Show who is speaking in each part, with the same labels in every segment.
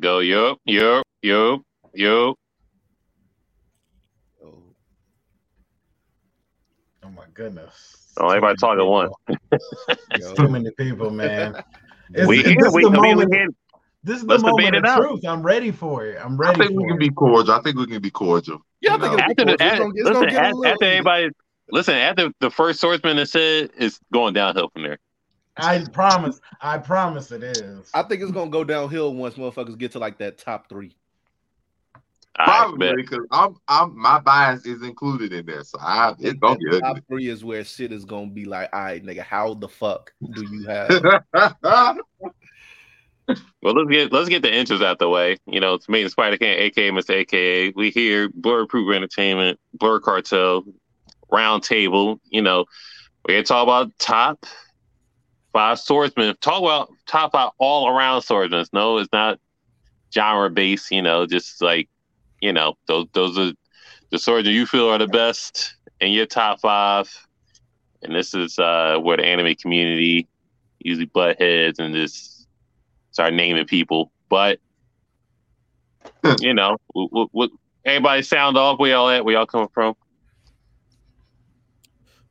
Speaker 1: go, yup, yup, yup, yup.
Speaker 2: Oh,
Speaker 3: Oh my goodness.
Speaker 1: Oh, everybody
Speaker 3: Too many
Speaker 1: talking at once.
Speaker 3: people. It's too many people, man. It's-
Speaker 1: We
Speaker 3: it's-
Speaker 1: here,
Speaker 3: this
Speaker 1: we,
Speaker 3: is the
Speaker 1: I mean, we
Speaker 3: moment.
Speaker 1: here.
Speaker 3: This is the
Speaker 1: let's debate
Speaker 3: moment
Speaker 1: it
Speaker 3: of
Speaker 1: out.
Speaker 3: truth. I'm ready for it. I'm
Speaker 4: I
Speaker 3: ready
Speaker 4: think
Speaker 3: for
Speaker 4: we can
Speaker 3: it.
Speaker 4: be cordial. I think we can be cordial.
Speaker 2: Yeah, I
Speaker 4: You
Speaker 2: think
Speaker 4: know?
Speaker 2: it'll
Speaker 1: After
Speaker 2: be
Speaker 1: the,
Speaker 2: cordial. It's
Speaker 1: at-
Speaker 2: gonna get- it's gonna
Speaker 1: listen,
Speaker 2: get a
Speaker 1: at-
Speaker 2: little-
Speaker 1: after everybody, listen, after the first swordsman has said, it's going downhill from there.
Speaker 3: I promise. I promise it is.
Speaker 2: I think it's gonna go downhill once motherfuckers get to like that top three.
Speaker 1: I
Speaker 4: Probably
Speaker 1: bet.
Speaker 4: because I'm, I'm, my bias is included in there, so I it's gonna
Speaker 2: That
Speaker 4: get
Speaker 2: top
Speaker 4: ugly.
Speaker 2: three is where shit is gonna be like, all right, nigga, how the fuck do you have?
Speaker 4: That's
Speaker 1: Well, let's get let's get the intros out the way. You know, it's me and Spider Can, aka Mr. AKA. We here, Blur Proof Entertainment, Blur Cartel, Round Table. You know, we're gonna talk about top five swordsmen. Talk about top five all around swordsmen. No, it's not genre based. You know, just like you know, those those are the swordsmen you feel are the best in your top five. And this is uh where the anime community usually butt heads and just start naming people. But you know, what, what, everybody sound off? Where y'all at? Where y'all coming from?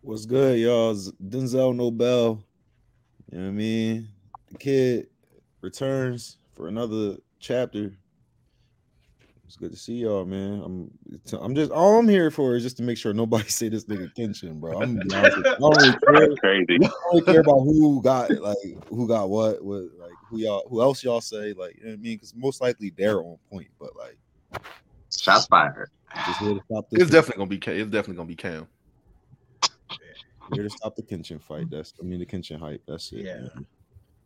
Speaker 5: What's good, y'all? It's Denzel Nobel. You know what I mean? The kid returns for another chapter. It's good to see y'all, man. I'm t- I'm just all I'm here for is just to make sure nobody say this nigga Kenshin, bro. I'm gonna be honest with you. I don't really care.
Speaker 1: That's crazy.
Speaker 5: I don't really care about who got like who got what, what like who y'all who else y'all say, like you know what I mean? Because most likely they're on point, but like
Speaker 4: shots fired.
Speaker 5: just here to stop this
Speaker 2: It's definitely gonna be Cam. It's definitely gonna be Cam.
Speaker 5: here to stop the Kenshin fight. That's I mean the Kenshin hype. That's it.
Speaker 3: Yeah.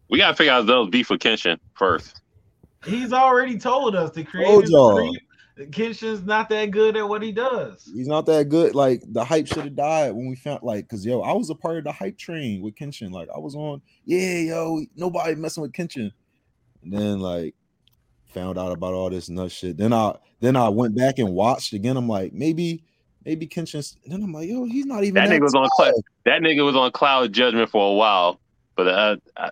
Speaker 1: We gotta figure out those beef with Kenshin first.
Speaker 3: He's already told us the
Speaker 5: Told
Speaker 3: creative
Speaker 5: y'all.
Speaker 3: creative- Kenshin's not that good at what he does.
Speaker 5: He's not that good. Like the hype should have died when we found like because yo, I was a part of the hype train with Kenshin. Like I was on, yeah, yo, nobody messing with Kenshin. And then like found out about all this nut shit. Then I then I went back and watched again. I'm like, maybe, maybe Kenshin's then I'm like, yo, he's not even
Speaker 1: That nigga was on
Speaker 5: solid.
Speaker 1: cloud. That nigga was on cloud judgment for a while, but uh, uh,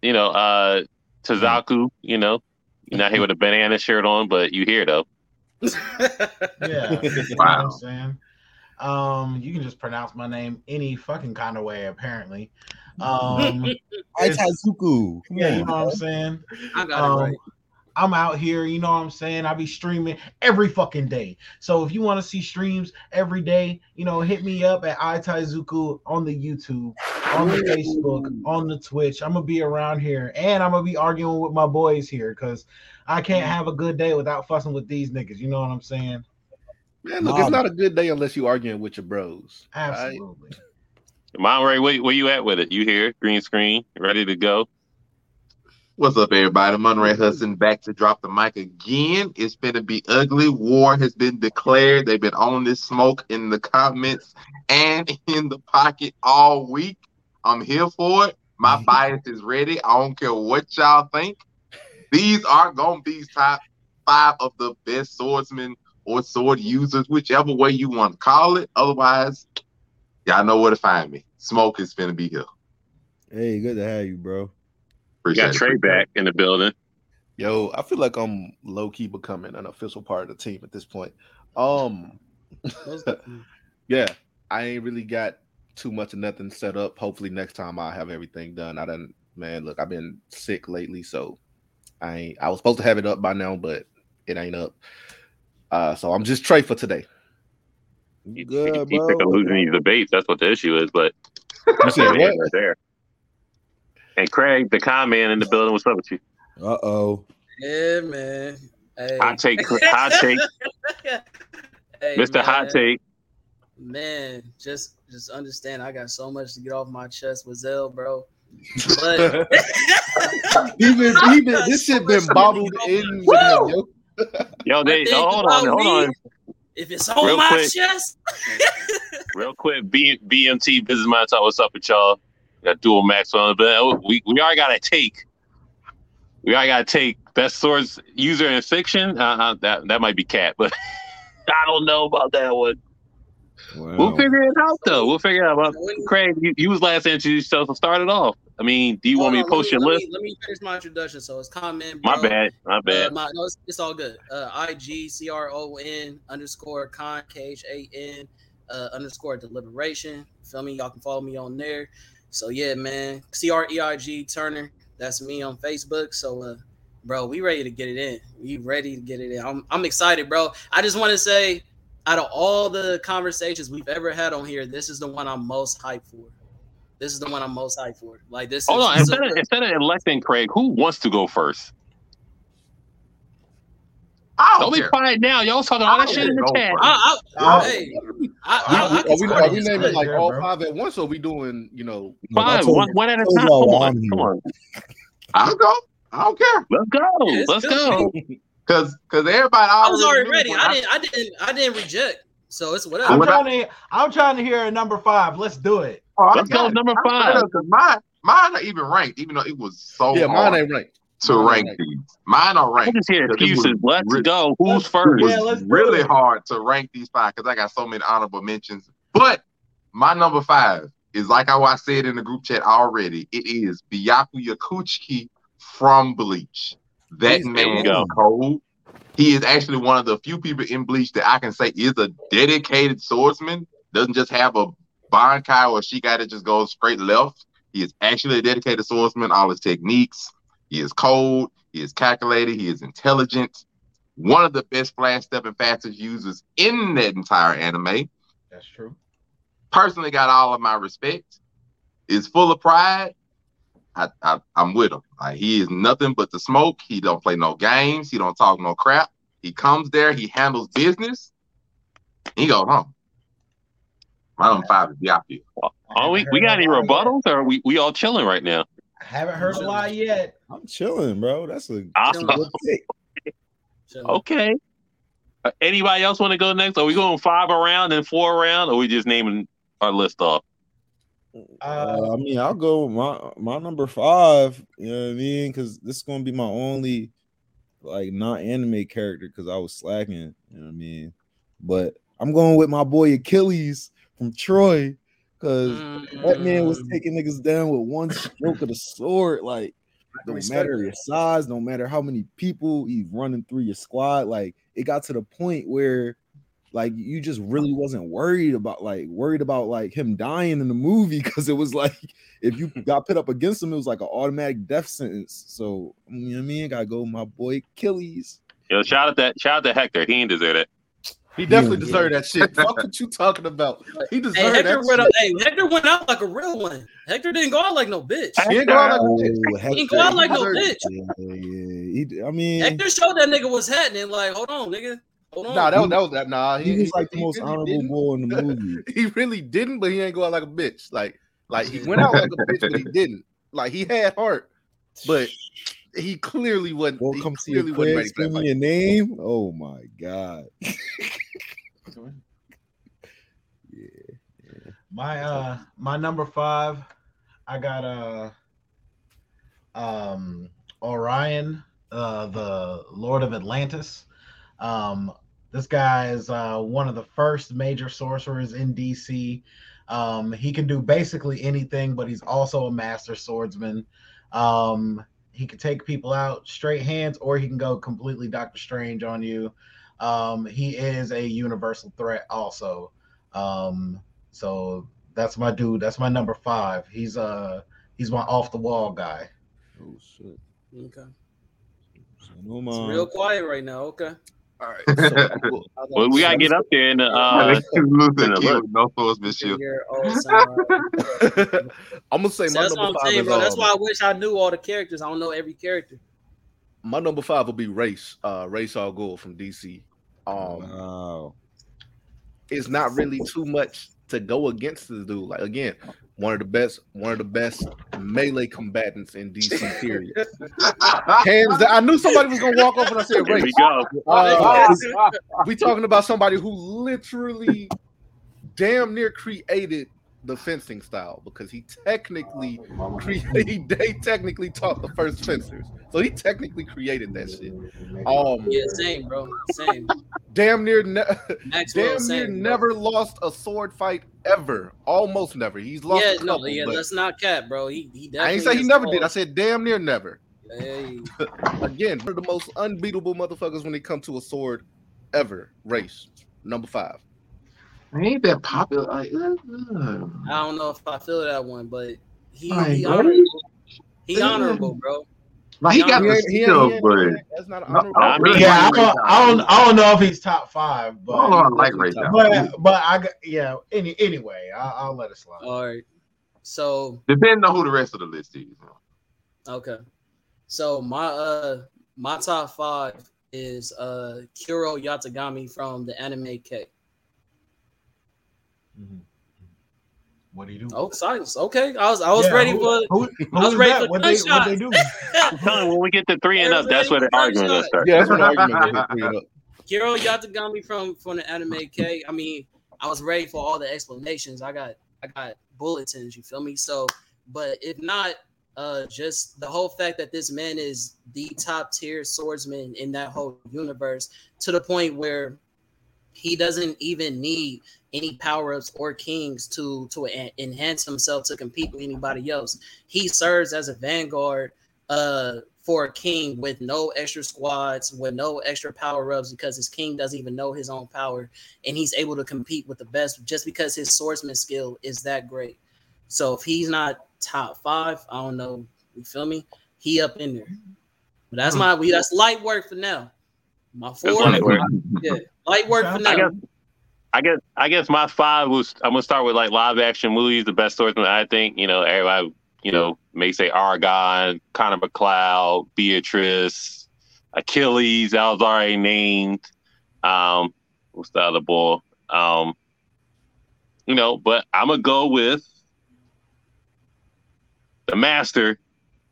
Speaker 1: you know, uh, Tazaku, you know, you're not here with a banana shirt on, but you here though.
Speaker 3: Yeah. You know what I'm
Speaker 4: Wow.
Speaker 3: saying? Um, you can just pronounce my name any fucking kind of way, apparently. Um,
Speaker 5: Ai Taizuku. Come
Speaker 3: yeah, you know what
Speaker 5: on,
Speaker 3: I'm
Speaker 5: bro.
Speaker 3: saying?
Speaker 6: I got
Speaker 3: Um,
Speaker 6: it right.
Speaker 3: I'm out here, you know what I'm saying? I be streaming every fucking day. So if you want to see streams every day, you know, hit me up at iTaizuku on the YouTube, on the Facebook, on the Twitch. I'm gonna be around here and I'm gonna be arguing with my boys here because I can't have a good day without fussing with these niggas. You know what I'm saying?
Speaker 2: Man, look, it's not a good day unless you arguing with your bros. Alright?
Speaker 3: Absolutely.
Speaker 1: Monterey, where, where you at with it? You here? Green screen, ready to go?
Speaker 4: What's up, everybody? Monterey Hudson back to drop the mic again. It's going to be ugly. War has been declared. They've been on this smoke in the comments and in the pocket all week. I'm here for it. My bias is ready. I don't care what y'all think. These are going to be top five of the best swordsmen or sword users, whichever way you want to call it. Otherwise, y'all know where to find me. Smoke is going to be here.
Speaker 5: Hey, good to have you, bro.
Speaker 1: We
Speaker 4: Appreciate
Speaker 1: got
Speaker 4: it.
Speaker 1: Trey back in the building.
Speaker 2: Yo, I feel like I'm low key becoming an official part of the team at this point. Um, yeah, I ain't really got too much of nothing set up. Hopefully, next time I have everything done. I done, man. Look, I've been sick lately, so I ain't, I was supposed to have it up by now, but it ain't up. Uh, so I'm just Trey for today.
Speaker 1: He,
Speaker 5: You
Speaker 1: he,
Speaker 5: good,
Speaker 1: he
Speaker 5: bro.
Speaker 1: sick of losing these debates. That's what the issue is. But
Speaker 2: You said
Speaker 1: Yeah,
Speaker 2: what?
Speaker 1: right there. And Craig, the con man in the building, what's up with you?
Speaker 5: Uh oh.
Speaker 6: Yeah, man. Hey.
Speaker 1: Hot take, hot take,
Speaker 6: Hey,
Speaker 1: Mr. Hot
Speaker 6: man.
Speaker 1: Take.
Speaker 6: Man, just just understand. I got so much to get off my chest with Zell, bro. But
Speaker 2: He been, he been, this shit been bottled in. With him, yo.
Speaker 1: Yo, they,
Speaker 6: think
Speaker 1: oh, hold on,
Speaker 6: about
Speaker 1: hold
Speaker 6: me-
Speaker 1: on,
Speaker 6: if it's on
Speaker 1: Real
Speaker 6: my
Speaker 1: quick.
Speaker 6: chest,
Speaker 1: real quick. B, BMT Business Mind Talk, what's up with y'all? We got dual Maxwell, but oh, we we already got a take. We already got a take. Best source user in fiction. Uh, uh, that that might be cat, but I don't know about that one. We'll
Speaker 5: Wow.
Speaker 2: Oh.
Speaker 1: figure it out though. We'll figure it out. Well,
Speaker 6: When-
Speaker 1: Craig, you, you was last introduced, so start it off. I mean, do you want me
Speaker 6: Hold
Speaker 1: to
Speaker 6: on,
Speaker 1: post
Speaker 6: let
Speaker 1: your
Speaker 6: me,
Speaker 1: list?
Speaker 6: Let me, let me finish my introduction. So it's Common.
Speaker 1: My
Speaker 6: Bro.
Speaker 1: bad. My
Speaker 6: Uh,
Speaker 1: bad.
Speaker 6: my, no, it's, it's all good. Uh, I G C R O N underscore con K H A N uh, underscore deliberation. Feel me? Y'all can follow me on there. So yeah, man. C R E I G Turner. That's me on Facebook. So, uh, bro, we ready to get it in. We ready to get it in. I'm I'm excited, bro. I just want to say, out of all the conversations we've ever had on here, this is the one I'm most hyped for. This is the one I'm most hyped for. Like this.
Speaker 1: Hold
Speaker 6: is,
Speaker 1: on.
Speaker 6: this is
Speaker 1: Instead of, instead of electing Craig, who wants to go first?
Speaker 4: I
Speaker 1: Don't
Speaker 4: don't
Speaker 1: be
Speaker 4: care.
Speaker 1: quiet now. Y'all talking all that shit in the
Speaker 4: Go
Speaker 1: chat.
Speaker 4: for it.
Speaker 6: I, I,
Speaker 3: Oh.
Speaker 6: hey, I,
Speaker 2: We-
Speaker 6: I, I,
Speaker 2: we- are
Speaker 6: can
Speaker 2: we,
Speaker 6: start
Speaker 2: are we
Speaker 6: this.
Speaker 2: naming
Speaker 6: Look,
Speaker 2: like
Speaker 3: bro,
Speaker 2: all
Speaker 3: bro.
Speaker 2: five at once, or we doing you know?
Speaker 5: Look, I
Speaker 1: Five,
Speaker 5: told-
Speaker 1: one, one at a
Speaker 5: told
Speaker 1: time. Come
Speaker 5: y'all why
Speaker 1: on,
Speaker 5: I'm
Speaker 1: come
Speaker 5: here.
Speaker 1: on.
Speaker 4: I'll go. I don't care.
Speaker 1: Let's go.
Speaker 6: Yeah, it's
Speaker 1: Oh, Let's
Speaker 6: good,
Speaker 1: go.
Speaker 4: Cause cause everybody
Speaker 6: I
Speaker 4: already
Speaker 6: was already
Speaker 4: knew
Speaker 6: ready.
Speaker 4: when
Speaker 6: I didn't. I didn't. I didn't reject. So it's
Speaker 3: I'm
Speaker 4: When
Speaker 6: whatever.
Speaker 4: I-
Speaker 3: trying to. I'm trying to hear a number five. Let's do it.
Speaker 4: Oh, I
Speaker 1: Let's
Speaker 4: got
Speaker 1: go
Speaker 4: it.
Speaker 1: number
Speaker 4: I put it
Speaker 1: five.
Speaker 4: up 'cause mine mine are even ranked, even though it was so
Speaker 2: Yeah,
Speaker 4: hard
Speaker 2: mine ain't right.
Speaker 4: to
Speaker 2: mine ain't
Speaker 4: rank
Speaker 2: ranked.
Speaker 4: these. Mine are
Speaker 1: I
Speaker 4: ranked.
Speaker 1: just hear
Speaker 4: 'cause it was
Speaker 1: excuses. Let's
Speaker 4: re-
Speaker 1: go. Who's
Speaker 3: Let's-
Speaker 4: it
Speaker 1: first?
Speaker 4: was
Speaker 3: Yeah, let's do
Speaker 4: really
Speaker 3: it.
Speaker 4: hard to rank these five because I got so many honorable mentions. But my number five is like how I said in the group chat already. It is Biaku Yakuchki from Bleach. That
Speaker 5: He's
Speaker 1: There we
Speaker 4: man
Speaker 1: go.
Speaker 4: is cold. He is actually one of the few people in Bleach that I can say is a dedicated swordsman. Doesn't just have a Bankai or Shikai that just goes straight left. He is actually a dedicated swordsman. All his techniques. He is cold. He is calculated. He is intelligent one of the best flash step and fastest users in that entire anime.
Speaker 3: That's true.
Speaker 4: Personally, got all of my respect. Is full of pride. I, I I'm with him. Like, he is nothing but the smoke. He don't play no games. He don't talk no crap. He comes there. He handles business. He goes home. My number five is Yaku.
Speaker 1: Oh, we, we got any rebuttals or we, we all chilling right now?
Speaker 3: I haven't heard a lie yet.
Speaker 5: I'm chilling, bro. That's a,
Speaker 1: Ah,
Speaker 5: that's a good pick.
Speaker 6: So,
Speaker 1: okay. Uh, Anybody else want to go next? Are we going five around and four around, or we just naming our list off?
Speaker 3: Uh,
Speaker 5: Uh, I mean, I'll go with my my number five. You know what I mean? Because this is gonna be my only like not anime character because I was slacking. You know what I mean? But I'm going with my boy Achilles from Troy because that man
Speaker 2: Mm.
Speaker 5: was taking niggas down with one stroke of the sword. Like,
Speaker 2: can
Speaker 5: don't
Speaker 2: respect
Speaker 5: matter your size, don't matter how many people you running through your squad. Like, it got to the point where like you just really wasn't worried about like worried about like him dying in the movie because it was like if you got put up against him, it was like an automatic death sentence. So you know what I mean? Gotta go, with my boy Achilles.
Speaker 1: Yo, shout out that shout out to Hector. He ain't deserve it.
Speaker 2: He definitely
Speaker 5: Yeah.
Speaker 2: deserved that shit. Fuck what you talking about. He deserved
Speaker 6: hey, Hector
Speaker 2: that.
Speaker 6: went
Speaker 2: shit.
Speaker 6: out, hey, Hector went out like a real one. Hector didn't go out like no bitch.
Speaker 2: He ain't go out like a bitch.
Speaker 5: Hector,
Speaker 6: He go out like no
Speaker 2: Hector.
Speaker 6: bitch.
Speaker 5: Yeah, Oh, yeah, yeah. He d- I mean,
Speaker 6: Hector showed that nigga what's happening. Like, hold on, nigga. Hold on.
Speaker 2: Nah, that was that was that. Nah,
Speaker 5: he was like the
Speaker 2: he
Speaker 5: most
Speaker 2: really
Speaker 5: honorable
Speaker 2: didn't.
Speaker 5: boy in the movie.
Speaker 2: He really didn't, but he ain't go out like a bitch. Like like he went out like a bitch, but he didn't. Like he had heart, but he clearly wasn't.
Speaker 5: Well,
Speaker 2: he
Speaker 5: come see
Speaker 2: clearly
Speaker 5: your
Speaker 2: wasn't
Speaker 5: crib,
Speaker 2: ready for
Speaker 5: give
Speaker 2: that
Speaker 5: me
Speaker 2: fight.
Speaker 5: your name. Oh my god. Yeah.
Speaker 3: my uh, my number five. I got uh, um, Orion, uh, the Lord of Atlantis. Um, this guy is uh, one of the first major sorcerers in DC. Um, he can do basically anything, but he's also a master swordsman. Um, he can take people out straight hands, or he can go completely Doctor Strange on you. Um, he is a universal threat, also. Um, so that's my dude. That's my number five. He's uh he's my off the wall guy.
Speaker 5: Oh shit.
Speaker 6: Okay.
Speaker 5: So no
Speaker 6: It's
Speaker 5: mom.
Speaker 6: real quiet right now. Okay.
Speaker 2: All right, so I will-
Speaker 1: Well, we gotta get up there and uh,
Speaker 4: Luther
Speaker 1: look.
Speaker 4: King with no swordsmanship.
Speaker 6: Year old samurai.
Speaker 2: I'm gonna say
Speaker 6: So
Speaker 2: my
Speaker 6: that's what
Speaker 2: number
Speaker 6: I'm
Speaker 2: five
Speaker 6: saying,
Speaker 2: is
Speaker 6: bro. That's
Speaker 2: um,
Speaker 6: why I wish I knew all the characters. I don't know every character.
Speaker 2: my number five will be race. Uh, race all gold from DC.
Speaker 5: Oh,
Speaker 2: Um,
Speaker 5: Wow.
Speaker 2: it's not really too much to go against this dude. Like again, one of the best, one of the best melee combatants in DC. Period. Hands down. I knew somebody was gonna walk up and I said
Speaker 1: Here we
Speaker 2: race.
Speaker 1: go.
Speaker 2: Uh, we talking about somebody who literally damn near created the fencing style because he technically created, they technically taught the first fencers. So he technically created that shit. Um
Speaker 6: Yeah, same, bro. Same.
Speaker 2: damn near ne-
Speaker 6: Maxwell,
Speaker 2: damn near
Speaker 6: same. bro.
Speaker 2: never lost a sword fight ever. Almost never. He's lost
Speaker 6: yeah,
Speaker 2: a couple,
Speaker 6: no, yeah,
Speaker 2: but
Speaker 6: let's not cap, bro. He, he definitely.
Speaker 2: I ain't say he
Speaker 6: has
Speaker 2: never did. I
Speaker 6: balls.
Speaker 2: said damn near never.
Speaker 6: Hey,
Speaker 2: Again, one of the most unbeatable motherfuckers when it comes to a sword ever. Race number five.
Speaker 4: He ain't that popular. Like, uh, uh.
Speaker 6: I don't know if I feel that one, but he,
Speaker 4: All right,
Speaker 6: he
Speaker 4: bro.
Speaker 6: honorable. He honorable, bro.
Speaker 4: like he got
Speaker 2: He
Speaker 4: the
Speaker 2: ain't- he ain't- he
Speaker 4: skill,
Speaker 2: ain't-
Speaker 4: but
Speaker 2: he ain't- That's not an
Speaker 4: No,
Speaker 2: honorable.
Speaker 4: I
Speaker 1: mean,
Speaker 4: Yeah,
Speaker 3: Yeah, I
Speaker 4: I'm
Speaker 3: don't, I don't, I don't know if he's top five,
Speaker 4: I don't know. I
Speaker 3: but
Speaker 4: like Ray Charles.
Speaker 3: but, but I got yeah. Any anyway, I, I'll let it slide.
Speaker 6: All right. So
Speaker 4: Depending on who the rest of the list is.
Speaker 6: Okay. So my uh my top five is uh Kuro Yatagami from the anime K.
Speaker 3: Mm-hmm. What do you do?
Speaker 6: Oh silence. Okay. I was I was
Speaker 3: Yeah,
Speaker 6: ready
Speaker 3: who-
Speaker 6: for
Speaker 3: Who, who
Speaker 6: I was
Speaker 3: is
Speaker 6: ready
Speaker 3: that?
Speaker 6: for
Speaker 3: What they, what they do?
Speaker 1: I'm telling you, when we get to three and up, that's where the argument will start.
Speaker 2: Yeah, that's what argument is. Bring it up.
Speaker 6: Kiro Yatagami from from the anime K. I mean, I was ready for all the explanations. I got I got bulletins, you feel me? So but if not, uh just the whole fact that this man is the top tier swordsman in that whole universe to the point where he doesn't even need any power-ups or kings to to en- enhance himself to compete with anybody else he serves as a vanguard uh for a king with no extra squads with no extra power-ups because his king doesn't even know his own power and he's able to compete with the best just because his swordsman skill is that great so if he's not top five i don't know you feel me he up in there but that's my we that's light work for now my four
Speaker 1: light work.
Speaker 6: yeah light work for
Speaker 3: I
Speaker 6: now
Speaker 1: guess- I guess I guess my five was I'm gonna start with like live action movies, the best swordsman I think. You know, everybody you know may say Argon, Connor McLeod, Beatrice, Achilles. I was already named. Um, what's the other boy? Um, you know, but I'm gonna go with the master.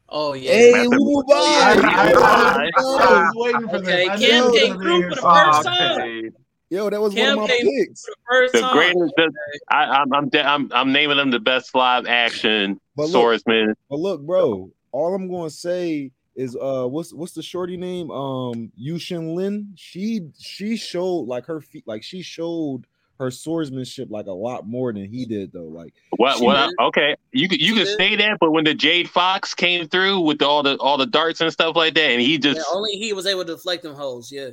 Speaker 6: oh yeah
Speaker 7: Hey,
Speaker 1: Master-
Speaker 7: woo,
Speaker 3: I,
Speaker 7: bye.
Speaker 3: I- I- I was waiting for this.
Speaker 6: Okay,
Speaker 3: I knew
Speaker 6: Kim
Speaker 3: it was
Speaker 6: came
Speaker 3: gonna be
Speaker 6: through
Speaker 3: here
Speaker 6: for the
Speaker 3: soon.
Speaker 6: first time.
Speaker 7: Yo, that was
Speaker 6: Cam
Speaker 7: one of my
Speaker 6: came-
Speaker 7: picks.
Speaker 6: for the first
Speaker 1: The
Speaker 6: time.
Speaker 1: greatest. The, I, I'm I'm, de- I'm I'm naming them the best live action
Speaker 7: But look-
Speaker 1: swordsman.
Speaker 7: But look, bro, all I'm gonna say is uh what's what's the shorty name? Um Yushin Lin. She she showed like her feet, like she showed her swordsmanship like a lot more than he did though. Like
Speaker 1: What?
Speaker 6: She
Speaker 1: What?
Speaker 6: did.
Speaker 1: Okay, you could you
Speaker 6: She
Speaker 1: could
Speaker 6: did.
Speaker 1: say that, but when the Jade Fox came through with all the all the darts and stuff like that, and he just
Speaker 6: Yeah, only he was able to deflect them holes. Yeah,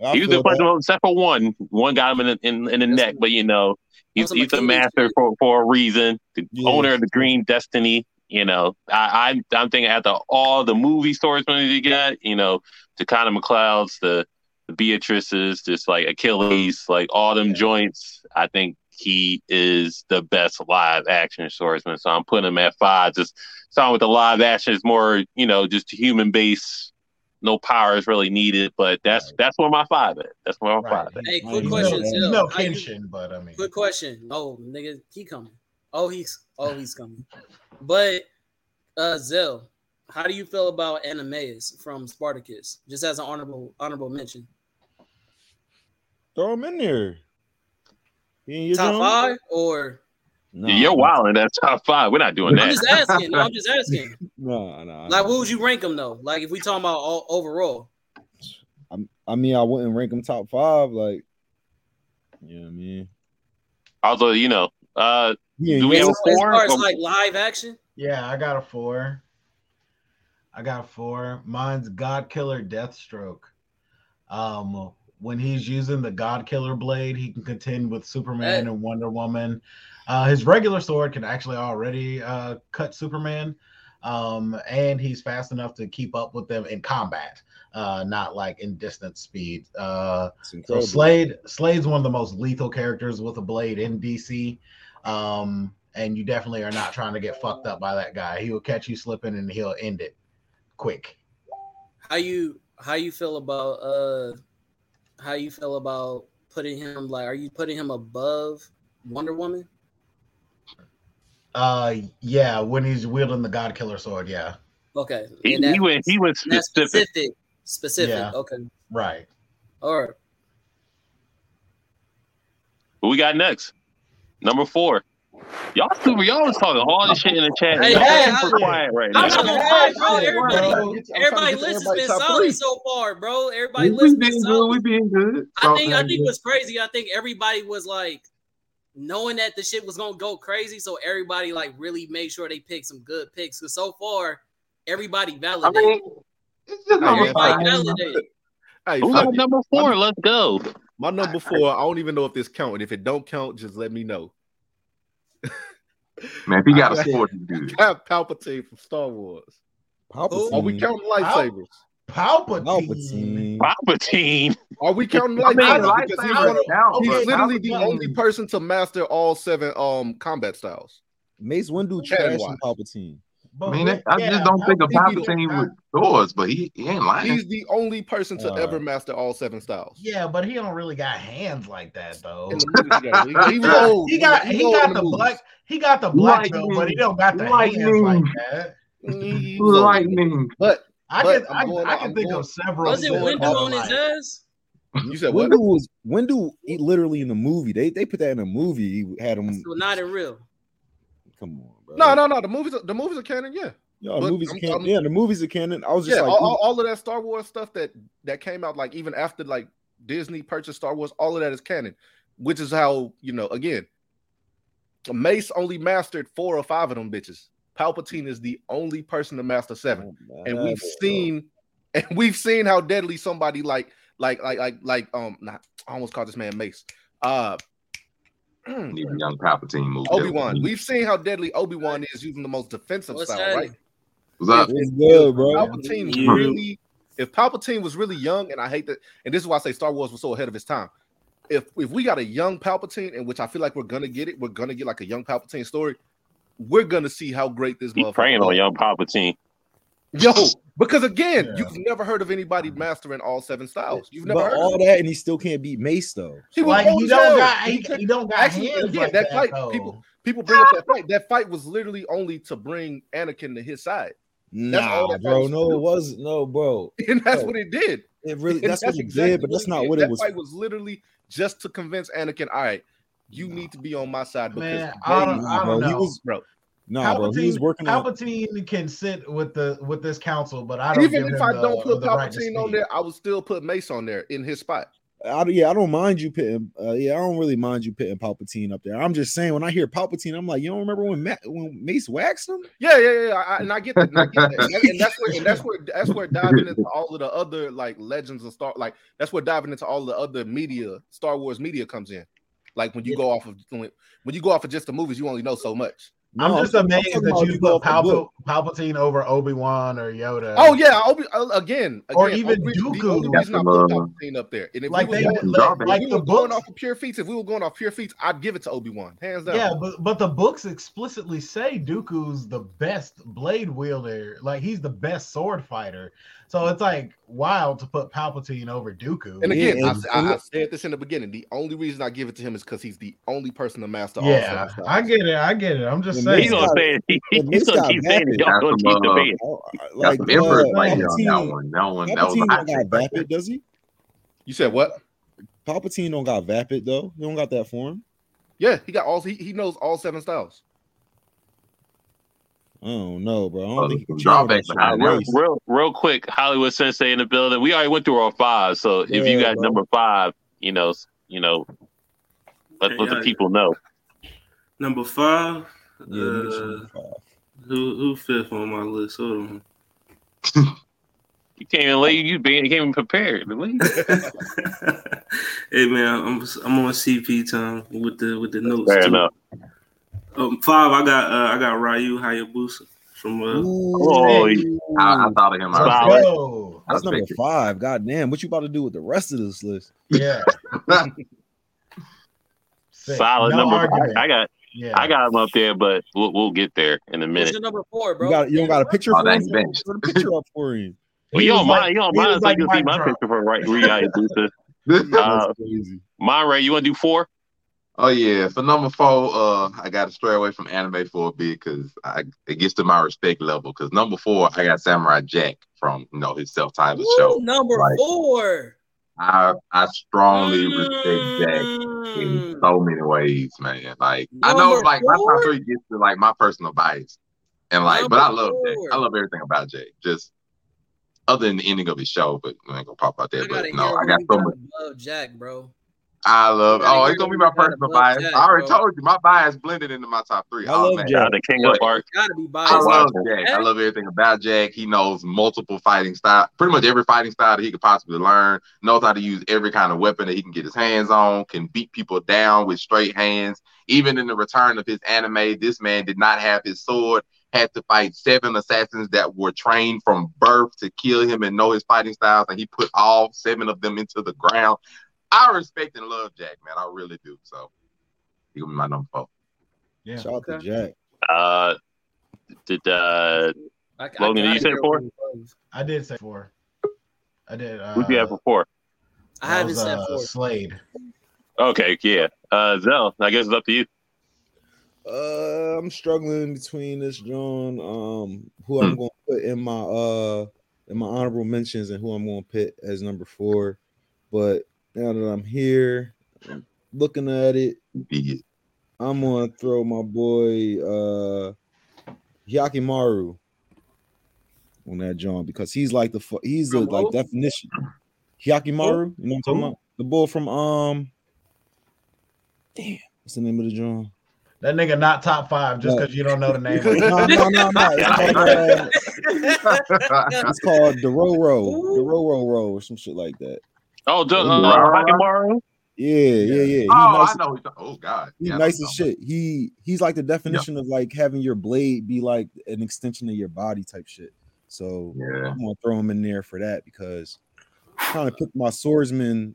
Speaker 7: oh, I
Speaker 1: he was the
Speaker 7: feel that.
Speaker 1: person except for one. One got him in the, in, in the
Speaker 6: That's
Speaker 1: neck,
Speaker 6: some-
Speaker 1: but you know he's
Speaker 6: that's some
Speaker 1: he's the
Speaker 6: Achilles
Speaker 1: master
Speaker 6: shit.
Speaker 1: for, for a reason. The
Speaker 7: Yeah.
Speaker 1: owner of the Green Destiny. You know, I, I'm I'm thinking after all the movie swordsmen you got, you know, the Connor McLeod's, the the Beatrices, just like Achilles, like all them joints. I think he is the best live action swordsman. So I'm putting him at five. Just starting with the live action is more, you know, just human base. No power is really needed, but that's that's where my five is. That's where my
Speaker 3: Right.
Speaker 1: five is.
Speaker 6: Hey,
Speaker 7: Right.
Speaker 6: quick
Speaker 3: He's no,
Speaker 6: question.
Speaker 7: questions,
Speaker 3: he's
Speaker 6: Sil.
Speaker 3: no
Speaker 6: How you-
Speaker 3: Kenshin, but I mean,
Speaker 6: Quick question. Oh, nigga, he coming. Oh, he's oh he's coming. But uh Zell, how do you feel about Animeus from Spartacus? Just as an honorable honorable mention.
Speaker 7: Throw him in there. He ain't your
Speaker 6: Top
Speaker 7: jump?
Speaker 6: five or
Speaker 7: Nah,
Speaker 1: You're wild in that top five. We're not doing
Speaker 6: I'm
Speaker 1: that.
Speaker 6: just asking. I'm just asking.
Speaker 7: Nah, nah.
Speaker 6: Like, what would you rank him though? Like, if we talking about all, overall,
Speaker 7: I'm- I mean, I wouldn't rank him top five. Like, yeah, I mean,
Speaker 1: Although you know, uh,
Speaker 7: he ain't
Speaker 1: Do we
Speaker 7: your-
Speaker 1: have
Speaker 6: as,
Speaker 1: a
Speaker 6: as
Speaker 1: four
Speaker 6: far as
Speaker 1: or-
Speaker 6: like live action,
Speaker 3: yeah, I got a four. I got a four. Mine's God Killer Deathstroke. Um, when he's using the God Killer blade, he can contend with Superman
Speaker 6: Hey.
Speaker 3: and Wonder Woman. Uh, his regular sword can actually already uh, cut Superman, um, and he's fast enough to keep up with them in combat, uh, not like in distance speed. Uh,
Speaker 7: it's
Speaker 3: So
Speaker 7: incredible.
Speaker 3: Slade Slade's one of the most lethal characters with a blade in DC. Um, and you definitely are not trying to get fucked up by that guy. He will catch you slipping and he'll end it quick.
Speaker 6: how you how you feel about uh how you feel about putting him like are you putting him above Wonder Woman?
Speaker 3: Uh yeah, when he's wielding the God Killer sword, yeah.
Speaker 6: Okay.
Speaker 1: he,
Speaker 6: and that-
Speaker 1: he was he was
Speaker 6: and that's
Speaker 1: specific.
Speaker 6: specific. Specific.
Speaker 3: Yeah.
Speaker 6: Okay.
Speaker 3: Right.
Speaker 6: All right.
Speaker 1: Who we got next? Number four. Y'all super. Y'all was talking all this shit in the chat.
Speaker 6: Hey,
Speaker 1: y'all
Speaker 6: hey,
Speaker 1: super
Speaker 3: I-
Speaker 1: quiet right
Speaker 6: I'm
Speaker 1: now.
Speaker 6: not gonna
Speaker 3: Yeah.
Speaker 6: lie, bro.
Speaker 3: Yeah, bro.
Speaker 6: Everybody, everybody
Speaker 7: listens
Speaker 6: listens been solid so far, bro. Everybody
Speaker 4: we
Speaker 6: listens been
Speaker 4: been good. We
Speaker 6: solid.
Speaker 4: been good.
Speaker 6: I think I think
Speaker 4: Oh,
Speaker 6: what's crazy. I think everybody was like knowing that the shit was gonna go crazy, so everybody like really made sure they picked some good picks. Cause so far, everybody
Speaker 4: I
Speaker 6: validated.
Speaker 4: mean, it's just
Speaker 2: I
Speaker 4: number
Speaker 2: mean,
Speaker 6: everybody
Speaker 4: five.
Speaker 6: validated.
Speaker 2: Hey,
Speaker 1: Who's
Speaker 2: fuck
Speaker 1: at
Speaker 2: it.
Speaker 1: number four? Let's go.
Speaker 2: my number four. I don't even know if this count, and if it don't count, just let me know.
Speaker 4: Man, if he got a score, he's good.
Speaker 2: Cap Palpatine from Star Wars.
Speaker 7: Palpatine.
Speaker 2: Are Oh, we counting lightsabers?
Speaker 7: Palpatine.
Speaker 3: Palpatine.
Speaker 1: Palpatine.
Speaker 2: Are we counting
Speaker 4: I mean,
Speaker 2: lightsabers?
Speaker 4: life
Speaker 2: Because
Speaker 4: savers
Speaker 2: he's one of-
Speaker 4: count,
Speaker 2: He's
Speaker 4: but
Speaker 2: literally the
Speaker 4: Palpatine-
Speaker 2: only person to master all seven um combat styles.
Speaker 7: Mace Windu
Speaker 2: Cannon
Speaker 7: trash and Palpatine.
Speaker 3: But
Speaker 4: I mean,
Speaker 3: with-
Speaker 4: I just
Speaker 3: yeah,
Speaker 4: don't think a
Speaker 2: Palpatine
Speaker 4: Palpatine
Speaker 2: don't
Speaker 4: thing
Speaker 3: count.
Speaker 4: with doors, but he, he ain't lying.
Speaker 2: He's the only person to
Speaker 7: Uh,
Speaker 2: ever master all seven styles.
Speaker 3: Yeah, but he don't really got hands like that though.
Speaker 2: In the movies, he got- he- he was
Speaker 4: Yeah.
Speaker 2: old.
Speaker 3: He got he
Speaker 2: was old in
Speaker 3: got the
Speaker 2: movies.
Speaker 3: black he got the black belt,
Speaker 4: Lightning.
Speaker 3: but he don't got the hands
Speaker 4: Lightning.
Speaker 3: like that.
Speaker 2: He- he was old.
Speaker 4: Lightning.
Speaker 2: But
Speaker 3: I
Speaker 2: But I'm
Speaker 3: can I,
Speaker 2: going-
Speaker 3: I can
Speaker 2: I'm
Speaker 3: think
Speaker 2: going-
Speaker 3: of several.
Speaker 6: Wasn't
Speaker 2: Bro,
Speaker 6: Windu
Speaker 2: Window
Speaker 6: on his ass?
Speaker 2: you said what?
Speaker 7: Windu was Windu he literally in the movie. They they put that in a movie. He had him.
Speaker 5: Mm.
Speaker 6: So not in real.
Speaker 7: Come on, bro.
Speaker 2: No, no, no. The movies, the movies are canon. Yeah,
Speaker 7: Yo,
Speaker 2: but
Speaker 7: movies
Speaker 2: I'm-
Speaker 7: are canon.
Speaker 2: I'm-
Speaker 7: yeah, the movies are canon. I was just
Speaker 2: yeah.
Speaker 7: like,
Speaker 2: all, all- all of that Star Wars stuff that that came out, like even after like Disney purchased Star Wars, all of that is canon, which is how you know. Again, Mace only mastered four or five of them bitches. Palpatine is the only person to master seven. and we've seen and we've seen how deadly somebody like like like like like um not, I almost called this man Mace. Uh
Speaker 4: Need a young Palpatine move.
Speaker 2: Obi-Wan. We've seen how deadly Obi-Wan is using the most defensive
Speaker 6: What's
Speaker 2: style,
Speaker 6: happening?
Speaker 2: right?
Speaker 4: What's up?
Speaker 7: It's good, bro.
Speaker 2: Palpatine
Speaker 8: Yeah.
Speaker 2: really if Palpatine was really young, and I hate that, and this is why I say Star Wars was so ahead of his time. If if we got a young Palpatine, and which I feel like we're gonna get it, we're gonna get like a young Palpatine story. We're gonna see how great this
Speaker 1: He's
Speaker 2: motherfucker
Speaker 1: praying
Speaker 2: is.
Speaker 1: on young Palpatine.
Speaker 2: Yo, because again,
Speaker 3: Yeah.
Speaker 2: you've never heard of anybody mastering all seven styles. You've never
Speaker 7: But
Speaker 2: heard.
Speaker 7: all that, and he still can't beat Mace though.
Speaker 2: He was
Speaker 3: Like
Speaker 2: old
Speaker 3: he
Speaker 2: as
Speaker 3: don't
Speaker 2: hell.
Speaker 3: got he,
Speaker 2: He couldn't-
Speaker 3: he don't got
Speaker 2: actually,
Speaker 3: hands
Speaker 2: yeah,
Speaker 3: like
Speaker 2: that
Speaker 3: that,
Speaker 2: fight,
Speaker 3: though.
Speaker 2: people- people bring up that fight. That fight was literally only to bring Anakin to his side, all
Speaker 7: Nah,
Speaker 2: that
Speaker 7: bro.
Speaker 2: was-
Speaker 7: No, it was no, bro.
Speaker 2: and that's
Speaker 7: Yo.
Speaker 2: what it did.
Speaker 7: It really
Speaker 2: And
Speaker 7: that's, what it
Speaker 2: exactly
Speaker 7: did, but that's not
Speaker 2: did.
Speaker 7: what
Speaker 2: that
Speaker 7: it was.
Speaker 2: Fight was literally just to convince Anakin. All right, you need to be on my side because
Speaker 3: Man,
Speaker 2: today
Speaker 3: I don't,
Speaker 2: you-
Speaker 3: I
Speaker 7: bro,
Speaker 3: don't
Speaker 7: he
Speaker 3: know.
Speaker 7: was-
Speaker 2: bro.
Speaker 7: Nah, bro. He was working on
Speaker 3: Palpatine can sit with the with this council, but I don't.
Speaker 2: Even
Speaker 3: give
Speaker 2: if
Speaker 3: him
Speaker 2: I
Speaker 3: the-
Speaker 2: don't put
Speaker 3: the right to
Speaker 2: Palpatine on
Speaker 3: speak.
Speaker 2: there, I would still put Mace on there in his spot.
Speaker 7: I, don't- yeah, I don't mind you putting. Uh, yeah, I don't really mind you putting Palpatine up there. I'm just saying when I hear Palpatine, I'm like, you don't remember when Ma- when Mace waxed him?
Speaker 2: Yeah, yeah, yeah. I, I- and I get that. And, I get that. And, that- and that's where and that's where that's where diving into all of the other like legends of Star like that's where diving into all the other media, Star Wars media comes in. Like when you go off of when you go off of just the movies, you only know so much.
Speaker 7: No,
Speaker 3: I'm just
Speaker 7: talking-
Speaker 3: amazed
Speaker 7: talking
Speaker 3: that
Speaker 7: about
Speaker 3: you
Speaker 7: go
Speaker 3: put
Speaker 7: off the book.
Speaker 3: Palpa- Palpatine over Obi Wan or Yoda.
Speaker 2: Oh yeah, Obi, uh, again, again,
Speaker 3: Or even
Speaker 2: Obi- The
Speaker 3: Dooku.
Speaker 2: only reason I put Palpatine up there, and if
Speaker 3: like
Speaker 2: we
Speaker 3: they
Speaker 2: was going,
Speaker 3: like,
Speaker 2: like
Speaker 4: Drawback.
Speaker 3: like
Speaker 2: we
Speaker 3: the
Speaker 2: were going
Speaker 3: books.
Speaker 2: off of pure feats, if we were going off pure feats, I'd give it to Obi Wan, hands down.
Speaker 3: Yeah, but but the books explicitly say Dooku's the best blade wielder. Like he's the best sword fighter. So it's like wild to put Palpatine over Dooku.
Speaker 2: And
Speaker 7: Yeah,
Speaker 2: again, I,
Speaker 7: and-
Speaker 2: I, I said this in the beginning. The only reason I give it to him is because he's the only person to master all
Speaker 3: yeah,
Speaker 2: seven styles.
Speaker 3: I get it. I get it. I'm just
Speaker 7: Yeah,
Speaker 3: saying.
Speaker 1: He's gonna say it. He's
Speaker 7: Mace
Speaker 1: gonna
Speaker 7: got
Speaker 1: keep saying
Speaker 7: vapid.
Speaker 1: it.
Speaker 4: Got
Speaker 1: Y'all gonna
Speaker 4: some,
Speaker 1: keep
Speaker 4: uh,
Speaker 1: debating.
Speaker 7: Oh, I-
Speaker 4: Got
Speaker 7: Like
Speaker 4: some Emperor's
Speaker 7: uh,
Speaker 4: Blade on that
Speaker 7: Palpatine,
Speaker 4: one. That one, that was
Speaker 7: Palpatine
Speaker 4: hot
Speaker 7: don't got
Speaker 4: shit right there.
Speaker 7: vapid, does he?
Speaker 2: You said what?
Speaker 7: Palpatine don't got vapid though. He don't got that form.
Speaker 2: Yeah, he got all he, he knows all seven styles.
Speaker 7: I don't know, bro. I don't
Speaker 4: Oh,
Speaker 7: think he can
Speaker 4: there's some
Speaker 7: channel
Speaker 4: drawbacks
Speaker 7: that shit.
Speaker 1: Uh,
Speaker 4: behind
Speaker 1: real,
Speaker 7: Mace.
Speaker 1: real, real quick, Hollywood Sensei in the building. We already went through our five, so if you
Speaker 7: Yeah,
Speaker 1: got
Speaker 7: bro.
Speaker 1: number five, you know, you know, let, let the
Speaker 8: Yeah.
Speaker 1: people know.
Speaker 8: Number five.
Speaker 7: Yeah, let me get you
Speaker 8: Uh,
Speaker 7: number five.
Speaker 8: who who fifth on my list? Hold on.
Speaker 1: You can't even lay. You being you can't even prepared. Really?
Speaker 8: hey man, I'm I'm on CP time with the with the notes.
Speaker 1: Fair
Speaker 8: too.
Speaker 1: enough.
Speaker 8: Um, five, I got uh, I got Ryu Hayabusa from uh,
Speaker 1: Oh,
Speaker 7: Ooh.
Speaker 4: I, I thought of him. I
Speaker 1: Solid.
Speaker 4: was
Speaker 3: Yo,
Speaker 7: that's
Speaker 4: I'll
Speaker 7: number
Speaker 4: take it.
Speaker 7: five. God damn, what you about to do with the rest of this list?
Speaker 3: yeah. Sick.
Speaker 1: Solid
Speaker 3: No
Speaker 1: number.
Speaker 3: argument.
Speaker 1: I, I got.
Speaker 3: yeah.
Speaker 1: I got him up there, but we'll, we'll get there in a
Speaker 6: What's
Speaker 1: minute.
Speaker 6: your number four,
Speaker 7: You,
Speaker 6: bro?
Speaker 7: got, you don't got a picture
Speaker 4: Oh,
Speaker 7: for him.
Speaker 4: that's benched.
Speaker 7: Put a picture up for him.
Speaker 1: Well, you
Speaker 3: He
Speaker 1: don't
Speaker 3: was
Speaker 1: mind. You don't
Speaker 3: he
Speaker 1: mind.
Speaker 3: was
Speaker 1: So
Speaker 3: like
Speaker 1: you can see
Speaker 3: Mike
Speaker 1: my
Speaker 3: Drunk.
Speaker 1: picture for right. Ria Ibusa.
Speaker 4: thinking.
Speaker 1: Uh,
Speaker 7: That's crazy.
Speaker 1: Monterey, you want to do four?
Speaker 4: oh yeah, for number four, uh, I got to stray away from anime for a bit because I it gets to my respect level. Because number four, I got Samurai Jack from you know his self-titled
Speaker 6: Ooh,
Speaker 4: show.
Speaker 6: number
Speaker 4: Right.
Speaker 6: four.
Speaker 4: I I strongly
Speaker 6: Mm.
Speaker 4: respect Jack in so many ways, man. Like I know,
Speaker 6: Number
Speaker 4: like my top
Speaker 6: four?
Speaker 4: three gets to like my personal bias, and like, but I
Speaker 6: Number
Speaker 4: love Jay.
Speaker 6: four.
Speaker 4: I love everything about Jay. Just other than the ending of his show, but I ain't gonna pop out there.
Speaker 6: I gotta
Speaker 4: But no,
Speaker 6: hear
Speaker 4: I
Speaker 6: who
Speaker 4: got
Speaker 6: you
Speaker 4: so
Speaker 6: got
Speaker 4: much.
Speaker 6: above Jack, bro.
Speaker 4: I love.
Speaker 6: I gotta
Speaker 4: Oh,
Speaker 6: hear
Speaker 4: it's gonna be
Speaker 6: who
Speaker 4: my
Speaker 6: you got
Speaker 4: personal
Speaker 6: above
Speaker 4: bias.
Speaker 6: Jack,
Speaker 4: I already
Speaker 6: bro.
Speaker 4: told you my bias blended into my top three.
Speaker 5: I
Speaker 4: Oh,
Speaker 5: love
Speaker 4: man.
Speaker 5: Jack.
Speaker 1: Yeah, Uh, the king of
Speaker 4: But-
Speaker 1: art.
Speaker 6: Gotta be biased.
Speaker 4: I
Speaker 1: Jack
Speaker 4: love
Speaker 1: Watson.
Speaker 4: Jack. I love everything about Jack. He knows multiple fighting style, pretty much every fighting style that he could possibly learn. Knows how to use every kind of weapon that he can get his hands on. Can beat people down with straight hands. Even in the return of his anime, this man did not have his sword. Had to fight seven assassins that were trained from birth to kill him and know his fighting styles, and he put all seven of them into the ground. I respect and love Jack, man. I really do. So he gonna be my number four.
Speaker 3: Yeah.
Speaker 5: Shout out to
Speaker 6: Okay.
Speaker 5: Jack.
Speaker 1: Uh, did uh,
Speaker 6: I, I
Speaker 1: Logan, did you
Speaker 6: gotta
Speaker 1: say
Speaker 6: hear
Speaker 1: four?
Speaker 6: who you above.
Speaker 3: I did say four. I did. Uh,
Speaker 1: who'd you have before?
Speaker 6: I
Speaker 3: that
Speaker 6: haven't
Speaker 3: was,
Speaker 6: said
Speaker 3: uh,
Speaker 6: four.
Speaker 3: Slade.
Speaker 1: Okay, yeah. Uh, Zell, I guess it's up to you.
Speaker 5: Uh, I'm struggling between this John, um, who
Speaker 6: Hmm.
Speaker 5: I'm gonna put in my uh in my honorable mentions and who I'm gonna put as number four. But now that I'm here, I'm looking at it,
Speaker 4: Yeah.
Speaker 5: I'm gonna throw my boy uh Yakimaru on that John because he's like the fu- he's the
Speaker 6: From
Speaker 5: like
Speaker 6: who?
Speaker 5: definition. Hyakimaru, you know what I'm talking
Speaker 3: Who?
Speaker 5: about? The boy from um damn, what's the name of the John?
Speaker 3: That nigga not top five just
Speaker 5: No.
Speaker 3: because you don't know the name. of it.
Speaker 5: no, no, no, no. It's called, uh, It's called the Roro, the
Speaker 6: Ooh.
Speaker 5: Roro Row, or some shit like that.
Speaker 1: Oh, John, uh,
Speaker 4: Right.
Speaker 1: Hackamaru?
Speaker 5: Yeah, yeah, yeah. He
Speaker 4: Oh, I
Speaker 5: nice,
Speaker 4: know. Oh God,
Speaker 5: he
Speaker 4: Yeah, I
Speaker 5: nice
Speaker 4: know.
Speaker 5: as shit. He he's like the definition of like having your blade be like an extension of your body type shit. So
Speaker 4: Yeah,
Speaker 5: I'm gonna throw him in there for that because I'm trying to pick my swordsman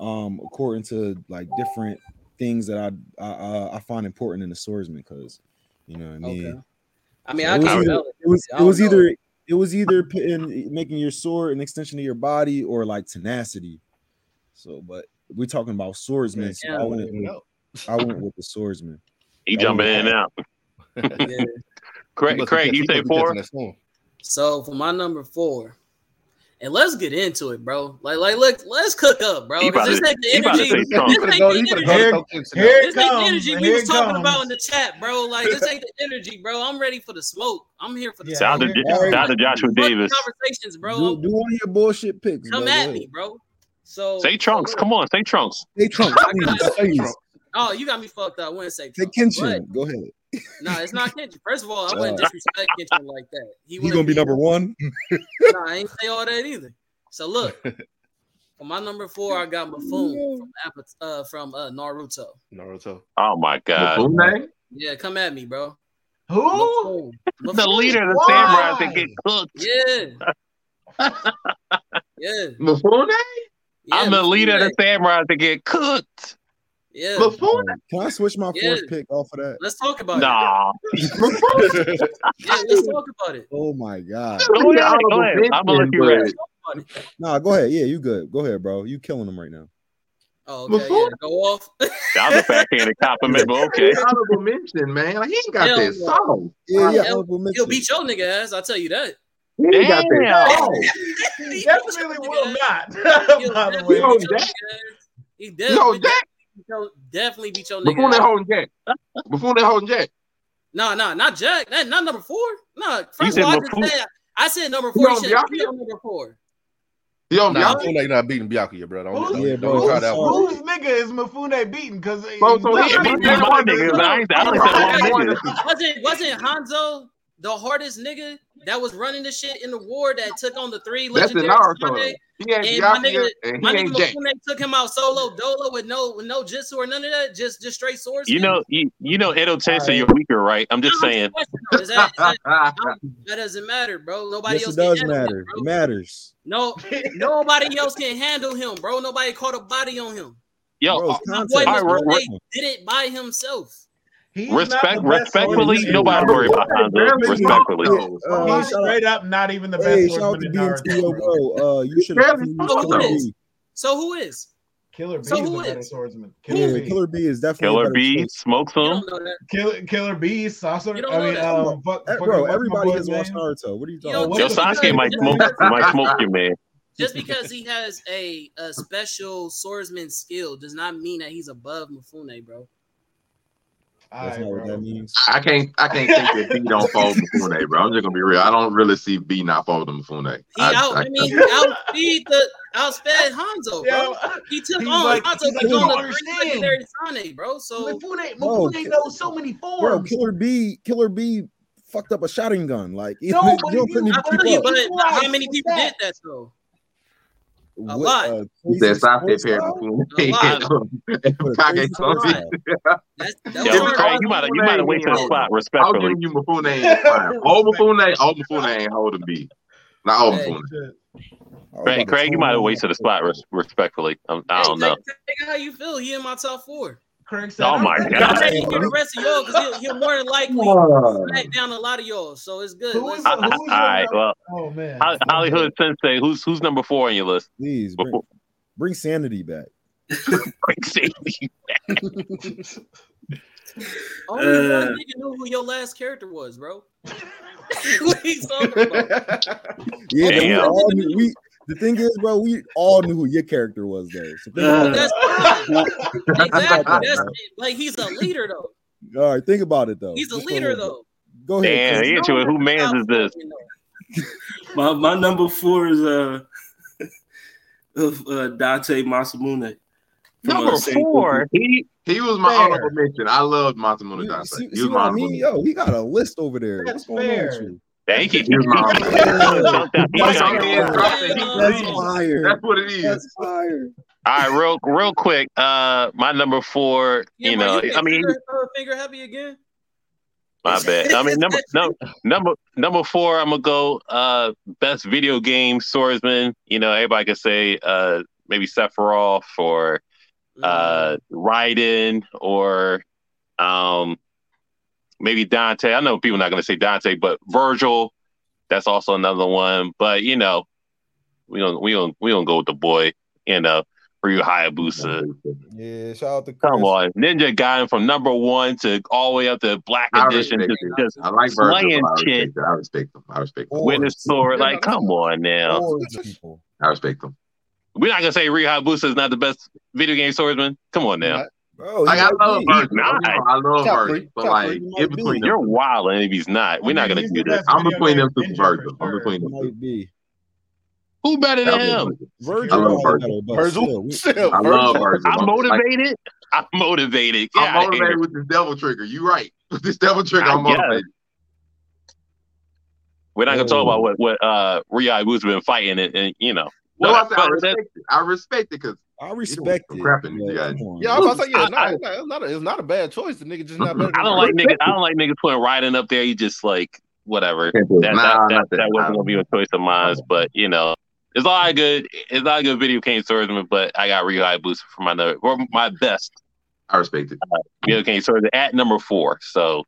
Speaker 5: um according to like different things that I I, I- I find important in the swordsman because you know what I mean.
Speaker 6: Okay. I mean,
Speaker 5: So it was
Speaker 6: I can
Speaker 5: either-
Speaker 6: tell
Speaker 5: It was
Speaker 6: I
Speaker 5: it was
Speaker 6: don't know.
Speaker 5: either it was either putting, making your sword an extension of your body or like tenacity. So, but we're talking about swordsmen. so I,
Speaker 6: Yeah.
Speaker 5: went with, I went with the swordsman.
Speaker 1: He jumping in and out.
Speaker 6: Yeah.
Speaker 1: Craig, Craig you say four?
Speaker 6: So for my number four, and let's get into it, bro. Like, like, look, let's cook up, bro.
Speaker 1: He about
Speaker 6: 'cause This
Speaker 1: to-
Speaker 6: ain't the
Speaker 1: he about to
Speaker 6: energy.
Speaker 1: say something.
Speaker 6: This ain't the energy.
Speaker 3: Here- Here
Speaker 6: This
Speaker 3: it
Speaker 6: ain't the
Speaker 3: comes.
Speaker 6: energy we
Speaker 3: Here
Speaker 6: was
Speaker 3: it
Speaker 6: talking
Speaker 3: comes.
Speaker 6: about in the chat, bro. Like, this ain't the energy, bro. I'm ready for the smoke. I'm here for the
Speaker 3: Yeah,
Speaker 1: Shout out to,
Speaker 6: smoke.
Speaker 3: here-
Speaker 1: J-
Speaker 5: Alright.
Speaker 1: shout out to Joshua
Speaker 6: Fuck the
Speaker 1: Davis.
Speaker 6: conversations, bro.
Speaker 5: Do, do one of your bullshit picks.
Speaker 6: Come
Speaker 5: bro. Go
Speaker 6: at
Speaker 5: ahead.
Speaker 6: me, bro. So
Speaker 1: Say Trunks. Come on, say Trunks.
Speaker 5: Say Trump.
Speaker 6: got
Speaker 5: please, please.
Speaker 6: Oh, you got me fucked up. I wouldn't say
Speaker 5: Say
Speaker 6: Trump.
Speaker 5: Kenshin. Go ahead.
Speaker 6: But, nah, it's not Kendrick. First of all, I
Speaker 5: Uh.
Speaker 6: wouldn't disrespect Kendrick like that. He
Speaker 5: You
Speaker 6: wouldn't
Speaker 5: gonna be number one?
Speaker 6: Nah, I ain't say all that either. So look, for my number four, I got Mafune from Appa- uh, from uh, Naruto.
Speaker 2: Naruto.
Speaker 1: Oh my God.
Speaker 4: Mufune?
Speaker 6: Yeah, come at me, bro.
Speaker 3: Who?
Speaker 6: Mafune.
Speaker 1: The
Speaker 6: Mafune.
Speaker 1: leader of the
Speaker 3: Why?
Speaker 1: samurai that get cooked.
Speaker 6: Yeah. yeah.
Speaker 4: Mufune?
Speaker 6: yeah.
Speaker 1: I'm the leader of
Speaker 6: Mafune.
Speaker 1: the samurai that get cooked.
Speaker 6: Yeah.
Speaker 4: Mufune?
Speaker 5: Can I switch my
Speaker 6: Yeah.
Speaker 5: fourth pick off of that?
Speaker 6: Let's talk about
Speaker 1: Nah.
Speaker 4: Mufune?
Speaker 6: it. Yeah, let's talk about it.
Speaker 5: Oh my god.
Speaker 1: Go ahead. Go ahead. I'm gonna let you rap.
Speaker 5: Nah, go ahead. Yeah, you good. Go ahead, bro. You killing him right now.
Speaker 6: Oh, okay. Yeah,
Speaker 4: Mafune?
Speaker 6: go off.
Speaker 1: That was a backhanded compliment, but okay.
Speaker 4: Honorable mention, man. Like, he ain't got
Speaker 6: Hell
Speaker 4: that
Speaker 6: no.
Speaker 4: song.
Speaker 5: Yeah, yeah.
Speaker 6: he'll-
Speaker 5: honorable
Speaker 6: He'll
Speaker 5: mention.
Speaker 6: beat your nigga ass. I'll tell you that.
Speaker 4: He ain't got that
Speaker 1: Damn.
Speaker 4: song.
Speaker 3: He
Speaker 6: He
Speaker 3: definitely
Speaker 6: beat your
Speaker 3: will
Speaker 6: nigga
Speaker 3: not.
Speaker 6: He'll
Speaker 3: By the
Speaker 6: definitely
Speaker 3: way,
Speaker 4: Yo,
Speaker 6: beat your
Speaker 4: Jack.
Speaker 6: nigga ass. He
Speaker 4: Yo,
Speaker 6: definitely,
Speaker 4: Jack.
Speaker 6: he'll definitely beat your nigga.
Speaker 4: Mufune
Speaker 6: ass.
Speaker 4: holding Jack. Mufune holding Jack.
Speaker 6: No, no, not Jack. Not, not number four. No, first
Speaker 1: said
Speaker 6: of all, I,
Speaker 1: Mafute.
Speaker 6: just said, I said number four.
Speaker 4: You
Speaker 6: You
Speaker 4: on
Speaker 6: should have
Speaker 4: Bianca?
Speaker 6: been on number four.
Speaker 4: You know,
Speaker 2: Nah,
Speaker 4: y'all
Speaker 2: Mufune ain't not beating Byakuya, bro. Don't,
Speaker 3: Who's-
Speaker 2: don't,
Speaker 5: Yeah,
Speaker 2: don't
Speaker 5: bro.
Speaker 2: try that one.
Speaker 5: Sorry.
Speaker 3: whose nigga is Mafune beating? Because
Speaker 4: Bro, so
Speaker 1: Yeah, it must be my niggas. I ain't I only said one nigga.
Speaker 6: Wasn't wasn't Hanzo the hardest nigga that was running the shit in the war that took on the three
Speaker 4: That's in
Speaker 6: legendary
Speaker 4: Naruto.
Speaker 6: Tsunade?
Speaker 4: He ain't
Speaker 6: And my
Speaker 4: Byakuya,
Speaker 6: nigga-
Speaker 4: and
Speaker 6: My
Speaker 4: he
Speaker 6: nigga
Speaker 4: ain't Jack.
Speaker 6: Mafune took him out solo dolo with no with no jitsu or none of that, just just straight swords.
Speaker 1: You know, you, you know, Edo Tensei,
Speaker 3: Alright.
Speaker 1: you're weaker, right? I'm just saying.
Speaker 6: Is that, is that,
Speaker 4: Ah.
Speaker 6: that doesn't matter, bro. Nobody
Speaker 5: yes,
Speaker 6: else
Speaker 5: it does
Speaker 6: can handle
Speaker 5: matter.
Speaker 6: That,
Speaker 5: It
Speaker 6: bro.
Speaker 5: matters.
Speaker 6: No, nobody else can handle him, bro. Nobody caught a body on him.
Speaker 1: Yo,
Speaker 5: Bro,
Speaker 1: uh,
Speaker 5: it's
Speaker 6: My
Speaker 5: context.
Speaker 6: boy
Speaker 1: All right,
Speaker 6: Mr.
Speaker 1: we're-
Speaker 6: Ray did it by himself.
Speaker 1: respect, respectfully, nobody worry about Hanzo.
Speaker 4: Barely
Speaker 1: Respectfully,
Speaker 4: fought, though.
Speaker 5: Uh,
Speaker 3: He's
Speaker 5: shout out-
Speaker 3: straight up not even the best
Speaker 5: Hey, shout out
Speaker 3: swordsman
Speaker 5: to
Speaker 3: in
Speaker 5: BNTO,
Speaker 3: Naruto. Bro.
Speaker 5: bro. Uh, you should have
Speaker 4: barely
Speaker 5: used
Speaker 4: fought,
Speaker 5: Killer
Speaker 6: though.
Speaker 5: B.
Speaker 6: So who is?
Speaker 3: Killer B
Speaker 6: So
Speaker 3: is
Speaker 6: who
Speaker 3: the
Speaker 6: is?
Speaker 3: better swordsman. Killer
Speaker 5: Yeah,
Speaker 3: B.
Speaker 5: Killer B is definitely a
Speaker 1: Killer
Speaker 5: better
Speaker 1: B,
Speaker 5: choice.
Speaker 1: smoke some.
Speaker 6: You don't know that.
Speaker 3: Killer, Killer B. Saucer.
Speaker 6: You don't
Speaker 3: I
Speaker 6: know
Speaker 3: mean,
Speaker 6: that.
Speaker 3: um, fuck,
Speaker 5: Eh,
Speaker 7: Uh,
Speaker 3: fucking
Speaker 5: bro,
Speaker 3: what's my
Speaker 5: everybody
Speaker 3: boy's
Speaker 5: has watched
Speaker 3: name?
Speaker 5: Naruto. What are you talking
Speaker 6: Yo,
Speaker 3: Uh,
Speaker 5: about?
Speaker 1: Yo,
Speaker 3: what's the
Speaker 1: Sasuke
Speaker 3: fucking
Speaker 1: might
Speaker 3: nigga's
Speaker 1: smoke,
Speaker 3: name?
Speaker 1: might smoke you, man.
Speaker 6: just because he has a, a special swordsman skill does not mean that he's above Mufune, bro.
Speaker 7: That's not what that means.
Speaker 4: I can't I can't think that B don't fold Mufune, bro. I'm just gonna be real. I don't really see B not folding Mufune.
Speaker 6: He out, I, mean, he outbeat the outsped Hanzo, bro.
Speaker 3: Yo, uh,
Speaker 6: he took
Speaker 3: he's
Speaker 6: on
Speaker 3: like-
Speaker 6: Hanzo
Speaker 3: he's
Speaker 6: took
Speaker 3: like, you don't
Speaker 6: on the three
Speaker 3: understand.
Speaker 6: legendary Sonic, bro. So
Speaker 3: Mifune,
Speaker 7: Bro,
Speaker 3: Mifune
Speaker 7: ki-
Speaker 3: knows so many
Speaker 7: Bro,
Speaker 3: forms.
Speaker 7: Killer B, Killer B fucked up a shotgun gun. Like you,
Speaker 3: No,
Speaker 7: you
Speaker 3: but
Speaker 7: don't
Speaker 3: you-
Speaker 7: couldn't even
Speaker 6: I
Speaker 3: Keep
Speaker 6: feel
Speaker 7: keep
Speaker 6: you,
Speaker 7: up.
Speaker 6: but
Speaker 3: Keep
Speaker 6: how
Speaker 3: up.
Speaker 6: many people did that though? a
Speaker 7: What,
Speaker 6: lot.
Speaker 7: uh,
Speaker 4: He said
Speaker 7: Crazy
Speaker 4: stop that
Speaker 7: Sports
Speaker 4: pair
Speaker 7: Guy?
Speaker 4: Mufune.
Speaker 6: A lot.
Speaker 7: What, a
Speaker 4: Kage
Speaker 7: Crazy Sports
Speaker 4: Sonic.
Speaker 7: Guy?
Speaker 6: That's that's
Speaker 4: Yeah,
Speaker 1: Yo,
Speaker 4: we
Speaker 6: hard.
Speaker 4: call
Speaker 1: Craig, you might you
Speaker 4: Mufune
Speaker 1: might wait your
Speaker 4: in.
Speaker 1: spot
Speaker 4: I'll
Speaker 1: respectfully.
Speaker 4: give you Mufune ain't fine. Old Mufune, old Mufune ain't holding B. Not old
Speaker 6: Hey.
Speaker 4: Mufune.
Speaker 7: I was
Speaker 1: Craig,
Speaker 7: about to
Speaker 1: Craig, you
Speaker 7: turn
Speaker 1: might
Speaker 7: on
Speaker 1: have
Speaker 7: my
Speaker 1: wasted the spot res- respectfully. I'm, I
Speaker 6: Hey,
Speaker 1: don't know.
Speaker 6: take- take how you feel. He in my top four.
Speaker 3: Craig said,
Speaker 1: Oh
Speaker 3: I'm
Speaker 1: my
Speaker 3: ready.
Speaker 1: God.
Speaker 6: I'm ready to hear the rest of y'all because he'll, he'll more than likely smack down a lot of y'all. So it's good.
Speaker 3: Who
Speaker 6: Let's-
Speaker 3: is-
Speaker 1: I, I, all right, well,
Speaker 3: Oh man.
Speaker 1: Ho- Hollywood Sensei, who's who's number four on your list?
Speaker 7: Please bring,
Speaker 1: Before-
Speaker 7: bring sanity back.
Speaker 1: Crazy.
Speaker 6: Only
Speaker 8: Uh.
Speaker 6: one nigga knew who your last character was, bro. what are you talking about?
Speaker 7: Yeah, but we
Speaker 1: Damn.
Speaker 7: all knew, we, the thing is, bro, we all knew who your character was though. So think about
Speaker 6: That's
Speaker 7: it.
Speaker 6: exactly. That's it. like he's a leader though.
Speaker 7: All right, think about it though.
Speaker 6: He's a
Speaker 7: Just for
Speaker 6: leader
Speaker 7: little bit. Go
Speaker 6: though.
Speaker 7: ahead.
Speaker 1: Damn,
Speaker 7: Chris.
Speaker 1: he hit you with who mans is this?
Speaker 6: You know.
Speaker 8: My my number four is uh of uh Dante Masamune. From, uh,
Speaker 1: Number
Speaker 8: Sengoku.
Speaker 1: four. He
Speaker 4: He was my
Speaker 3: Fair.
Speaker 4: honorable mention. I love Masamune
Speaker 7: You-
Speaker 4: Dante.
Speaker 7: see,
Speaker 4: he
Speaker 7: see
Speaker 4: was
Speaker 7: what
Speaker 4: my
Speaker 7: I
Speaker 4: honorable
Speaker 7: mean?
Speaker 4: mention.
Speaker 7: Yo, he got a list over there. What's
Speaker 3: That's
Speaker 7: going on with
Speaker 3: fair.
Speaker 7: you?
Speaker 1: thank you.
Speaker 4: He was my honorable mention.
Speaker 1: Jumped out. He
Speaker 4: Once
Speaker 1: got-
Speaker 4: all the ass dropped and he
Speaker 7: That's
Speaker 4: leaves.
Speaker 7: fire.
Speaker 4: That's what it is.
Speaker 7: That's fire.
Speaker 1: All right, real real quick. Uh, my number four.
Speaker 6: Yeah,
Speaker 1: you
Speaker 6: bro,
Speaker 1: know,
Speaker 6: you
Speaker 1: I
Speaker 6: make
Speaker 1: mean,
Speaker 6: finger, uh, finger happy again.
Speaker 1: my bad. I mean, number no, number number four. I'm gonna go. Uh, best video game swordsman. You know, everybody could say uh maybe Sephiroth or
Speaker 6: Mm.
Speaker 1: uh Raiden or um maybe Dante. I know people not gonna say Dante, but Virgil, that's also another one. But you know, we don't we don't we don't go with the boy, you know, Ryu Hayabusa.
Speaker 7: Yeah, shout out to Chris.
Speaker 1: Come on. Ninja Gaiden from number one to all the way up to black
Speaker 4: I
Speaker 1: edition
Speaker 4: respect
Speaker 1: to
Speaker 4: it.
Speaker 1: just
Speaker 4: I like Virgil, but
Speaker 1: Slaying
Speaker 4: I respect
Speaker 1: shit.
Speaker 4: him. I respect him. I respect him.
Speaker 7: Or-
Speaker 1: witness sword. Like, come on now.
Speaker 7: Orange people.
Speaker 4: I respect him.
Speaker 1: We're not gonna say Ryu Hayabusa is not the best video game swordsman. Come on now.
Speaker 2: Not-
Speaker 7: Bro,
Speaker 4: Like I love
Speaker 7: he might
Speaker 4: Virgil.
Speaker 1: He's not.
Speaker 4: You know, I love
Speaker 2: Top
Speaker 4: Virgil,
Speaker 2: three.
Speaker 4: but
Speaker 2: Top
Speaker 4: like
Speaker 2: three.
Speaker 7: might
Speaker 4: in
Speaker 7: be.
Speaker 4: between
Speaker 1: You're
Speaker 4: them,
Speaker 1: wild, and if he's not, we're not gonna
Speaker 3: He's
Speaker 1: do
Speaker 3: the
Speaker 1: this.
Speaker 3: best
Speaker 4: I'm
Speaker 3: video
Speaker 4: between
Speaker 3: game
Speaker 4: them two
Speaker 3: ninja for
Speaker 4: Virgil. I'm
Speaker 3: sure.
Speaker 4: between
Speaker 7: be.
Speaker 4: them two.
Speaker 7: Might be.
Speaker 1: Who better
Speaker 4: I
Speaker 1: than
Speaker 4: love
Speaker 1: him?
Speaker 4: Virgil.
Speaker 7: Virgil,
Speaker 4: I love
Speaker 7: probably
Speaker 4: Virgil.
Speaker 7: better, but
Speaker 2: Virgil?
Speaker 7: still, we-
Speaker 2: Still,
Speaker 4: I
Speaker 2: Virgil.
Speaker 4: love Virgil.
Speaker 1: I'm
Speaker 4: like,
Speaker 1: motivated. I'm motivated. Get
Speaker 4: I'm
Speaker 1: outta here.
Speaker 4: motivated with this devil trigger. You right. With this devil trigger,
Speaker 1: I
Speaker 4: I'm
Speaker 1: guess.
Speaker 4: motivated.
Speaker 1: We're not gonna talk
Speaker 7: Oh.
Speaker 1: about what what uh Riyadh has been fighting and, and you know.
Speaker 4: No, I, said, I
Speaker 1: But
Speaker 4: respect
Speaker 1: that-
Speaker 4: it. I respect it because
Speaker 7: I respect
Speaker 4: some
Speaker 7: it.
Speaker 4: crap in these
Speaker 7: but
Speaker 4: guys.
Speaker 7: come on.
Speaker 2: Yeah, I was about to say, yeah,
Speaker 1: I-
Speaker 2: no, it's, not, it's, not a, it's not a bad choice. The nigga just not better.
Speaker 1: I
Speaker 2: than
Speaker 1: don't like niggas. I don't like niggas putting Ryden up there. You just like whatever.
Speaker 4: Can't do it.
Speaker 1: That
Speaker 4: Nah,
Speaker 1: that, that,
Speaker 4: not
Speaker 1: that wasn't gonna be a choice of mine. But you know, it's all good. It's all good video game swordsman. But I got Riyadh boost for my number, or my best
Speaker 4: I respect it.
Speaker 1: video game swordsman at number four. So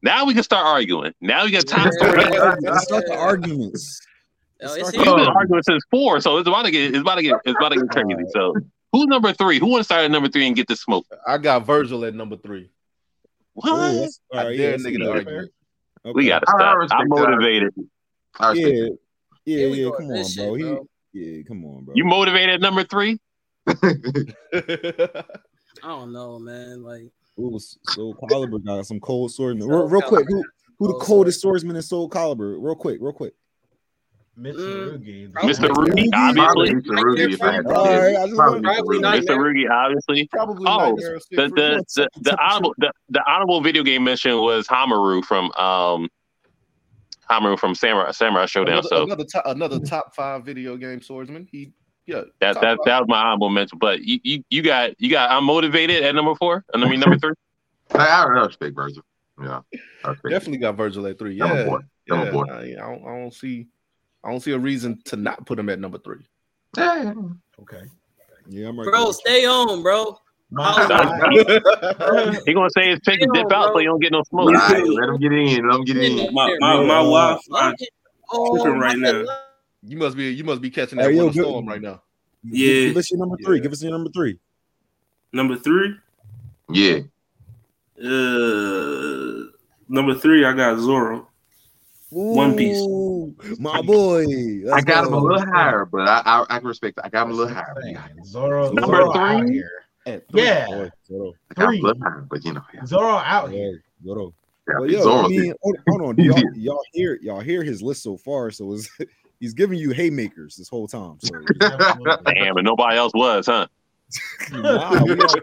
Speaker 1: now we can start arguing. Now we got time.
Speaker 7: Let's
Speaker 1: to
Speaker 7: start the
Speaker 1: start
Speaker 7: arguments. Let's start the arguments.
Speaker 6: Oh, it's
Speaker 7: Start
Speaker 1: We've been
Speaker 4: Oh.
Speaker 1: arguing since four, so it's about to get it's about to get it's about to get crazy. So who's number three? Who wants to start at number three and get the smoke?
Speaker 2: I got Virgil at number three.
Speaker 7: Ooh,
Speaker 1: What?
Speaker 7: that's- all
Speaker 2: I
Speaker 7: right, Oh, yeah,
Speaker 2: dare
Speaker 7: that's
Speaker 2: nigga
Speaker 7: good.
Speaker 2: to
Speaker 3: fair.
Speaker 2: argue.
Speaker 7: Okay.
Speaker 1: We gotta
Speaker 4: I- I
Speaker 1: stop.
Speaker 4: respect
Speaker 1: I'm
Speaker 4: that.
Speaker 1: motivated.
Speaker 4: I
Speaker 7: Yeah,
Speaker 4: respect
Speaker 7: yeah,
Speaker 6: Here we
Speaker 7: yeah.
Speaker 6: go with
Speaker 7: Come on,
Speaker 6: this
Speaker 7: bro.
Speaker 6: shit,
Speaker 7: He,
Speaker 6: bro.
Speaker 7: yeah, come on, bro.
Speaker 1: You motivated at number three?
Speaker 4: it.
Speaker 6: I don't know, man. Like
Speaker 7: Ooh, Soul Calibur got some cold swordsmen.
Speaker 6: Soul
Speaker 7: Real, real quick,
Speaker 6: Calibur.
Speaker 7: who, who the
Speaker 6: Cold
Speaker 7: coldest swordsman in Soul Calibur? Real quick, real quick.
Speaker 3: Mitsurugi.
Speaker 6: Mm.
Speaker 1: Mr. Rudy,
Speaker 7: Rudy.
Speaker 4: Probably
Speaker 1: obviously.
Speaker 4: Mr. Rudy if I had to
Speaker 7: All right, I
Speaker 4: guess.
Speaker 7: just
Speaker 4: Probably
Speaker 7: wanted-
Speaker 4: Mr. Rudy.
Speaker 6: Probably
Speaker 1: Mr. Rudy, obviously.
Speaker 2: Probably
Speaker 1: Oh,
Speaker 2: Nightmare of
Speaker 1: The
Speaker 2: Siegfried.
Speaker 1: the the, the honorable the, the honorable video game mission was Hamaru from um Hamaru from Samurai Samurai Showdown.
Speaker 2: another,
Speaker 1: So
Speaker 2: another, top, another top five video game swordsman. He, yeah,
Speaker 1: that
Speaker 2: top
Speaker 1: that
Speaker 2: five.
Speaker 1: that was my honorable mention. But you, you, you got you got I'm motivated at number four. I mean number three.
Speaker 4: Like, I I respect Virgil. Yeah. I respect it.
Speaker 2: definitely got Virgil at three.
Speaker 4: Number
Speaker 2: Yeah,
Speaker 4: four.
Speaker 2: yeah.
Speaker 4: Number four.
Speaker 2: I, I don't, I don't see, I don't see a reason to not put him at number three.
Speaker 4: Yeah.
Speaker 3: Okay.
Speaker 7: Yeah, I'm right. there.
Speaker 6: bro, stay on, bro.
Speaker 1: He gonna say his pick and dip out so you don't get no smoke.
Speaker 4: All right, let him get in. Let him get in.
Speaker 8: My my, my
Speaker 7: Yeah.
Speaker 8: wife, I,
Speaker 6: Logan. Oh,
Speaker 8: Tripping right
Speaker 6: my
Speaker 8: now.
Speaker 6: God.
Speaker 2: you must be, you must be catching
Speaker 7: Hey,
Speaker 2: that
Speaker 7: yo,
Speaker 2: winter
Speaker 7: good-
Speaker 2: storm right now.
Speaker 8: Yeah.
Speaker 7: Give us your number three.
Speaker 2: Yeah.
Speaker 7: Give us your number three.
Speaker 8: number three.
Speaker 4: Yeah.
Speaker 8: Uh number three, I got Zoro. One Piece.
Speaker 7: Ooh,
Speaker 5: Woo! My boy.
Speaker 4: I
Speaker 5: Let's
Speaker 4: got him a
Speaker 5: go.
Speaker 4: little higher, but I I, I can respect. It. I got him a little higher.
Speaker 3: Man, Zoro,
Speaker 1: Number
Speaker 3: Zoro out
Speaker 1: three?
Speaker 3: here.
Speaker 5: At three,
Speaker 3: Yeah.
Speaker 5: boy, Zoro.
Speaker 4: I got him
Speaker 3: Three.
Speaker 4: a little higher, but you know, yeah,
Speaker 3: Zoro out here.
Speaker 5: Yeah, Zoro.
Speaker 4: yeah,
Speaker 5: But
Speaker 4: it's
Speaker 5: yo,
Speaker 4: Zorro.
Speaker 5: I mean, hold, hold on. Do Y'all,
Speaker 4: Easy.
Speaker 5: y'all hear y'all hear his list so far, so it's, he's giving you haymakers this whole time. So
Speaker 3: Absolutely.
Speaker 1: Damn, and nobody else was, huh?
Speaker 5: nah, we, all,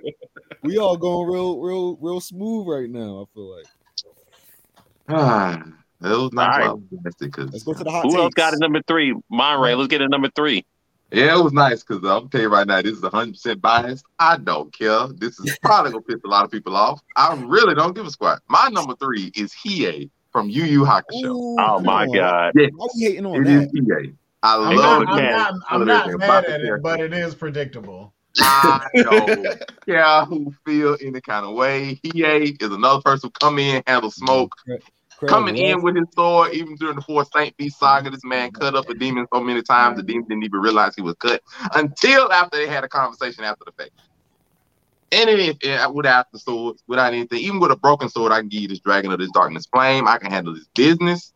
Speaker 5: we all going real, real, real smooth right now. I feel like
Speaker 4: Ah, it was
Speaker 1: All
Speaker 4: nice
Speaker 1: right.
Speaker 4: while I was domestic
Speaker 5: let's
Speaker 4: 'cause-
Speaker 5: go to the hot.
Speaker 1: Who else
Speaker 5: takes.
Speaker 1: got a number three? Monterey. Let's get a number three.
Speaker 4: yeah, it was nice because I'm tell you right now, this is 100 percent biased. I don't care. This is probably gonna piss a lot of people off. I really don't give a squat. My number three is Hiei from Yu Yu Hakusho.
Speaker 5: Ooh,
Speaker 1: Oh
Speaker 5: come
Speaker 1: my
Speaker 5: on.
Speaker 1: god.
Speaker 4: Yes,
Speaker 5: Why we hating on
Speaker 4: it
Speaker 5: that?
Speaker 4: is Hiei. I
Speaker 3: I'm
Speaker 4: love
Speaker 3: not, I'm
Speaker 4: it.
Speaker 1: cat.
Speaker 3: not, I'm not mad at it, but it is predictable.
Speaker 4: I don't care who feel any kind of way. Hiei is another person who come in, handle smoke.
Speaker 5: Craig- Craig
Speaker 4: coming
Speaker 5: Ross.
Speaker 4: in with his sword, even during the fourth Saint Beast saga, this man cut up a demon so many times the demon didn't even realize he was cut until after they had a conversation after the fact. And it, it, without the sword, without anything, even with a broken sword, I can give you this dragon of this darkness flame. I can handle this business.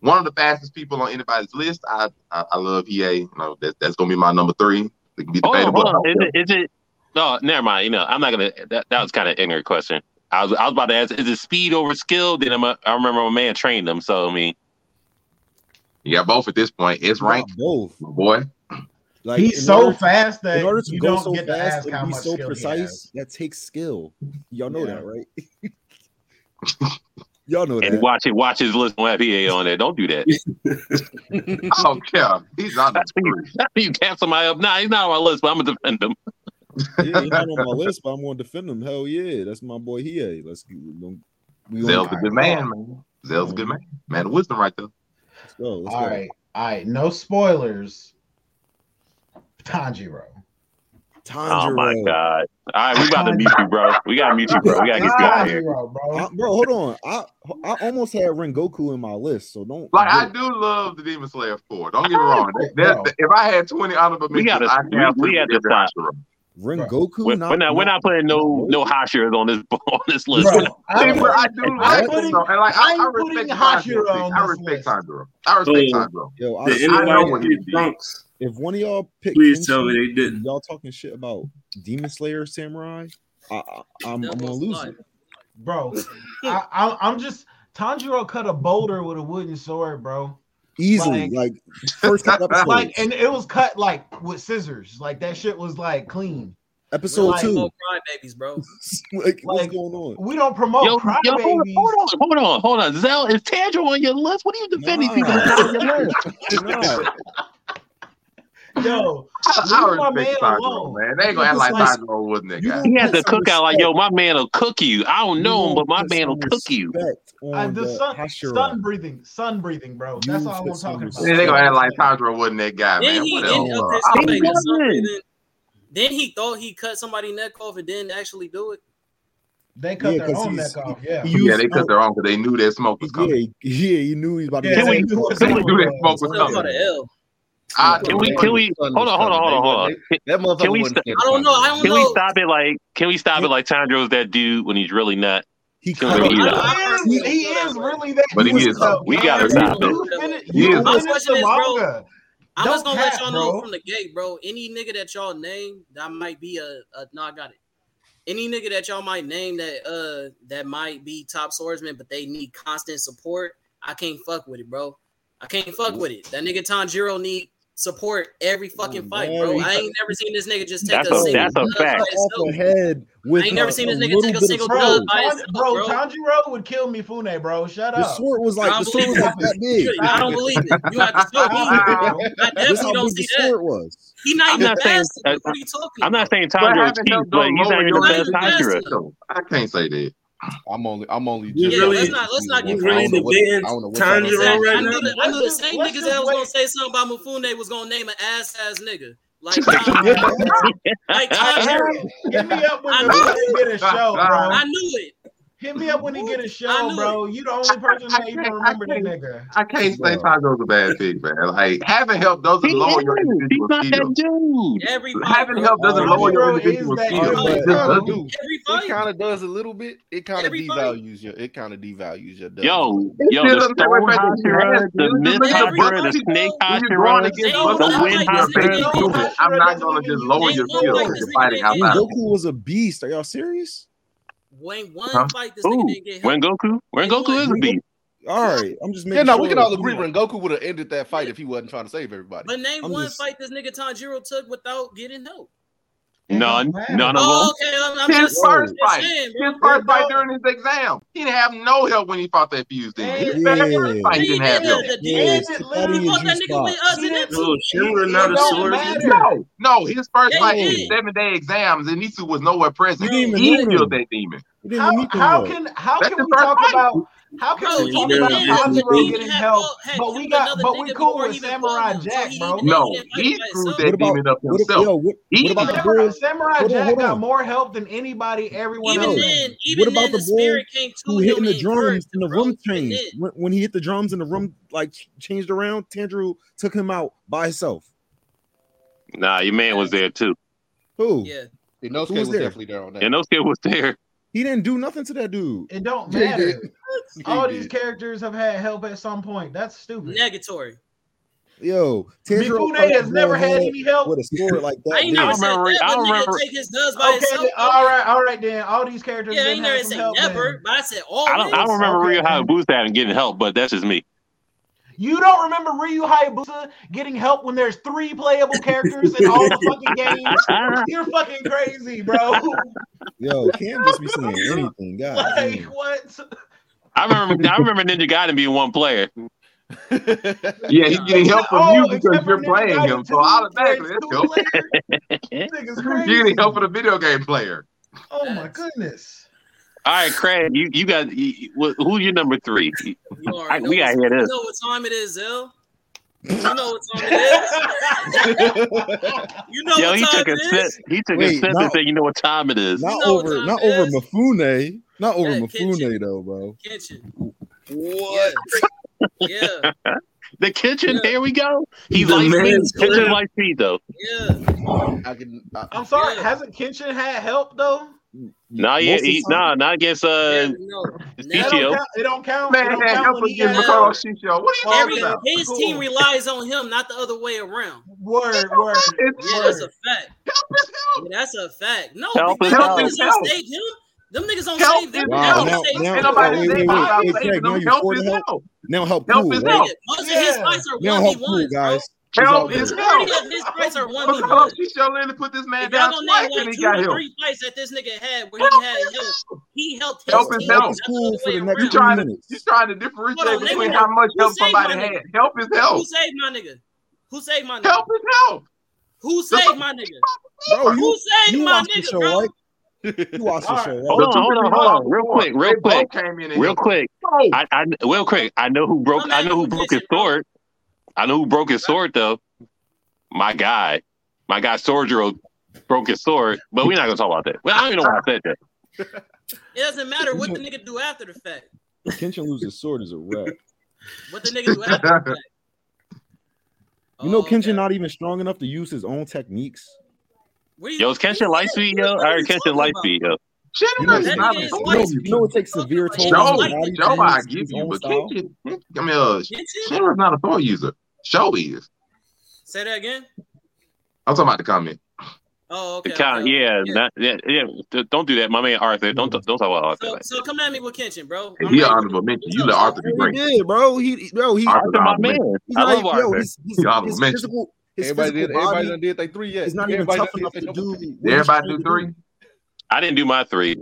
Speaker 4: One of the fastest people on anybody's list. I I, I love EA. You know, that, that's gonna be my number three. It can be
Speaker 1: Hold on,
Speaker 4: debatable.
Speaker 1: hold on. Is it, is it? No, never mind. You know, I'm not gonna. That, that was kind of ignorant question. I was, I was about to ask, is it speed over skill? Then I'm a, I remember my man trained him. So I mean,
Speaker 4: You got both at this point. It's
Speaker 5: You got
Speaker 4: ranked,
Speaker 5: both.
Speaker 4: my boy.
Speaker 5: Like
Speaker 3: He's
Speaker 5: in
Speaker 3: so
Speaker 5: order-
Speaker 3: fast that
Speaker 5: in order to
Speaker 3: you
Speaker 5: go
Speaker 3: don't
Speaker 5: so
Speaker 3: get to
Speaker 5: fast
Speaker 3: ask
Speaker 5: and
Speaker 3: how
Speaker 5: be
Speaker 3: much
Speaker 5: so
Speaker 3: skill he has.
Speaker 5: precise, that takes skill. Y'all know
Speaker 3: Yeah.
Speaker 5: that, right? Y'all know
Speaker 1: and
Speaker 5: that.
Speaker 1: watch it, watch his list on FBA on there. Don't do that.
Speaker 4: I don't care. He's not number
Speaker 1: That's when
Speaker 4: three.
Speaker 1: you, that's when you cap somebody up. Nah, he's not on my list, but I'm gonna defend him.
Speaker 5: yeah, he's not on my list, but I'm going to defend him. Hell yeah, that's my boy. He let's g- we gon- we gonna-
Speaker 4: Zell's a good man, man. Zell's a good man. Man of wisdom right there.
Speaker 5: let's go. Let's
Speaker 3: All
Speaker 5: go.
Speaker 3: right, all right. No spoilers. Tanjiro.
Speaker 5: Tanjiro.
Speaker 1: Oh my god! All right, we about to mute you, bro. We gotta mute you, bro. We gotta get you out of here.
Speaker 3: Tanjiro, bro.
Speaker 5: I- Uh, bro, hold on. I I almost had Rengoku in my list, so don't.
Speaker 4: Like I
Speaker 5: do
Speaker 4: do love the Demon Slayer four. Don't get me wrong.
Speaker 3: like it,
Speaker 4: That-
Speaker 3: bro.
Speaker 4: if I had twenty honorable
Speaker 1: We
Speaker 4: mentions,
Speaker 1: gotta-
Speaker 4: I
Speaker 1: we- we had to stop.
Speaker 5: Rengoku.
Speaker 1: We're,
Speaker 5: not,
Speaker 1: we're not, we're not putting no
Speaker 5: Rengoku?
Speaker 1: no Hashiras on this on this list.
Speaker 3: Bro,
Speaker 4: I,
Speaker 3: I'm
Speaker 4: but I do
Speaker 5: I'm
Speaker 4: like
Speaker 3: putting-
Speaker 4: him though, and like I, I
Speaker 3: I'm
Speaker 4: respect
Speaker 3: putting
Speaker 4: Tanjiro.
Speaker 3: Hashira on
Speaker 4: I
Speaker 3: this
Speaker 4: respect
Speaker 3: list.
Speaker 4: Tanjiro. I respect
Speaker 8: Oh.
Speaker 4: Tanjiro.
Speaker 5: Yo, I,
Speaker 8: Did
Speaker 4: know
Speaker 8: anybody
Speaker 4: what he
Speaker 8: see
Speaker 4: did.
Speaker 8: Trunks?
Speaker 5: if one of y'all picked,
Speaker 8: Please tell
Speaker 5: Kenshin,
Speaker 8: me they
Speaker 5: and
Speaker 8: didn't.
Speaker 5: y'all talking shit about Demon Slayer Samurai. I, I I'm, I'm gonna
Speaker 6: Devil's
Speaker 5: lose
Speaker 6: Light.
Speaker 5: it.
Speaker 3: bro. I, I, I'm just Tanjiro cut a boulder with a wooden sword, bro.
Speaker 5: easily.
Speaker 3: Like-
Speaker 5: Like, first episode,
Speaker 3: Like, and it was cut like with scissors. Like that shit was like clean.
Speaker 5: episode
Speaker 3: like-
Speaker 5: two.
Speaker 6: Oh, cry babies, bro.
Speaker 5: like, what's
Speaker 3: like-
Speaker 5: going on?
Speaker 3: We don't promote
Speaker 1: yo,
Speaker 3: cry
Speaker 1: yo, hold,
Speaker 3: babies.
Speaker 1: hold on, hold on, hold on. Zell, is Tandra on your list? What are you defending people? that's not on your list?
Speaker 5: Nah, nah.
Speaker 3: Yo,
Speaker 4: I,
Speaker 3: Leave my
Speaker 4: I respect
Speaker 3: man
Speaker 4: Tanjiro,
Speaker 3: alone.
Speaker 4: man. They ain't gonna act like
Speaker 5: Just like-
Speaker 4: Tanjiro wasn't that
Speaker 5: you
Speaker 4: guy.
Speaker 5: don't
Speaker 1: He had
Speaker 5: put
Speaker 1: the
Speaker 5: some
Speaker 1: cookout like, yo, my man will cook you. I don't
Speaker 5: respect-
Speaker 1: know him,
Speaker 5: you
Speaker 1: but my
Speaker 5: don't put
Speaker 1: man will
Speaker 5: some
Speaker 1: cook you.
Speaker 5: respect On
Speaker 3: I, the
Speaker 5: Uh, the
Speaker 3: sun,
Speaker 5: Hashira.
Speaker 3: sun breathing, sun breathing, bro.
Speaker 5: You
Speaker 3: That's all
Speaker 5: put
Speaker 3: I'm
Speaker 5: some
Speaker 3: talking about.
Speaker 4: Yeah, they gonna act like
Speaker 3: That's
Speaker 4: Tanjiro wasn't that guy,
Speaker 6: Then
Speaker 4: man.
Speaker 6: he
Speaker 4: What
Speaker 6: ended
Speaker 4: else?
Speaker 6: up
Speaker 5: Wow.
Speaker 6: pissed off
Speaker 1: He
Speaker 6: at him for some
Speaker 1: wasn't.
Speaker 6: reason. Then he thought he cut somebody's neck off and didn't actually do it.
Speaker 3: They cut
Speaker 5: Yeah,
Speaker 3: their
Speaker 5: 'cause
Speaker 3: own
Speaker 5: he's-
Speaker 3: neck off. Yeah.
Speaker 5: He
Speaker 4: Yeah,
Speaker 5: used-
Speaker 4: they cut their own because they knew that smoke was
Speaker 5: Yeah,
Speaker 4: coming.
Speaker 5: he- yeah, he knew he was about to
Speaker 3: Yeah,
Speaker 5: get
Speaker 1: Can we-
Speaker 5: taken off.
Speaker 4: They knew that smoke was
Speaker 6: Still caught
Speaker 4: coming.
Speaker 6: an L.
Speaker 4: I
Speaker 1: Can we? Can we? Hold on, hold on, hold on, hold on. Can-
Speaker 2: That motherfucker
Speaker 1: Can we
Speaker 2: wasn't
Speaker 1: st-
Speaker 2: fit
Speaker 6: I don't know. I don't
Speaker 1: Can
Speaker 6: know.
Speaker 1: we stop it? Like, can we stop it? Like, Tandro's that dude when he's really not.
Speaker 5: He
Speaker 1: Can
Speaker 5: cut
Speaker 1: we-
Speaker 5: him
Speaker 1: you
Speaker 6: I
Speaker 1: know.
Speaker 3: He
Speaker 6: know I
Speaker 3: is,
Speaker 6: personally
Speaker 3: he
Speaker 6: feel that
Speaker 3: is
Speaker 6: way.
Speaker 3: really that.
Speaker 4: But he
Speaker 3: dude.
Speaker 4: is though.
Speaker 1: We gotta
Speaker 3: Tyler,
Speaker 1: stop it.
Speaker 3: You finished
Speaker 4: He
Speaker 3: you
Speaker 4: is.
Speaker 6: My
Speaker 3: finished
Speaker 6: question
Speaker 3: the
Speaker 6: is, bro,
Speaker 3: manga.
Speaker 6: I'm just
Speaker 3: Don't
Speaker 6: gonna
Speaker 3: cap,
Speaker 6: let y'all
Speaker 3: bro.
Speaker 6: know from the gate, bro. Any nigga that y'all name that might be a, a no, I got it. Any nigga that y'all might name that uh that might be top swordsman, but they need constant support. I can't fuck with it, bro. I can't fuck with it. That nigga Tanjiro need support every fucking fight, bro. I ain't never seen this nigga just take
Speaker 1: That's
Speaker 6: a,
Speaker 1: a-
Speaker 6: single
Speaker 1: that's a
Speaker 6: dub by
Speaker 1: fact.
Speaker 5: off
Speaker 6: himself.
Speaker 5: a head with
Speaker 6: I ain't never
Speaker 5: a-
Speaker 6: seen
Speaker 5: a
Speaker 6: this nigga
Speaker 5: little
Speaker 6: take a
Speaker 5: bit of
Speaker 6: single
Speaker 5: sword.
Speaker 3: Bro,
Speaker 6: dub by
Speaker 3: Tan-
Speaker 6: himself,
Speaker 3: bro,
Speaker 6: bro.
Speaker 3: Tanjiro would kill Mifune, bro. Shut
Speaker 5: The
Speaker 3: up.
Speaker 5: sword was like
Speaker 6: I
Speaker 5: the sword was like that big.
Speaker 6: You- I don't believe it. You have to show me. I
Speaker 5: That's
Speaker 6: definitely
Speaker 5: how
Speaker 6: don't
Speaker 5: big the
Speaker 6: see that.
Speaker 5: sword was.
Speaker 6: He not
Speaker 1: I'm
Speaker 6: even
Speaker 1: not saying-
Speaker 6: fast.
Speaker 1: uh,
Speaker 6: what are you talking
Speaker 1: I'm not
Speaker 6: about?
Speaker 1: saying
Speaker 4: But
Speaker 1: Tanjiro's
Speaker 4: having
Speaker 1: cheap,
Speaker 4: him
Speaker 1: but
Speaker 4: go
Speaker 1: he's not
Speaker 4: lower
Speaker 1: even the
Speaker 4: your
Speaker 1: best
Speaker 6: Not even
Speaker 1: Tanjiro.
Speaker 6: fast.
Speaker 4: So I can't say that.
Speaker 2: I'm only. I'm only.
Speaker 8: You
Speaker 2: just-
Speaker 8: really- Yeah, let's
Speaker 6: not- let's not
Speaker 2: I
Speaker 6: get
Speaker 2: don't know what-
Speaker 8: crazy.
Speaker 2: I don't know what y'all
Speaker 8: Tanjiro
Speaker 6: Exactly.
Speaker 2: are-
Speaker 8: right
Speaker 6: I
Speaker 8: now.
Speaker 6: knew the, I knew
Speaker 3: Let's
Speaker 6: the
Speaker 3: just-
Speaker 6: same
Speaker 3: let's
Speaker 6: niggas
Speaker 3: just
Speaker 6: that was
Speaker 3: wait.
Speaker 6: gonna say something about Mufune was gonna name an ass ass nigga. Like, nah,
Speaker 3: Yeah.
Speaker 6: like
Speaker 3: I hear
Speaker 6: Tanjiro.
Speaker 3: it. Hit me up when
Speaker 6: I
Speaker 3: the
Speaker 6: knew
Speaker 3: when he get a show, bro.
Speaker 6: I knew it.
Speaker 3: Hit me up when he get a
Speaker 6: I
Speaker 3: show,
Speaker 6: knew
Speaker 3: bro. You the only person
Speaker 4: I
Speaker 3: that even
Speaker 4: can't- I
Speaker 3: remember that
Speaker 4: can't-
Speaker 3: nigga.
Speaker 4: I can't say
Speaker 5: Bruh.
Speaker 4: Tanjiro's a bad pick, man. Like having help doesn't
Speaker 1: He
Speaker 4: lower your
Speaker 1: is. He's
Speaker 4: individual
Speaker 1: not
Speaker 4: skill.
Speaker 1: that dude.
Speaker 6: Every fight,
Speaker 4: Having
Speaker 6: bro.
Speaker 4: help doesn't
Speaker 5: Alright.
Speaker 4: lower your
Speaker 3: Tanjiro is
Speaker 4: individual
Speaker 3: that
Speaker 4: skill.
Speaker 5: Alright,
Speaker 4: It
Speaker 3: dude.
Speaker 4: just
Speaker 5: but-
Speaker 4: doesn't.
Speaker 6: every
Speaker 2: it kind of does a little bit. It kind of devalues your. It kind of devalues your. dub.
Speaker 1: Yo,
Speaker 4: This
Speaker 1: yo,
Speaker 4: shit
Speaker 1: the
Speaker 4: look like
Speaker 1: Stone
Speaker 4: right there.
Speaker 1: Hashira, the
Speaker 4: Dude,
Speaker 1: Myth
Speaker 4: look at
Speaker 1: Hopper, the
Speaker 4: everybody.
Speaker 1: Snake
Speaker 4: You're
Speaker 1: Hashira,
Speaker 4: going against
Speaker 6: They look
Speaker 1: the
Speaker 6: like
Speaker 1: Wind
Speaker 6: this
Speaker 1: Hopper.
Speaker 6: nigga.
Speaker 4: Goku. I'm not gonna just lower your
Speaker 6: They
Speaker 4: skill
Speaker 6: look like
Speaker 4: because
Speaker 6: this
Speaker 4: you're fighting
Speaker 6: nigga
Speaker 4: out
Speaker 6: in
Speaker 4: loud.
Speaker 5: Goku was a beast. Are y'all serious?
Speaker 6: When one
Speaker 4: Huh?
Speaker 6: fight, this
Speaker 1: Ooh,
Speaker 6: nigga didn't get
Speaker 1: when
Speaker 6: help.
Speaker 1: Goku, when
Speaker 6: They
Speaker 1: Goku is a
Speaker 5: won.
Speaker 1: beast.
Speaker 5: All right, I'm just making.
Speaker 2: Yeah, no, we
Speaker 5: sure.
Speaker 2: can all agree. When Goku would have ended that fight if he wasn't trying to save everybody.
Speaker 6: But name
Speaker 5: I'm
Speaker 6: one
Speaker 5: just-
Speaker 6: fight this nigga Tanjiro took without getting help.
Speaker 1: None,
Speaker 3: matter.
Speaker 1: none of them.
Speaker 6: Oh, okay, I'm, I'm
Speaker 4: His
Speaker 6: just
Speaker 4: first
Speaker 6: I'm
Speaker 4: fight,
Speaker 6: just saying,
Speaker 4: his
Speaker 6: bro.
Speaker 4: first fight during his exam, he didn't have no help when he fought that fused demon. His
Speaker 5: Yeah.
Speaker 4: very first fight, he didn't have
Speaker 6: Yeah,
Speaker 4: help.
Speaker 6: the
Speaker 5: Yeah,
Speaker 6: demon.
Speaker 5: Sakati
Speaker 6: He
Speaker 5: and
Speaker 6: fought that
Speaker 5: Juice
Speaker 6: nigga
Speaker 5: Box.
Speaker 6: with us
Speaker 3: He
Speaker 6: and
Speaker 3: didn't-
Speaker 6: Ipsu.
Speaker 8: Yo, Shinra not
Speaker 3: It
Speaker 8: a
Speaker 3: don't
Speaker 8: sword.
Speaker 3: matter.
Speaker 4: No, no, his first
Speaker 6: They
Speaker 4: fight was
Speaker 6: did.
Speaker 4: seven day exams, and Nisu was nowhere present.
Speaker 5: You didn't even
Speaker 4: He
Speaker 5: need
Speaker 4: killed
Speaker 5: him.
Speaker 4: that demon.
Speaker 5: You didn't even
Speaker 3: How,
Speaker 5: need him,
Speaker 3: how
Speaker 5: though.
Speaker 3: can how
Speaker 4: That's
Speaker 3: can
Speaker 4: the
Speaker 3: we
Speaker 4: first
Speaker 3: talk
Speaker 4: fight.
Speaker 3: about how can
Speaker 6: Bro,
Speaker 3: we
Speaker 8: Yeah,
Speaker 3: talk
Speaker 8: you
Speaker 3: about
Speaker 8: know, it's-
Speaker 3: Tanjiro
Speaker 8: he
Speaker 6: Tanjiro
Speaker 3: getting help? But we got but we cool with Samurai Jack, bro.
Speaker 4: No, he screwed that
Speaker 5: What about
Speaker 4: demon up
Speaker 5: what, if-
Speaker 4: himself.
Speaker 5: yo, what,
Speaker 4: He
Speaker 5: what about the
Speaker 4: even-
Speaker 3: Samurai,
Speaker 5: boy
Speaker 3: Samurai
Speaker 5: Hold on,
Speaker 3: Jack
Speaker 5: hold
Speaker 3: got
Speaker 5: on.
Speaker 3: more help than anybody, everyone
Speaker 6: Even
Speaker 5: No.
Speaker 3: else.
Speaker 6: then, even
Speaker 5: about
Speaker 6: then, the,
Speaker 5: the boy
Speaker 6: spirit came to
Speaker 5: who
Speaker 6: him
Speaker 5: hitting the
Speaker 6: in
Speaker 5: drums
Speaker 6: person,
Speaker 5: and the
Speaker 6: bro.
Speaker 5: room
Speaker 6: Even
Speaker 5: changed? When, when he hit the drums and the room like ch- changed around, Tanjiro took him out by himself.
Speaker 1: Nah, your man was there too.
Speaker 5: Who?
Speaker 6: then. Yeah,
Speaker 2: Inosuke
Speaker 5: Who was
Speaker 2: was,
Speaker 5: there?
Speaker 2: definitely there on that.
Speaker 1: And those kid was there.
Speaker 5: He didn't do nothing to that dude.
Speaker 3: It don't
Speaker 2: Yeah, he
Speaker 3: matter.
Speaker 2: did. He
Speaker 3: All
Speaker 2: did.
Speaker 3: these characters have had help at some point. That's stupid.
Speaker 6: negatory.
Speaker 5: Yo, Tanjiro
Speaker 3: Mifude
Speaker 5: fight
Speaker 3: has
Speaker 5: the
Speaker 3: never
Speaker 5: boy
Speaker 3: had
Speaker 5: head
Speaker 3: any help.
Speaker 5: with a sword like that.
Speaker 6: I ain't
Speaker 5: big.
Speaker 6: never
Speaker 1: don't
Speaker 6: said
Speaker 1: remember-
Speaker 6: that,
Speaker 1: I
Speaker 6: but
Speaker 1: don't
Speaker 6: nigga
Speaker 1: remember-
Speaker 6: take his dubs by
Speaker 3: Okay,
Speaker 6: himself.
Speaker 3: then, all right, all right then. All these characters
Speaker 6: Yeah, I
Speaker 3: didn't
Speaker 6: ain't never
Speaker 3: have some
Speaker 6: say
Speaker 3: help.
Speaker 6: never,
Speaker 3: then.
Speaker 6: but I said
Speaker 5: Oh,
Speaker 6: always.
Speaker 1: I don't, I don't remember
Speaker 3: Okay.
Speaker 1: real how Boost had and getting help, but that's just me.
Speaker 3: You don't remember Ryu Hayabusa getting help when there's three playable characters in all the fucking games? You're fucking crazy, bro.
Speaker 5: Yo, Cam just be saying anything, God.
Speaker 3: like
Speaker 5: damn.
Speaker 3: what?
Speaker 1: I remember, I remember Ninja Gaiden being one player.
Speaker 4: Yeah, he's getting help from you
Speaker 3: Oh,
Speaker 4: because
Speaker 3: except for
Speaker 4: you're
Speaker 3: Ninja
Speaker 4: playing
Speaker 3: Gaiden
Speaker 4: him. So
Speaker 3: 2,
Speaker 4: automatically,
Speaker 3: where it's
Speaker 4: that's help.
Speaker 3: two-player. Nigga's
Speaker 4: You're
Speaker 3: crazy.
Speaker 4: getting help from a video game player.
Speaker 3: Oh my goodness.
Speaker 1: All right, Craig, you you got you, you- who's your number three?
Speaker 6: You already
Speaker 1: I,
Speaker 6: know
Speaker 1: we gotta
Speaker 6: what-
Speaker 1: hear
Speaker 6: You
Speaker 1: this.
Speaker 6: know what time it is, Zell? You know what time it is. You know
Speaker 1: Yo,
Speaker 6: what
Speaker 1: he
Speaker 6: time
Speaker 1: took a
Speaker 6: it
Speaker 1: sip.
Speaker 6: is.
Speaker 1: He took a
Speaker 5: Wait,
Speaker 1: sip
Speaker 5: now-
Speaker 1: and said, "You know what time it is."
Speaker 5: Not
Speaker 6: You know what
Speaker 5: over,
Speaker 6: time
Speaker 5: not
Speaker 6: it
Speaker 5: over
Speaker 6: is.
Speaker 5: Mafune, not over
Speaker 6: Yeah,
Speaker 5: Mafune
Speaker 6: Kenshin.
Speaker 5: though, bro.
Speaker 6: Kenshin.
Speaker 5: What?
Speaker 6: Yeah. Yeah.
Speaker 1: The kitchen.
Speaker 6: Yeah.
Speaker 1: There we go. He
Speaker 8: The
Speaker 1: likes speed.
Speaker 8: man's
Speaker 1: Kitchen
Speaker 8: clear.
Speaker 1: likes speed though.
Speaker 6: Yeah.
Speaker 2: I can. I,
Speaker 3: I'm sorry.
Speaker 6: Yeah.
Speaker 3: Hasn't Kenshin had help though?
Speaker 1: Nah, yeah,
Speaker 5: Most of the
Speaker 1: he,
Speaker 5: time-
Speaker 1: nah, not against uh,
Speaker 6: yeah no.
Speaker 3: That don't
Speaker 1: PTO.
Speaker 3: count. It don't count. It
Speaker 4: Man,
Speaker 3: don't
Speaker 4: had
Speaker 3: count
Speaker 4: help
Speaker 3: when he
Speaker 4: against
Speaker 3: had
Speaker 6: got-
Speaker 4: Makoto
Speaker 3: help.
Speaker 4: Shisho. What are you
Speaker 3: Every-
Speaker 4: talking about?
Speaker 6: his
Speaker 3: Cool.
Speaker 6: team relies on him, not the other way around.
Speaker 3: Word, word.
Speaker 6: Yeah, that's a
Speaker 3: Word.
Speaker 6: fact. Yeah, that's a fact. No,
Speaker 1: Help
Speaker 6: because
Speaker 1: is
Speaker 6: them
Speaker 1: help.
Speaker 4: Help.
Speaker 6: niggas don't save him. Them niggas don't
Speaker 4: Help
Speaker 6: save them.
Speaker 4: is
Speaker 5: Wow, now,
Speaker 6: They don't save
Speaker 5: now,
Speaker 4: Ain't
Speaker 6: them.
Speaker 4: nobody
Speaker 5: wait,
Speaker 4: saving
Speaker 5: wait,
Speaker 4: them.
Speaker 5: wait,
Speaker 4: Stop
Speaker 5: wait,
Speaker 4: saving
Speaker 5: Craig, now
Speaker 4: them.
Speaker 5: you're
Speaker 4: Help
Speaker 5: for
Speaker 4: is
Speaker 5: the help.
Speaker 4: help.
Speaker 5: Now help
Speaker 4: Help
Speaker 5: cool,
Speaker 4: is
Speaker 5: right?
Speaker 4: help.
Speaker 6: Nigga, most of his
Speaker 3: Yeah.
Speaker 6: fights are
Speaker 5: Now
Speaker 6: one v
Speaker 5: help cool,
Speaker 6: ones, bro.
Speaker 5: guys. It's all
Speaker 4: Help
Speaker 5: good.
Speaker 4: is
Speaker 6: Majority
Speaker 4: help.
Speaker 6: of his fights are one v
Speaker 4: Makoto
Speaker 6: ones.
Speaker 4: Shisho literally put this man
Speaker 6: If
Speaker 4: down
Speaker 6: y'all don't
Speaker 4: twice
Speaker 6: name like
Speaker 4: and he
Speaker 6: two
Speaker 4: got
Speaker 6: or
Speaker 4: help.
Speaker 6: three fights that this nigga had where he
Speaker 4: Help
Speaker 6: had
Speaker 4: is
Speaker 6: help,
Speaker 4: help.
Speaker 6: he helped his
Speaker 4: Help is
Speaker 6: team,
Speaker 4: help.
Speaker 6: not
Speaker 5: Help is cool
Speaker 6: the
Speaker 5: for
Speaker 6: other
Speaker 5: the next
Speaker 6: way
Speaker 4: You
Speaker 6: around.
Speaker 5: three
Speaker 4: trying to you
Speaker 5: minutes.
Speaker 4: trying to
Speaker 6: Hold
Speaker 4: differentiate
Speaker 6: on, let
Speaker 4: between
Speaker 6: me-
Speaker 4: how much
Speaker 6: who
Speaker 4: help
Speaker 6: saved
Speaker 4: somebody
Speaker 6: my
Speaker 4: had.
Speaker 6: nigga?
Speaker 4: Help is help.
Speaker 6: Who saved my nigga? Who saved my nigga?
Speaker 4: Help is help.
Speaker 6: Who saved my nigga?
Speaker 5: Bro,
Speaker 6: Who
Speaker 5: you,
Speaker 6: saved
Speaker 5: you
Speaker 6: my
Speaker 5: watch the
Speaker 6: nigga,
Speaker 5: show,
Speaker 6: bro?
Speaker 5: right? You watch the
Speaker 3: All
Speaker 5: show,
Speaker 1: Hold on,
Speaker 5: right?
Speaker 4: The two
Speaker 1: hold on,
Speaker 4: people
Speaker 1: hold
Speaker 4: off
Speaker 1: on. Real
Speaker 4: before,
Speaker 1: quick, real
Speaker 4: they
Speaker 1: quick,
Speaker 4: both came in and
Speaker 1: real
Speaker 4: helped.
Speaker 1: quick.
Speaker 4: Oh,
Speaker 1: I, I real quick. I know who broke. I know who broke his sword. I know who broke his sword though. My guy, my guy, Sorgero broke his sword. But we're not gonna talk about that. Well, I don't even know why I said that.
Speaker 6: It doesn't matter what the nigga do after the fact.
Speaker 5: Kenshin lose his sword is a wrap.
Speaker 6: What the nigga do after the fact.
Speaker 5: You know,
Speaker 6: Oh, okay.
Speaker 5: Kenshin not even strong enough to use his own techniques.
Speaker 6: What are you-
Speaker 1: Yo, is Kenshin
Speaker 6: what are you-
Speaker 1: Lightspeed,
Speaker 6: what
Speaker 1: yo?
Speaker 6: are
Speaker 1: All
Speaker 6: you
Speaker 1: right,
Speaker 6: talking
Speaker 1: Kenshin
Speaker 6: about?
Speaker 1: Lightspeed, yo.
Speaker 5: You
Speaker 4: Shin
Speaker 5: know,
Speaker 4: is
Speaker 6: That
Speaker 4: not
Speaker 6: nigga
Speaker 4: a
Speaker 6: is
Speaker 5: you
Speaker 4: sword.
Speaker 5: know,
Speaker 6: white.
Speaker 5: you know it takes severe toll on
Speaker 4: Joe,
Speaker 5: his
Speaker 6: Like,
Speaker 5: body to
Speaker 4: Joe, I
Speaker 5: use
Speaker 4: give
Speaker 5: his
Speaker 4: you,
Speaker 5: own
Speaker 4: but
Speaker 5: style.
Speaker 4: Kenshin, I mean, uh,
Speaker 6: Kenshin?
Speaker 4: Shinra's not a sword user. Show is.
Speaker 6: Say that again.
Speaker 4: I'm talking about the comment.
Speaker 6: Oh, okay.
Speaker 1: The count,
Speaker 6: okay.
Speaker 1: yeah,
Speaker 6: Yeah.
Speaker 1: not- yeah, yeah. th- Don't do that, my man Arthur. Don't don't talk about Arthur.
Speaker 6: So,
Speaker 1: like-
Speaker 6: so come at me with Kenshin, bro.
Speaker 4: If
Speaker 6: I'm
Speaker 4: he an
Speaker 6: ready.
Speaker 4: honorable mention, you
Speaker 6: So-
Speaker 4: let
Speaker 6: so-
Speaker 4: Arthur be
Speaker 5: He
Speaker 4: great.
Speaker 5: did, bro. He, bro, he,
Speaker 4: Arthur's
Speaker 1: Arthur,
Speaker 4: an
Speaker 1: my
Speaker 4: honorable
Speaker 1: man.
Speaker 4: mention.
Speaker 5: he's
Speaker 1: I
Speaker 5: not
Speaker 1: love
Speaker 5: even, yo,
Speaker 1: Arthur.
Speaker 5: he's, he's,
Speaker 4: He honorable
Speaker 5: his
Speaker 4: mention.
Speaker 5: physical, his
Speaker 2: everybody
Speaker 5: physical
Speaker 2: did. Everybody
Speaker 5: body
Speaker 2: done did they three yet.
Speaker 5: is not even
Speaker 2: everybody
Speaker 5: tough
Speaker 2: done
Speaker 5: enough
Speaker 2: did
Speaker 5: to
Speaker 2: they
Speaker 5: do.
Speaker 2: number
Speaker 5: What
Speaker 2: three.
Speaker 5: he's
Speaker 4: Did everybody
Speaker 5: trying
Speaker 4: do
Speaker 5: to
Speaker 4: three?
Speaker 1: I didn't do my three.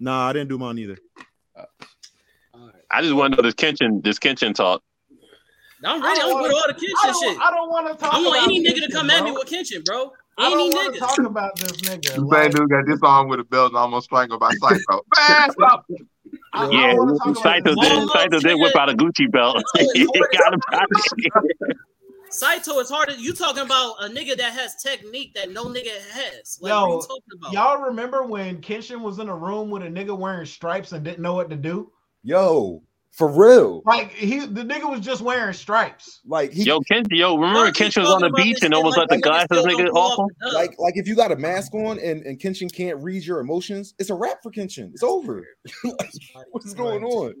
Speaker 5: Nah, I didn't do mine either.
Speaker 6: All right.
Speaker 1: I just want to know this Kenshin, this Kenshin talk.
Speaker 6: I'm ready. I'm with all the
Speaker 3: I
Speaker 6: Kenshin shit.
Speaker 3: don't, I don't want to talk
Speaker 6: I want
Speaker 3: about
Speaker 6: any
Speaker 3: Kenshin,
Speaker 6: nigga to come at
Speaker 3: bro.
Speaker 6: me with Kenshin, bro.
Speaker 3: I
Speaker 6: Any
Speaker 3: don't want to
Speaker 6: nigga.
Speaker 3: talk about this nigga.
Speaker 4: The
Speaker 3: Like,
Speaker 4: same dude got disarmed with a belt and almost strangled by Psycho. Man, stop.
Speaker 3: I, I
Speaker 1: Yeah,
Speaker 3: don't want
Speaker 5: Wolfie
Speaker 3: to talk about
Speaker 1: Saito
Speaker 3: this
Speaker 1: did,
Speaker 3: nigga.
Speaker 6: Almost
Speaker 1: Saito did whip
Speaker 6: nigga.
Speaker 1: out a Gucci belt.
Speaker 6: Saito is
Speaker 1: he
Speaker 6: hard as-
Speaker 1: got him out of shit.
Speaker 6: Saito is harder. You talking about a nigga that has technique that no nigga has? Like, what
Speaker 3: Yo,
Speaker 6: you talking about?
Speaker 3: Y'all remember when Kenshin was in a room with a nigga wearing stripes and didn't know what to do?
Speaker 5: Yo, For real.
Speaker 3: Like he, the nigga was just wearing stripes.
Speaker 5: Like he,
Speaker 1: Yo, Kench, yo, remember
Speaker 6: Why you
Speaker 1: Kench was on the
Speaker 6: talking about
Speaker 1: beach
Speaker 6: this
Speaker 1: and
Speaker 6: shit
Speaker 1: almost
Speaker 6: like
Speaker 1: let the
Speaker 6: that nigga
Speaker 1: glasses
Speaker 6: still
Speaker 1: nigga
Speaker 6: don't pull
Speaker 1: off
Speaker 6: up
Speaker 1: him?
Speaker 6: and up?
Speaker 5: like, like if you got a mask on and and Kenshin can't read your emotions, it's a wrap for Kenshin. It's over. What's going on?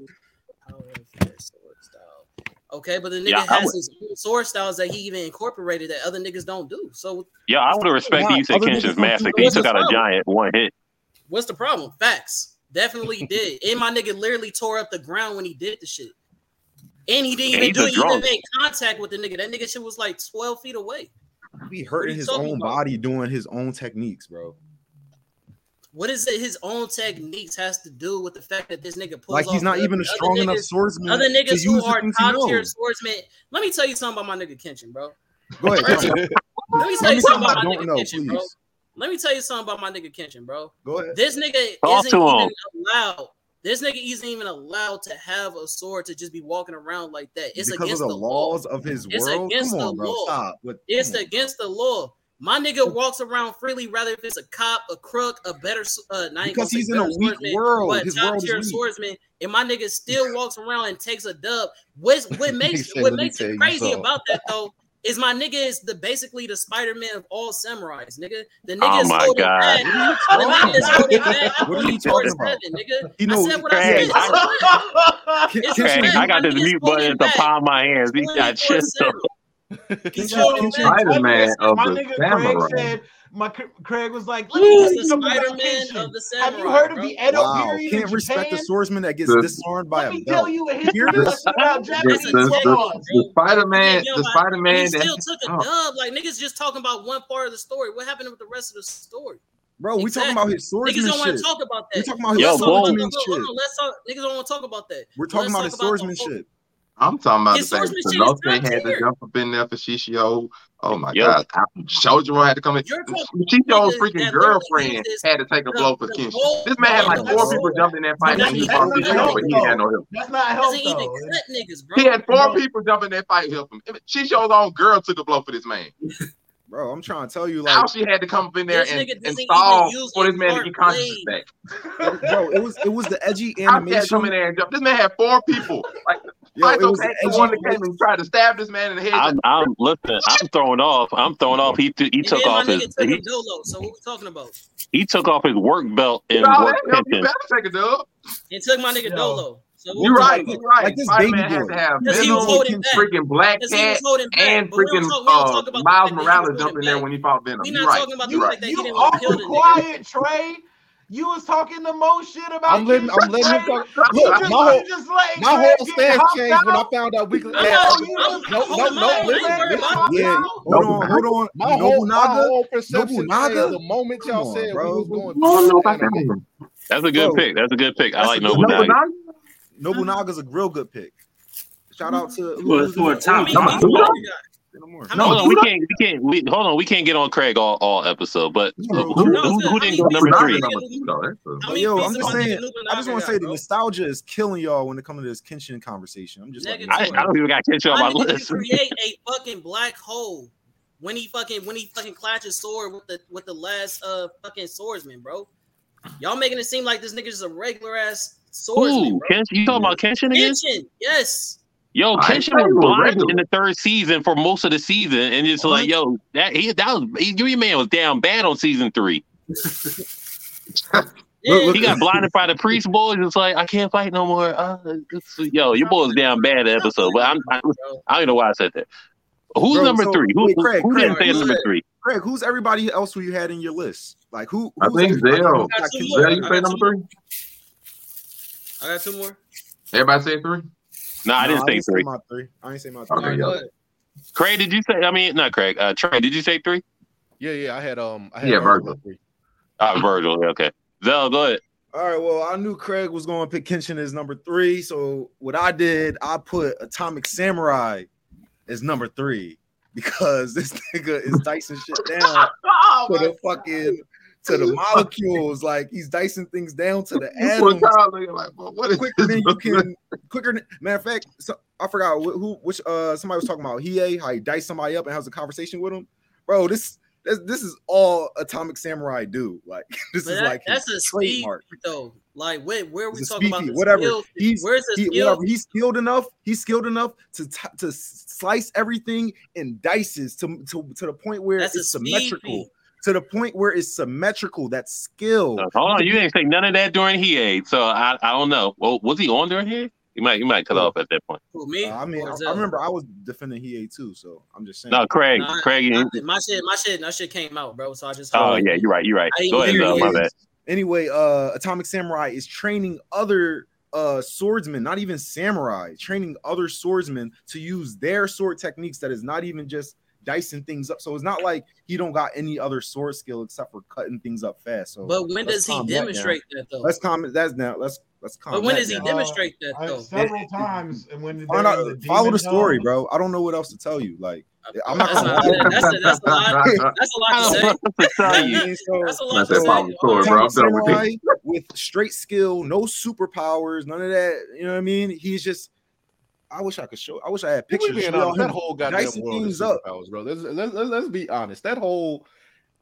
Speaker 6: Okay, but the nigga
Speaker 1: Yeah, I
Speaker 6: has his own sword styles that he even incorporated that other niggas don't do. So
Speaker 1: Yeah, I would have respected
Speaker 5: Why?
Speaker 1: you said
Speaker 5: Other niggas
Speaker 1: Kenshin's
Speaker 5: don't
Speaker 1: mask
Speaker 5: do
Speaker 1: because he
Speaker 6: this
Speaker 1: took out a
Speaker 6: as well.
Speaker 1: giant one hit.
Speaker 6: what's the problem? Facts. Definitely did. And my nigga literally tore up the ground when he did the shit. And he didn't
Speaker 1: Yeah,
Speaker 6: even
Speaker 1: he's
Speaker 6: do
Speaker 1: a
Speaker 6: it. He didn't
Speaker 1: drunk.
Speaker 6: make contact with the nigga. That nigga shit was like 12 feet away.
Speaker 5: He
Speaker 6: What are
Speaker 5: hurting
Speaker 6: you
Speaker 5: his
Speaker 6: talking
Speaker 5: own
Speaker 6: about?
Speaker 5: body doing his own techniques, bro.
Speaker 6: What is it his own techniques has to do with the fact that this nigga pulls
Speaker 5: Like he's
Speaker 6: off
Speaker 5: not
Speaker 6: the-
Speaker 5: even a
Speaker 6: the other
Speaker 5: strong enough
Speaker 6: niggas-
Speaker 5: swordsman.
Speaker 6: Other
Speaker 5: to
Speaker 6: niggas
Speaker 5: use
Speaker 6: who
Speaker 5: the
Speaker 6: are
Speaker 5: things he
Speaker 6: top
Speaker 5: knows.
Speaker 6: tier swordsmen. Let me tell you something about my nigga Kenshin, bro.
Speaker 5: Go ahead.
Speaker 6: First
Speaker 5: Kenshin.
Speaker 6: of Let me tell you
Speaker 5: Tell me
Speaker 6: something about
Speaker 5: something
Speaker 6: my
Speaker 5: I don't
Speaker 6: nigga
Speaker 5: know,
Speaker 6: Kenshin, bro.
Speaker 5: please.
Speaker 6: Let me tell you something about my nigga Kenshin, bro.
Speaker 5: Go ahead.
Speaker 6: This nigga
Speaker 1: Talk
Speaker 6: isn't
Speaker 1: to
Speaker 6: even
Speaker 1: him.
Speaker 6: allowed. This nigga isn't even allowed to have a sword to just be walking around like that. It's
Speaker 5: because of
Speaker 6: against
Speaker 5: the,
Speaker 6: the law.
Speaker 5: laws of his
Speaker 6: It's
Speaker 5: world.
Speaker 6: against
Speaker 5: Come on,
Speaker 6: the
Speaker 5: bro.
Speaker 6: law.
Speaker 5: Stop. But
Speaker 6: It's against the law. My nigga walks around freely, rather if it's a cop, a crook, a better s- uh, not even
Speaker 5: because
Speaker 6: gonna
Speaker 5: he's
Speaker 6: say
Speaker 5: in a
Speaker 6: better
Speaker 5: weak
Speaker 6: swordsman,
Speaker 5: world.
Speaker 6: but
Speaker 5: Oh, His
Speaker 6: top
Speaker 5: world is
Speaker 6: tier
Speaker 5: weak.
Speaker 6: swordsman, and my nigga still walks around and takes a dub. What's, what makes
Speaker 2: said,
Speaker 6: what
Speaker 2: "Let me
Speaker 6: makes
Speaker 2: tell
Speaker 6: it
Speaker 2: you
Speaker 6: crazy
Speaker 2: something."
Speaker 6: about that though is my nigga is the basically the Spider Man of all samurais, nigga. The nigga
Speaker 1: Oh
Speaker 6: is
Speaker 1: my
Speaker 6: holding
Speaker 1: God.
Speaker 6: back. The nigga is holding back.
Speaker 5: What are you talking about?
Speaker 6: 24/7, Nigga,
Speaker 5: You
Speaker 6: I
Speaker 5: know,
Speaker 6: said what I
Speaker 1: Hey,
Speaker 6: said. It's a fact.
Speaker 5: Ken- Kenshin-
Speaker 6: It's
Speaker 1: Hey,
Speaker 6: Kenshin-
Speaker 1: I got this
Speaker 6: Nigga is
Speaker 1: mute
Speaker 6: holding
Speaker 1: button at the
Speaker 6: back.
Speaker 1: palm of my hands. He got shit.
Speaker 6: 24/7. He's
Speaker 5: Kenshin-
Speaker 6: holding
Speaker 5: Kenshin-
Speaker 6: back.
Speaker 4: Spider-Man of
Speaker 3: my
Speaker 4: the
Speaker 3: nigga
Speaker 4: samurai.
Speaker 3: Craig said. My C- Craig was like, "Let me tell
Speaker 6: He's the
Speaker 3: you something about
Speaker 6: Spider-Man
Speaker 3: Kenshin.
Speaker 6: of the samurai.
Speaker 3: Have you heard of
Speaker 6: bro.
Speaker 3: the Edo
Speaker 5: Wow,
Speaker 3: period in
Speaker 5: can't respect the
Speaker 3: Japan?
Speaker 5: swordsman that gets
Speaker 4: The-
Speaker 5: disarmed by
Speaker 3: Let
Speaker 5: a
Speaker 3: me
Speaker 5: belt.
Speaker 3: tell you a history
Speaker 5: Hear this?
Speaker 3: lesson about
Speaker 4: The,
Speaker 6: That's
Speaker 3: Japanese
Speaker 6: a
Speaker 4: the-
Speaker 6: technique,
Speaker 4: the-
Speaker 3: laws."
Speaker 4: the
Speaker 6: bro.
Speaker 4: Spider-Man,
Speaker 6: Yeah,
Speaker 4: the
Speaker 6: but- And he
Speaker 4: Spider-Man
Speaker 6: still
Speaker 4: that
Speaker 6: took a
Speaker 4: oh,
Speaker 6: dub. Like niggas just talking about one part of the story. What happened with the rest of the story?
Speaker 5: Bro, we talking
Speaker 6: Exactly.
Speaker 5: about his
Speaker 6: Niggas
Speaker 5: swordsman
Speaker 6: don't want
Speaker 5: shit.
Speaker 6: to talk about
Speaker 5: We
Speaker 6: that.
Speaker 5: talking about his
Speaker 1: Yo,
Speaker 6: Let's talk about
Speaker 5: swordsman
Speaker 6: the- hold
Speaker 5: shit.
Speaker 6: on, let's talk. Niggas don't want to talk about that.
Speaker 5: We're talking
Speaker 6: let's
Speaker 5: about
Speaker 6: talk
Speaker 5: his
Speaker 6: about the
Speaker 5: swordsman
Speaker 6: whole-
Speaker 5: shit.
Speaker 4: I'm talking about
Speaker 6: His
Speaker 4: the fact that
Speaker 6: swordsmanship is
Speaker 4: Sanosuke
Speaker 6: top
Speaker 4: had to
Speaker 6: tier.
Speaker 4: jump up in there for Shishio. Oh my
Speaker 1: Yo.
Speaker 4: god, Shoujo had to come in.
Speaker 6: You're talking about
Speaker 4: Shishio's freaking
Speaker 6: niggas that literally
Speaker 4: girlfriend
Speaker 6: did this-
Speaker 4: had to take a
Speaker 6: the-
Speaker 4: blow for
Speaker 6: the
Speaker 4: Kenshin.
Speaker 6: whole
Speaker 4: This man had like
Speaker 6: part of the
Speaker 4: four
Speaker 6: story.
Speaker 4: people jumping in that fight and he was
Speaker 6: That's
Speaker 4: supposed to
Speaker 6: not
Speaker 4: help,
Speaker 6: help,
Speaker 4: but he didn't have no help.
Speaker 3: That's not help
Speaker 6: Doesn't even
Speaker 3: though.
Speaker 6: cut niggas, bro.
Speaker 4: He had
Speaker 3: You
Speaker 4: four
Speaker 3: know-
Speaker 4: people jumping that fight help him. Shishio's own girl took a blow for this man.
Speaker 5: Bro, I'm trying to tell you,
Speaker 4: How
Speaker 5: like,
Speaker 4: she had to come up in there
Speaker 6: This
Speaker 4: and,
Speaker 6: nigga
Speaker 4: and
Speaker 6: doesn't
Speaker 4: stall
Speaker 6: even use
Speaker 4: for
Speaker 6: a
Speaker 4: this man to
Speaker 6: smart
Speaker 4: get consciousness
Speaker 6: blade.
Speaker 4: back.
Speaker 5: bro, it was it was the edgy
Speaker 4: How she had to come in
Speaker 5: animation.
Speaker 4: there and jump. This man had four people. Like,
Speaker 5: Yo,
Speaker 4: Fight's
Speaker 5: it was
Speaker 4: okay.
Speaker 5: the
Speaker 4: The one
Speaker 5: edgy.
Speaker 4: that came and tried to stab this man in the head.
Speaker 1: I'm, I'm listen. I'm thrown off. I'm thrown off. He th- he
Speaker 6: And
Speaker 1: took
Speaker 6: then my
Speaker 1: off his
Speaker 6: nigga took a
Speaker 1: he,
Speaker 6: dolo. So what we talking about?
Speaker 1: he took off his work belt and
Speaker 4: With all
Speaker 1: work
Speaker 4: that help, you
Speaker 1: pension.
Speaker 4: better take a dub.
Speaker 6: And took my nigga
Speaker 3: No.
Speaker 6: dolo. So what
Speaker 4: You're
Speaker 6: we
Speaker 4: right.
Speaker 6: talking
Speaker 4: You're
Speaker 6: about?
Speaker 4: right.
Speaker 5: Like this
Speaker 4: Spider
Speaker 5: baby
Speaker 4: Man had
Speaker 5: boy.
Speaker 4: to have
Speaker 6: Because he was
Speaker 4: Venom,
Speaker 6: holding back.
Speaker 4: freaking Black
Speaker 6: Because he was
Speaker 4: Cat,
Speaker 6: holding back.
Speaker 4: and
Speaker 6: but we don't
Speaker 4: freaking
Speaker 6: talk, we don't
Speaker 4: uh,
Speaker 6: talk about the
Speaker 4: Miles
Speaker 6: fact that he
Speaker 4: Morales
Speaker 6: was holding
Speaker 4: jumping there
Speaker 6: back.
Speaker 4: when he fought Venom.
Speaker 6: We
Speaker 4: You're
Speaker 6: not
Speaker 4: right.
Speaker 6: talking about
Speaker 4: You're
Speaker 6: the
Speaker 3: You,
Speaker 4: right.
Speaker 6: fact that he
Speaker 3: you
Speaker 6: didn't want to kill
Speaker 3: awful
Speaker 6: the nigga.
Speaker 3: quiet, Trey. You was talking the most shit about
Speaker 2: I'm letting
Speaker 3: Kendrick
Speaker 2: I'm letting him
Speaker 3: Lamar.
Speaker 2: talk.
Speaker 3: You
Speaker 2: Look,
Speaker 3: just,
Speaker 2: my whole
Speaker 3: you just letting
Speaker 2: my
Speaker 3: Craig
Speaker 2: whole
Speaker 3: get
Speaker 2: stance
Speaker 3: hopped
Speaker 2: changed when I
Speaker 3: out?
Speaker 2: found out Weekly.
Speaker 6: I'm
Speaker 2: Had,
Speaker 6: not.
Speaker 3: You
Speaker 6: I'm
Speaker 3: just-
Speaker 2: no,
Speaker 6: I'm
Speaker 2: no,
Speaker 6: holding
Speaker 2: no.
Speaker 6: mine. I ain't
Speaker 2: Listen,
Speaker 6: worried
Speaker 2: listen.
Speaker 6: about
Speaker 3: Nope.
Speaker 6: it.
Speaker 5: Yeah, hold on, hold on.
Speaker 2: My whole my
Speaker 5: Nobunaga,
Speaker 2: whole perception changed
Speaker 5: Nobunaga.
Speaker 2: the moment
Speaker 5: Come
Speaker 2: y'all
Speaker 5: on,
Speaker 2: said we
Speaker 5: bro.
Speaker 2: was going
Speaker 4: I don't
Speaker 2: pure
Speaker 4: know about that
Speaker 2: anime.
Speaker 4: one.
Speaker 1: That's a good
Speaker 5: Bro,
Speaker 1: pick. That's a good pick. I
Speaker 5: that's a
Speaker 1: like
Speaker 5: good
Speaker 4: Nope,
Speaker 1: Nobunaga.
Speaker 5: pick.
Speaker 4: not.
Speaker 5: Nobunaga's a real good pick. Shout out to who-
Speaker 8: For-
Speaker 5: who's
Speaker 8: for
Speaker 5: in-
Speaker 8: a
Speaker 6: How
Speaker 8: top
Speaker 5: who's
Speaker 6: many
Speaker 5: in
Speaker 4: No,
Speaker 5: the
Speaker 6: picks
Speaker 4: no,
Speaker 6: you
Speaker 5: morning?
Speaker 4: no.
Speaker 6: got?
Speaker 5: In the morning.
Speaker 6: How many
Speaker 1: Hold
Speaker 4: No,
Speaker 1: on, we
Speaker 6: picks?
Speaker 1: can't. We can't. We, hold on, we can't get on Craig all, all episode. But
Speaker 5: True,
Speaker 1: who
Speaker 5: true.
Speaker 1: who,
Speaker 6: No, I'm saying,
Speaker 1: who
Speaker 6: how
Speaker 1: didn't
Speaker 6: many
Speaker 1: go
Speaker 6: picks
Speaker 1: number
Speaker 6: my
Speaker 4: Nobunaga
Speaker 1: three?
Speaker 6: nigga
Speaker 4: number two
Speaker 6: Lu-
Speaker 4: though. That's a-
Speaker 6: How
Speaker 5: But
Speaker 6: many
Speaker 5: yo,
Speaker 6: picks
Speaker 5: I'm
Speaker 6: did
Speaker 5: just
Speaker 6: my
Speaker 5: saying,
Speaker 6: nigga
Speaker 5: I just
Speaker 6: Nubunaga
Speaker 5: want to say
Speaker 6: got,
Speaker 5: the
Speaker 6: bro?
Speaker 5: nostalgia is killing y'all when it comes to this Kenshin conversation. I'm just letting you know.
Speaker 1: I, I don't even got Kenshin on
Speaker 6: My
Speaker 1: my
Speaker 6: nigga can
Speaker 1: list.
Speaker 6: create a fucking black hole when he fucking when he fucking clashes sword with the with the last uh fucking swordsman, bro. Y'all making it seem like this nigga's just a regular ass swordsman,
Speaker 1: Who?
Speaker 6: bro.
Speaker 1: Kenshin? You talking about Kenshin again?
Speaker 6: Kenshin, yes.
Speaker 1: Yo,
Speaker 4: I
Speaker 1: Kenshin
Speaker 4: ain't say he
Speaker 1: was
Speaker 4: was
Speaker 1: blind
Speaker 4: regular.
Speaker 1: in the third season for most of the season, and it's like,
Speaker 5: What?
Speaker 1: yo, that he that was he, your man was down bad on season three.
Speaker 5: Look,
Speaker 6: Yeah.
Speaker 5: look,
Speaker 1: He got blinded by the priest boy. It's like I can't fight no more. Uh, it's- yo, your boy was down bad that
Speaker 6: Stop
Speaker 1: episode.
Speaker 6: playing
Speaker 1: But I'm, I,
Speaker 6: with me, bro.
Speaker 1: I don't know why I said that. Who's
Speaker 5: Bro,
Speaker 1: number
Speaker 5: so-
Speaker 1: three? Who,
Speaker 5: wait,
Speaker 1: who-
Speaker 5: Craig,
Speaker 1: who
Speaker 5: Craig,
Speaker 1: didn't say
Speaker 6: who's
Speaker 1: number
Speaker 6: that?
Speaker 1: three?
Speaker 5: Greg, who's everybody else who you had in your list? Like who?
Speaker 4: I
Speaker 5: Who's
Speaker 4: think
Speaker 5: everybody
Speaker 4: Zell.
Speaker 5: who
Speaker 6: I got
Speaker 5: got
Speaker 6: two
Speaker 5: Kenshin?
Speaker 4: Zell,
Speaker 6: more.
Speaker 4: you
Speaker 6: I
Speaker 4: say
Speaker 6: got
Speaker 4: number
Speaker 6: two more.
Speaker 4: three?
Speaker 6: I got two more.
Speaker 4: Everybody say three?
Speaker 1: No, I
Speaker 5: Nah,
Speaker 1: didn't say
Speaker 5: ain't say
Speaker 1: three.
Speaker 5: my three. I ain't say my
Speaker 6: All
Speaker 5: three.
Speaker 4: Okay,
Speaker 6: right,
Speaker 4: yeah.
Speaker 6: go ahead.
Speaker 1: Craig, did you say? I mean, not Craig. Uh, Trey, did you say three?
Speaker 2: Yeah, yeah. I had um I had
Speaker 4: Yeah,
Speaker 2: Virgil.
Speaker 4: Virgil.
Speaker 2: three.
Speaker 1: Uh, Virgil. Okay. Zell, go ahead.
Speaker 5: All right. Well, I knew Craig was going to pick Kenshin as number three. So what I did, I put Atomic Samurai as number three because this nigga is dicing shit down
Speaker 4: Oh,
Speaker 5: to the fucking to the molecules. Like he's dicing things down to the
Speaker 4: You put
Speaker 5: atoms
Speaker 4: Kyle looking like, well, what is
Speaker 5: quicker
Speaker 4: this?
Speaker 5: than you can. Quicker. Than, matter of fact, so, I forgot wh- who which uh somebody was talking about. He how he diced somebody up and has a conversation with him. Bro, this This, this is all Atomic Samurai do. Like this
Speaker 6: But
Speaker 5: is
Speaker 6: that-
Speaker 5: like his
Speaker 6: that's a speed
Speaker 5: trademark.
Speaker 6: though. Like where where are we
Speaker 5: It's a
Speaker 6: talking about
Speaker 5: speedy,
Speaker 6: the
Speaker 5: whatever.
Speaker 6: skill?
Speaker 5: He's-
Speaker 6: Where's the
Speaker 5: He,
Speaker 6: skill?
Speaker 5: whatever, he's skilled enough. He's skilled enough to t- to slice everything in dices to to, to the point where
Speaker 6: That's a
Speaker 5: it's
Speaker 6: speed
Speaker 5: symmetrical.
Speaker 6: feat.
Speaker 5: To the point where it's symmetrical. That's skill.
Speaker 1: Now, Uh, hold on, you didn't say none of that during he ate, so I, I don't know. Well, was he on during here? You might you might cut off at that point.
Speaker 6: Who, me?
Speaker 5: Uh, I mean,
Speaker 6: Or
Speaker 5: I,
Speaker 6: Zell?
Speaker 5: I remember I was defending Hea too, so I'm just saying.
Speaker 1: No, Craig,
Speaker 6: Nah,
Speaker 1: Craig. you-
Speaker 6: I- my shit, my shit, that shit came out, bro. So I just.
Speaker 1: oh yeah, you're right. You're right.
Speaker 6: I didn't
Speaker 1: Go ahead,
Speaker 6: hear
Speaker 1: though,
Speaker 6: you.
Speaker 1: my bad.
Speaker 5: anyway, uh, Atomic Samurai is training other uh swordsmen, not even samurai, training other swordsmen to use their sword techniques that is not even just dicing things up. So it's not like he don't got any other sword skill except for cutting things up fast. So
Speaker 6: But when
Speaker 5: Let's
Speaker 6: does he
Speaker 5: calm that down.
Speaker 6: demonstrate that though?
Speaker 5: let's comment that's now let's let's comment.
Speaker 6: But when does he
Speaker 3: down.
Speaker 6: demonstrate that
Speaker 3: I-
Speaker 6: though?
Speaker 3: several times, and when
Speaker 5: Find out-
Speaker 3: there was a
Speaker 5: follow the
Speaker 3: demon
Speaker 5: story,
Speaker 3: tongue-
Speaker 5: bro? I don't know what else to tell you. Like I'm not
Speaker 6: That's
Speaker 5: gonna
Speaker 6: not- that's a- that's a lot. That's a lot to say.
Speaker 1: To tell you.
Speaker 5: And so-
Speaker 6: That's a lot
Speaker 4: Not
Speaker 6: to
Speaker 4: that
Speaker 6: say.
Speaker 4: problem story, bro. I'm done with
Speaker 5: samurai
Speaker 4: this.
Speaker 5: with straight skill, no superpowers, none of that. You know what I mean? He's just. I wish I could show. I wish I had
Speaker 2: Picture
Speaker 5: pictures. to
Speaker 2: being
Speaker 5: show
Speaker 2: honest, that
Speaker 5: him.
Speaker 2: whole goddamn
Speaker 5: dicing
Speaker 2: world is
Speaker 5: things up.
Speaker 2: superpowers, bro. Let's, let's, let's, let's be honest. That whole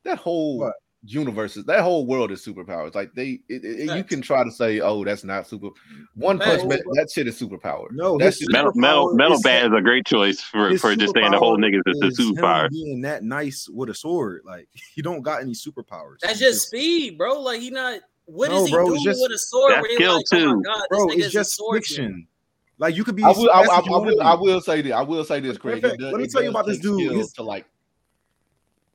Speaker 2: that whole
Speaker 5: What?
Speaker 2: universe is that whole world is superpowers. Like they, it, it- you
Speaker 6: Facts.
Speaker 2: can try to say, oh, that's not super. One
Speaker 6: Facts.
Speaker 2: punch man, that shit is superpower.
Speaker 5: No,
Speaker 2: that
Speaker 5: his
Speaker 2: shit.
Speaker 1: Metal, metal,
Speaker 5: superpower
Speaker 1: metal
Speaker 5: is
Speaker 1: bad
Speaker 5: him-
Speaker 1: is a great choice for,
Speaker 5: his
Speaker 1: for just saying the whole
Speaker 5: superpower
Speaker 1: niggas is a
Speaker 5: is him
Speaker 1: superpower.
Speaker 5: Being that nice with a sword, like he don't got any superpowers.
Speaker 6: That's
Speaker 5: He's
Speaker 6: just speed, bro. Like he not. What is
Speaker 5: No,
Speaker 6: he
Speaker 5: bro, it's
Speaker 6: doing
Speaker 5: just-
Speaker 6: with a sword?
Speaker 1: That's
Speaker 6: where he
Speaker 1: skill
Speaker 6: like, oh
Speaker 1: too.
Speaker 6: my God,
Speaker 5: bro.
Speaker 6: this nigga's
Speaker 5: It's
Speaker 6: a
Speaker 5: just
Speaker 6: swordsman.
Speaker 5: fiction. Like you could be.
Speaker 2: I will, I, I,
Speaker 5: that's
Speaker 2: I will, I
Speaker 5: humanity.
Speaker 2: will say this. I will say this, Craig.
Speaker 5: Perfect.
Speaker 2: It does-
Speaker 5: Let me
Speaker 2: it
Speaker 5: tell you
Speaker 2: does
Speaker 5: about this
Speaker 2: take
Speaker 5: dude.
Speaker 2: skill
Speaker 5: He's-
Speaker 2: To like,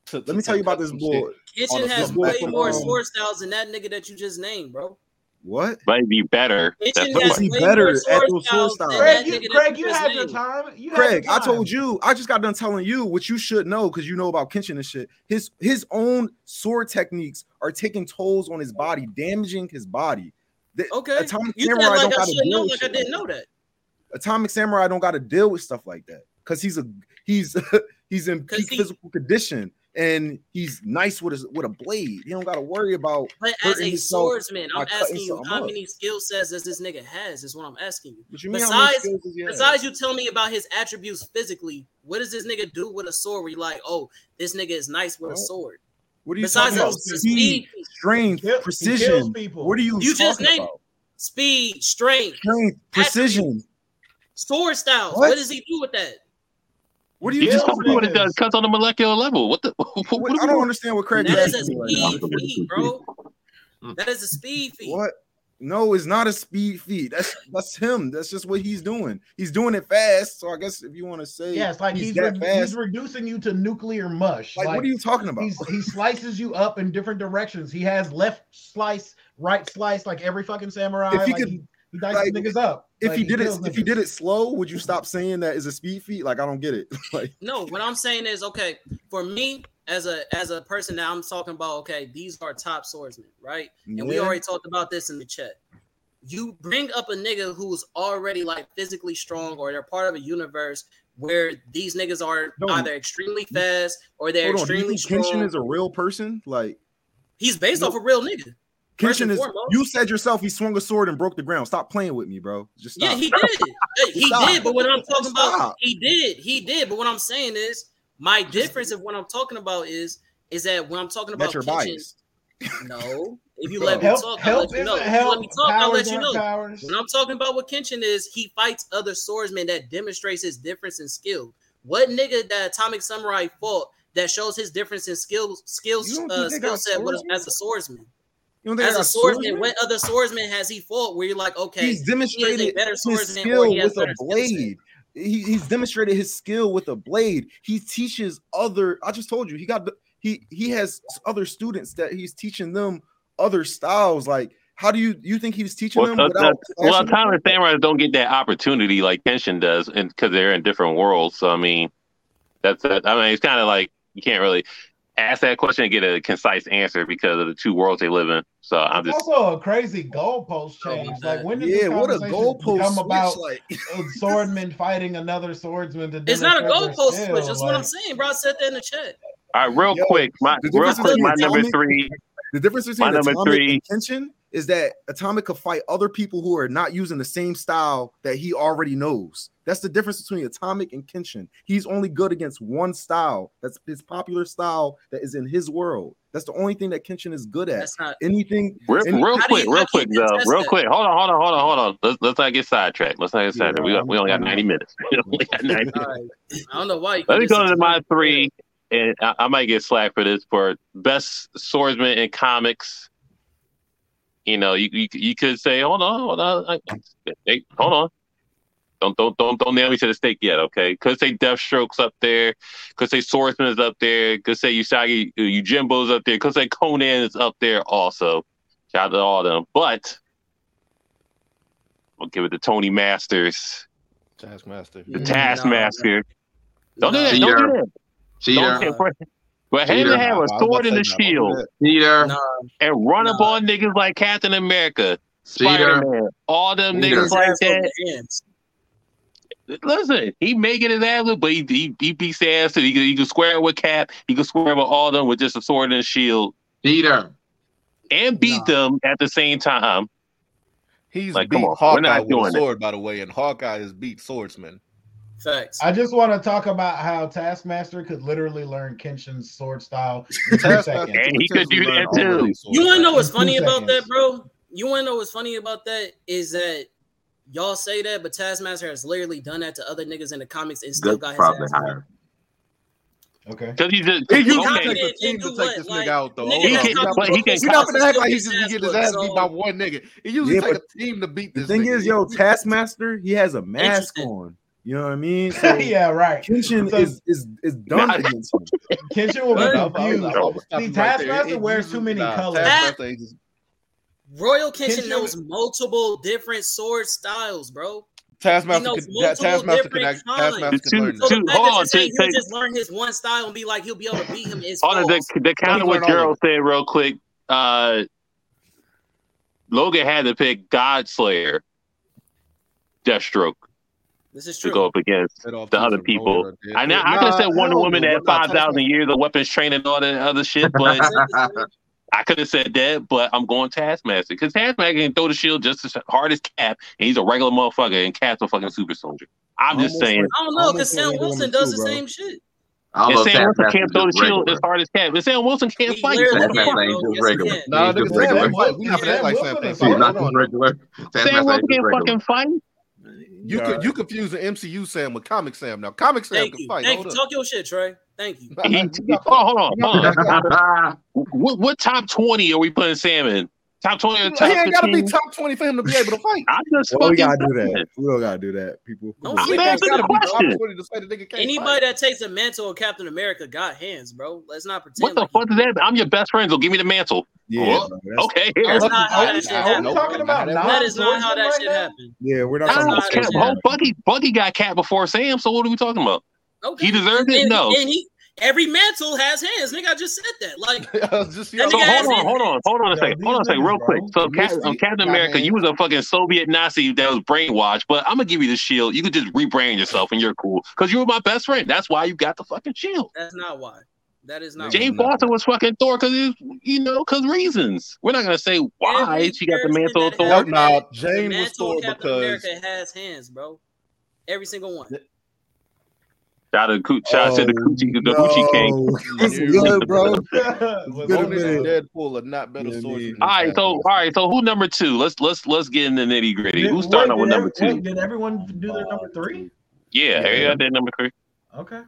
Speaker 2: to,
Speaker 5: Let me tell you about this
Speaker 2: boy.
Speaker 5: boy.
Speaker 2: On
Speaker 6: Kitchen
Speaker 2: a
Speaker 6: has
Speaker 2: film
Speaker 6: way
Speaker 2: back
Speaker 6: more
Speaker 2: from, um,
Speaker 6: sword styles than that nigga that you just named, bro.
Speaker 5: What?
Speaker 1: Might be better. That's
Speaker 6: Kitchen
Speaker 1: the
Speaker 5: But is
Speaker 6: has
Speaker 1: part.
Speaker 5: he
Speaker 6: way
Speaker 5: better
Speaker 6: more
Speaker 5: at
Speaker 6: sword
Speaker 5: those sword
Speaker 6: styles than
Speaker 5: styles?
Speaker 6: that
Speaker 3: Craig,
Speaker 6: nigga
Speaker 3: you,
Speaker 6: that
Speaker 3: Craig, you
Speaker 6: just
Speaker 3: had your
Speaker 6: named.
Speaker 3: time. You had
Speaker 5: Craig,
Speaker 3: your
Speaker 5: I
Speaker 3: time.
Speaker 5: told you, I just got done telling you what you should know because you know about Kenshin and shit. His his own sword techniques are taking tolls on his body, damaging his body. The-
Speaker 6: Okay,
Speaker 5: Atomic
Speaker 6: you said
Speaker 5: Samurai
Speaker 6: like
Speaker 5: don't
Speaker 6: I
Speaker 5: gotta
Speaker 6: should
Speaker 5: deal
Speaker 6: know,
Speaker 5: with
Speaker 6: like I
Speaker 5: shit
Speaker 6: didn't
Speaker 5: like
Speaker 6: know that.
Speaker 5: Atomic Samurai don't got to deal with stuff like that because he's a he's he's in
Speaker 6: 'Cause
Speaker 5: peak
Speaker 6: he-
Speaker 5: physical condition and he's nice with his with a blade. He don't got to worry about
Speaker 6: But as
Speaker 5: hurting
Speaker 6: a
Speaker 5: himself
Speaker 6: swordsman,
Speaker 5: by
Speaker 6: I'm
Speaker 5: cutting
Speaker 6: asking you
Speaker 5: something
Speaker 6: how
Speaker 5: up.
Speaker 6: many skill sets does this nigga has? Is what I'm asking you.
Speaker 5: what you mean. how many
Speaker 6: Besides-
Speaker 5: skills does he have?
Speaker 6: Besides you telling me about his attributes physically, what does this nigga do with a sword? Where you like, oh, this nigga is nice with a
Speaker 5: Well,
Speaker 6: sword.
Speaker 5: Oh, what are you
Speaker 6: Besides
Speaker 5: talking
Speaker 6: the
Speaker 5: about?
Speaker 6: the
Speaker 5: Speed,
Speaker 6: speed,
Speaker 5: strength,
Speaker 3: He kill- he kills
Speaker 5: precision.
Speaker 3: people.
Speaker 5: What are you,
Speaker 6: You just
Speaker 5: talking
Speaker 6: named-
Speaker 5: about?
Speaker 6: speed, strength,
Speaker 5: Strength, precision.
Speaker 6: sword styles.
Speaker 5: What?
Speaker 6: What? does he do with that?
Speaker 5: What are
Speaker 1: You
Speaker 5: you
Speaker 1: just
Speaker 5: talking
Speaker 1: told me what it
Speaker 3: niggas.
Speaker 1: does. Cuts on the molecular level. What the? What,
Speaker 5: What-
Speaker 1: what are
Speaker 5: I
Speaker 1: we
Speaker 5: don't
Speaker 1: doing?
Speaker 5: understand what Craig
Speaker 6: that
Speaker 5: is
Speaker 6: is a
Speaker 5: asking me right now.
Speaker 6: speed feat, bro. That is a speed feat.
Speaker 5: What? No, it's not a speed feat. That's that's him. That's just what he's doing. He's doing it fast. So I guess if you want to say,
Speaker 3: Yeah, it's like
Speaker 5: He's
Speaker 3: he's
Speaker 5: that
Speaker 3: re-
Speaker 5: fast.
Speaker 3: he's reducing you to nuclear mush.
Speaker 5: like, what are you talking about?
Speaker 3: He's, he slices you up in different directions. He has left slice, right slice, like every fucking samurai.
Speaker 5: If he
Speaker 3: like
Speaker 5: could-
Speaker 3: he, he dices
Speaker 5: like,
Speaker 3: niggas up.
Speaker 5: If
Speaker 3: Like,
Speaker 5: he did it,
Speaker 3: kills
Speaker 5: if he
Speaker 3: niggas.
Speaker 5: did it slow, would you stop saying that is a speed feat? Like I don't get it. like
Speaker 6: No, what I'm saying is okay for me as a as a person that I'm talking about. Okay, these are top swordsmen, right? And we
Speaker 5: yeah.
Speaker 6: already talked about this in the chat. You bring up a nigga who's already like physically strong, or they're part of a universe where these niggas are
Speaker 5: Don't-
Speaker 6: either extremely fast or they're
Speaker 5: Hold on, do you
Speaker 6: extremely
Speaker 5: think Kenshin
Speaker 6: strong.
Speaker 5: is a real person? Like
Speaker 6: He's based
Speaker 5: No.
Speaker 6: off a real nigga. First
Speaker 5: Kenshin
Speaker 6: and
Speaker 5: is.
Speaker 6: foremost.
Speaker 5: You said yourself he swung a sword and broke the ground. Stop playing with me, bro. Just stop.
Speaker 6: Yeah, he did. Hey, he
Speaker 5: Stop.
Speaker 6: did. But what I'm talking
Speaker 5: Stop.
Speaker 6: about, he did. He did. But what I'm saying is, my difference of what I'm talking about is, is that when I'm talking
Speaker 5: That's
Speaker 6: about
Speaker 5: your
Speaker 6: kitchen,
Speaker 5: biased.
Speaker 6: no. If you let me
Speaker 3: help,
Speaker 6: talk, I'll
Speaker 3: help
Speaker 6: let you
Speaker 3: isn't
Speaker 6: know. If you
Speaker 3: help.
Speaker 6: let me talk, I'll let
Speaker 3: powers
Speaker 6: you
Speaker 3: aren't
Speaker 6: know.
Speaker 3: powers.
Speaker 6: When I'm talking about what Kenshin is, he fights other swordsmen that demonstrates his difference in skill. What nigga that Atomic Samurai fought that shows his difference in skill
Speaker 5: You
Speaker 6: skills
Speaker 5: don't
Speaker 6: uh,
Speaker 5: think they
Speaker 6: skill
Speaker 5: got
Speaker 6: set with a-
Speaker 5: swordsmen?
Speaker 6: as a swordsman?
Speaker 5: You don't think I
Speaker 6: As a
Speaker 5: got
Speaker 6: swordsman,
Speaker 5: swordsman?
Speaker 6: what other swordsman has he fought where you're like, okay,
Speaker 5: he's
Speaker 6: he is a
Speaker 5: demonstrated
Speaker 6: better
Speaker 5: his
Speaker 6: swordsman or
Speaker 5: skill
Speaker 6: he has
Speaker 5: with
Speaker 6: better
Speaker 5: a
Speaker 6: skill set?
Speaker 5: blade. He, he's demonstrated his skill with a blade. He teaches other. I just told you he got the- he he has other students that he's teaching them other styles. Like how do you you think he's teaching
Speaker 1: Well,
Speaker 5: them
Speaker 1: uh,
Speaker 5: without?
Speaker 1: uh, well,
Speaker 5: clashing with
Speaker 1: Thomas Samurai don't get that opportunity like Kenshin does, and because they're in different worlds. So I mean, that's it. I mean, it's kind of like you can't really ask that question and get a concise answer because of the two worlds they live in. So I'm just
Speaker 3: also a crazy goalpost
Speaker 6: Oh,
Speaker 3: change.
Speaker 6: my
Speaker 3: like when
Speaker 5: them?
Speaker 3: did
Speaker 5: yeah,
Speaker 3: this
Speaker 5: what a
Speaker 3: conversation
Speaker 5: goalpost
Speaker 3: become
Speaker 5: switch!
Speaker 3: about
Speaker 5: like
Speaker 3: a swordsman fighting another swordsman? To
Speaker 6: It's not a
Speaker 3: demonstrate their
Speaker 6: goalpost
Speaker 3: skill,
Speaker 6: switch. That's what I'm
Speaker 3: like-
Speaker 6: saying, bro. I said that in the chat.
Speaker 1: all right. Real
Speaker 5: Yo,
Speaker 1: quick, my
Speaker 5: the
Speaker 1: real
Speaker 5: difference
Speaker 1: quick,
Speaker 5: between
Speaker 1: my number
Speaker 5: Atomic-
Speaker 1: three.
Speaker 5: the difference between
Speaker 1: My number
Speaker 5: atomic
Speaker 1: three-
Speaker 5: and tension is that Atomic could fight other people who are not using the same style that he already knows. That's the difference between Atomic and Kenshin. He's only good against one style. That's his popular style that is in his world. That's the only thing that Kenshin is good at.
Speaker 6: That's not
Speaker 5: Anything
Speaker 1: Real,
Speaker 5: any-
Speaker 1: real
Speaker 6: How do you-
Speaker 1: quick, real
Speaker 6: how can
Speaker 1: quick,
Speaker 6: you
Speaker 1: though.
Speaker 6: contest
Speaker 1: Real
Speaker 6: that?
Speaker 1: quick. Hold on, hold on, hold on, hold on. Let's, let's not get sidetracked. Let's not get
Speaker 5: Yeah,
Speaker 1: sidetracked. We, got, we only got 90 minutes. We only got 90
Speaker 6: all right. I don't know why. You
Speaker 1: Let me go to
Speaker 6: listen
Speaker 1: my
Speaker 6: Tom
Speaker 1: three, and I, I might get slack for this. For best swordsman in comics, you know, you you, you could say, hold on, hold on, I- hey, hold on. Don't don't don't don't nail me to the stake yet, okay? Could say Deathstroke's up there. Could say Swordsman is up there. Could say Usagi uh, Yojimbo's up there. Could say Conan is up there also. Shout out to all of them. But I'll give it to Tony Masters,
Speaker 2: Taskmaster.
Speaker 1: the
Speaker 6: Mm,
Speaker 1: Taskmaster.
Speaker 6: no,
Speaker 1: Don't do that. Don't do
Speaker 6: no,
Speaker 4: Peter.
Speaker 1: that. Don't
Speaker 4: Cheater,
Speaker 1: get pressure. But hand
Speaker 4: Peter.
Speaker 1: to have a
Speaker 2: I was about
Speaker 1: sword
Speaker 2: to
Speaker 1: and a
Speaker 2: say, nah, don't do
Speaker 1: shield
Speaker 2: that.
Speaker 4: cheater,
Speaker 6: no,
Speaker 1: and run
Speaker 6: Nah.
Speaker 1: up on niggas like Captain America,
Speaker 4: Cheater.
Speaker 1: Spider Man, all them
Speaker 4: Cheater.
Speaker 1: niggas
Speaker 6: his
Speaker 1: like
Speaker 6: ass over
Speaker 1: that.
Speaker 6: the hands.
Speaker 1: Listen, he making his ass look, but he he, he beats the ass. So he can, he can square it with Cap. He can square it with all them with just a sword and a shield,
Speaker 4: cheater.
Speaker 1: and beat them at the same time.
Speaker 2: He's
Speaker 1: Like, come
Speaker 2: beat
Speaker 1: on, we're not
Speaker 2: Hawkeye with a
Speaker 1: doing that.
Speaker 2: sword, by the way, and Hawkeye is beat swordsman.
Speaker 6: Facts.
Speaker 3: I just want to talk about how Taskmaster could literally learn Kenshin's sword style in two
Speaker 2: Taskmaster
Speaker 3: seconds.
Speaker 1: And he could
Speaker 2: potentially
Speaker 1: do
Speaker 2: learn
Speaker 1: that,
Speaker 2: all of
Speaker 1: too.
Speaker 2: these swords.
Speaker 6: You want to know what's
Speaker 3: In two
Speaker 6: funny about
Speaker 3: seconds.
Speaker 6: that, bro? You want to know what's funny about that is that y'all say that, but Taskmaster has literally done that to other niggas in the comics and still
Speaker 4: That's
Speaker 6: got his
Speaker 4: probably
Speaker 6: ass.
Speaker 4: higher.
Speaker 3: Okay.
Speaker 1: Because he just
Speaker 2: He
Speaker 6: He
Speaker 2: can
Speaker 1: okay.
Speaker 6: confident
Speaker 2: take a
Speaker 6: and
Speaker 2: team to
Speaker 6: do
Speaker 2: take
Speaker 6: what?
Speaker 2: this
Speaker 6: Like,
Speaker 2: nigga out, though.
Speaker 6: nigga
Speaker 2: Hold
Speaker 1: He
Speaker 2: on.
Speaker 1: can,
Speaker 2: We're not,
Speaker 1: but he
Speaker 2: we're
Speaker 1: can.
Speaker 2: not gonna act
Speaker 6: still
Speaker 2: like
Speaker 6: get
Speaker 2: he's just gonna
Speaker 6: his ass
Speaker 2: get his
Speaker 6: whooped,
Speaker 2: ass beat
Speaker 6: so-
Speaker 2: by one nigga. It usually
Speaker 5: Yeah,
Speaker 2: take
Speaker 5: but-
Speaker 2: a team to beat
Speaker 5: The
Speaker 2: this
Speaker 5: thing
Speaker 2: nigga.
Speaker 5: is, yo, Taskmaster, he has a mask
Speaker 6: Interesting.
Speaker 5: on. You know what I mean? So
Speaker 3: yeah, right.
Speaker 5: Kenshin
Speaker 3: So-
Speaker 5: is is is done
Speaker 1: Nah.
Speaker 5: against him.
Speaker 3: Kenshin will be
Speaker 6: But-
Speaker 2: I'm- I'm- I'm-
Speaker 3: confused.
Speaker 2: I'm gonna stop
Speaker 3: See,
Speaker 2: you right there.
Speaker 3: Taskmaster
Speaker 2: It
Speaker 3: wears
Speaker 2: usually-
Speaker 3: too many
Speaker 2: nah,
Speaker 3: colors.
Speaker 2: Taskmaster ain't just-
Speaker 6: Royal Kenshin
Speaker 3: Kenshin-
Speaker 6: knows multiple different sword styles, bro.
Speaker 2: Taskmaster
Speaker 6: knows
Speaker 2: could that
Speaker 6: multiple
Speaker 2: Taskmaster could
Speaker 6: different
Speaker 2: act,
Speaker 6: kinds.
Speaker 2: Taskmaster could
Speaker 1: Two-
Speaker 2: learn
Speaker 6: So
Speaker 2: that.
Speaker 6: the
Speaker 1: two-
Speaker 6: fact
Speaker 1: hold
Speaker 6: that
Speaker 1: on,
Speaker 6: you're saying
Speaker 1: take-
Speaker 6: he'll
Speaker 1: take-
Speaker 6: just learn his one style and be like he'll be able to beat him is
Speaker 1: Hold on, the,
Speaker 6: false.
Speaker 1: the counter
Speaker 2: learn
Speaker 1: what
Speaker 2: all of
Speaker 1: Gerald
Speaker 2: it.
Speaker 1: said real quick. Uh, Logan had to pick Godslayer, Deathstroke
Speaker 6: This is
Speaker 1: to go
Speaker 6: true.
Speaker 1: up against.
Speaker 2: Set off
Speaker 1: the
Speaker 2: to
Speaker 1: other
Speaker 2: some
Speaker 1: people.
Speaker 2: road
Speaker 1: I
Speaker 2: there.
Speaker 1: know I could have said
Speaker 2: Nah,
Speaker 1: Wonder
Speaker 2: hell
Speaker 1: Woman
Speaker 2: no.
Speaker 1: at
Speaker 2: Nah,
Speaker 1: five thousand
Speaker 2: Taskmaster-
Speaker 1: years of weapons training and all that other shit, but I could have said that. But I'm going Taskmaster because Taskmaster can throw the shield just as hard as Cap, and he's a regular motherfucker, and Cap's a fucking super soldier. I'm just
Speaker 5: Almost
Speaker 1: saying.
Speaker 5: like-
Speaker 6: I don't know
Speaker 5: almost
Speaker 6: because
Speaker 5: like
Speaker 6: Sam
Speaker 5: Wonder
Speaker 6: Wilson
Speaker 5: Woman
Speaker 6: does
Speaker 5: too,
Speaker 6: the
Speaker 5: bro.
Speaker 6: same shit.
Speaker 4: I
Speaker 1: And
Speaker 4: don't know
Speaker 1: Sam Wilson
Speaker 4: Taskmaster
Speaker 1: can't throw the
Speaker 4: just
Speaker 1: shield
Speaker 4: regular.
Speaker 1: as hard as Cap. And Sam Wilson can't
Speaker 6: He
Speaker 1: fight.
Speaker 6: literally
Speaker 1: What the
Speaker 6: can,
Speaker 1: fuck?
Speaker 4: Taskmaster
Speaker 6: bro.
Speaker 4: ain't just
Speaker 6: Yes, he
Speaker 4: regular.
Speaker 6: can.
Speaker 4: He
Speaker 2: Nah,
Speaker 4: ain't
Speaker 2: nigga,
Speaker 4: just
Speaker 2: Sam
Speaker 4: regular.
Speaker 2: Wilson. We not
Speaker 3: Wilson-
Speaker 2: gonna act like Sam
Speaker 3: Sam Wilson is
Speaker 2: Payne.
Speaker 3: hard.
Speaker 4: He's not
Speaker 2: Hold
Speaker 4: just
Speaker 2: on.
Speaker 4: regular.
Speaker 1: Sam Wilson
Speaker 4: Taskmaster ain't just
Speaker 1: can't
Speaker 4: regular.
Speaker 1: fucking fight.
Speaker 2: You could you confuse the MCU Sam with Comic Sam now. Comic Sam
Speaker 6: Thank
Speaker 2: can
Speaker 6: you.
Speaker 2: fight.
Speaker 6: Thank
Speaker 2: Hold
Speaker 6: you.
Speaker 2: up.
Speaker 6: Talk your shit, Trey. Thank you.
Speaker 1: He,
Speaker 2: You got-
Speaker 1: oh, hold on,
Speaker 2: you
Speaker 1: hold on.
Speaker 2: got- you got-
Speaker 1: What, what top twenty are we putting Sam in? Top twenty or
Speaker 2: He
Speaker 1: top
Speaker 2: ain't got to be
Speaker 1: fifteen?
Speaker 2: top twenty for him to be able to fight.
Speaker 1: I'm just
Speaker 5: Well, we
Speaker 1: fucking.
Speaker 5: gotta do
Speaker 1: saying.
Speaker 5: that. We don't gotta do that, people. Come
Speaker 6: Don't
Speaker 5: on.
Speaker 6: sleep
Speaker 2: He
Speaker 1: Answer
Speaker 2: ain't
Speaker 6: on
Speaker 1: the
Speaker 2: got to be top
Speaker 6: Sam,
Speaker 1: question.
Speaker 6: bro.
Speaker 2: twenty to say the nigga can't
Speaker 6: Anybody
Speaker 2: fight.
Speaker 6: that takes the mantle of Captain America got hands, bro. Let's
Speaker 1: What
Speaker 6: not pretend
Speaker 1: the
Speaker 6: like he
Speaker 1: fuck does that? I'm your best friend, so give me the mantle.
Speaker 5: Yeah,
Speaker 1: Oh,
Speaker 5: bro, that's-
Speaker 1: Okay, here.
Speaker 2: Unless
Speaker 6: That's not
Speaker 2: it's
Speaker 6: how
Speaker 2: out,
Speaker 6: that shit
Speaker 2: out.
Speaker 6: happened.
Speaker 2: Nope,
Speaker 3: talking
Speaker 2: not
Speaker 3: about
Speaker 2: that
Speaker 3: non-
Speaker 6: That
Speaker 2: one.
Speaker 6: is not how that
Speaker 3: Swordsman
Speaker 6: shit
Speaker 3: right now?
Speaker 6: happened.
Speaker 5: yeah. We're not
Speaker 1: I don't
Speaker 5: talking
Speaker 6: That's
Speaker 1: know.
Speaker 5: about
Speaker 6: not how
Speaker 1: Cap,
Speaker 5: Sam.
Speaker 6: that
Speaker 1: Ah, whole
Speaker 6: happened.
Speaker 1: Bucky, Bucky got Cap before Sam. So what are we talking about?
Speaker 6: Okay.
Speaker 1: He deserved
Speaker 6: And,
Speaker 1: it.
Speaker 6: and,
Speaker 1: No.
Speaker 6: and he every mantle has hands. Nigga, I just said that. Like
Speaker 2: I was just
Speaker 6: That
Speaker 1: So
Speaker 6: nigga
Speaker 1: hold
Speaker 6: has
Speaker 1: on,
Speaker 6: hands.
Speaker 1: hold on, hold on a
Speaker 3: Yo,
Speaker 1: second, hold on a
Speaker 3: these
Speaker 1: second,
Speaker 3: niggas,
Speaker 1: real quick.
Speaker 3: bro.
Speaker 1: So Cap, um,
Speaker 2: Misty
Speaker 1: Captain
Speaker 2: got
Speaker 1: America, you
Speaker 2: hands.
Speaker 1: was a fucking Soviet Nazi that was brainwashed. But I'm gonna give you the shield. You could just rebrand yourself, and you're cool because you were my best friend. That's why you got the fucking shield.
Speaker 6: that's not why. That is not
Speaker 2: Nigga,
Speaker 6: why.
Speaker 1: Jane Foster was fucking Thor because you know because reasons. We're not gonna say why
Speaker 6: Every
Speaker 1: she got the
Speaker 6: person
Speaker 1: mantle of
Speaker 6: that
Speaker 1: Thor.
Speaker 2: Nope,
Speaker 6: has-
Speaker 2: nah.
Speaker 6: The
Speaker 2: Jane was
Speaker 6: mantle
Speaker 2: Thor
Speaker 6: of Captain
Speaker 2: because
Speaker 6: America has hands, bro. Every single one.
Speaker 1: Shout out to Coo- shout out to the Coochie, the Coochie King.
Speaker 5: no. It's
Speaker 2: No.
Speaker 5: good, bro.
Speaker 3: Was
Speaker 5: Good
Speaker 3: on
Speaker 2: Ronan
Speaker 5: minute.
Speaker 2: and
Speaker 3: it.
Speaker 2: Deadpool are not better
Speaker 5: Yeah,
Speaker 2: swordsmen.
Speaker 5: nigga.
Speaker 2: than
Speaker 1: All right, so all
Speaker 2: Taskmaster.
Speaker 1: right, so who number two? Let's let's let's get in the nitty gritty.
Speaker 3: Did-
Speaker 1: Who's starting out
Speaker 3: wait,
Speaker 1: with
Speaker 3: did
Speaker 1: number
Speaker 3: ev-
Speaker 1: two?
Speaker 3: Wait, did everyone do their number three?
Speaker 1: Yeah,
Speaker 5: Yeah.
Speaker 1: yeah. got that number three.
Speaker 3: Okay.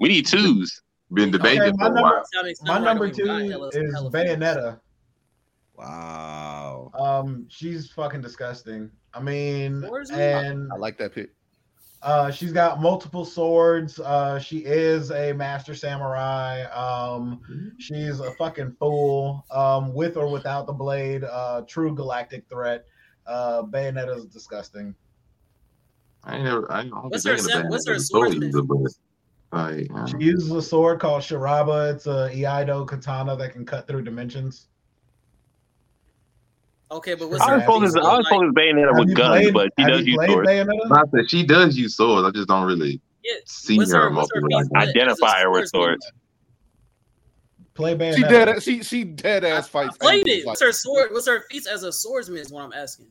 Speaker 1: We need twos.
Speaker 4: Been debating
Speaker 3: Okay,
Speaker 4: for
Speaker 3: my
Speaker 4: a while.
Speaker 3: number
Speaker 6: Samurai
Speaker 3: my number
Speaker 6: don't even got
Speaker 3: two
Speaker 6: hella-
Speaker 3: is
Speaker 6: hella feelings.
Speaker 3: Bayonetta.
Speaker 5: Wow.
Speaker 3: Um, she's fucking disgusting. I mean,
Speaker 6: Where's my-
Speaker 3: and
Speaker 2: I like that pick.
Speaker 3: Uh, she's got multiple swords. Uh, she is a master samurai. Um, she's a fucking fool. Um, with or without the blade, uh, true galactic threat. Uh, Bayonetta is disgusting.
Speaker 4: I ain't never. I don't
Speaker 6: What's
Speaker 4: be
Speaker 6: her
Speaker 4: thinking
Speaker 6: sem-
Speaker 4: about
Speaker 6: what's
Speaker 4: it.
Speaker 6: her
Speaker 4: It's so
Speaker 6: swordsman?
Speaker 4: easy, but like, I
Speaker 3: She
Speaker 6: Um,
Speaker 4: don't-
Speaker 3: uses a sword called Shiraba. It's a Iaido katana that can cut through dimensions.
Speaker 6: Okay, but what's
Speaker 1: I
Speaker 3: Sure.
Speaker 6: her
Speaker 1: was supposed
Speaker 6: feelings?
Speaker 1: to I was
Speaker 6: Like,
Speaker 1: supposed to Bayonetta
Speaker 3: Have
Speaker 1: with
Speaker 3: you
Speaker 1: guns,
Speaker 3: played?
Speaker 1: but she
Speaker 3: have
Speaker 1: dows
Speaker 3: you
Speaker 1: use
Speaker 3: played
Speaker 1: swords.
Speaker 3: Bayonetta?
Speaker 4: But I said she does use swords. I just don't really
Speaker 6: yeah,
Speaker 4: see
Speaker 6: what's
Speaker 4: her
Speaker 6: her what's her
Speaker 4: multiple like
Speaker 6: feelings?
Speaker 4: that.
Speaker 6: But as a
Speaker 1: Identify her with
Speaker 6: swordsman,
Speaker 1: swords.
Speaker 3: Play band.
Speaker 2: She
Speaker 3: now.
Speaker 2: dead. She she dead ass fights.
Speaker 6: Played
Speaker 2: angels,
Speaker 6: it.
Speaker 2: like-
Speaker 6: What's her sword? What's her feats as a swordsman? Is what I'm asking.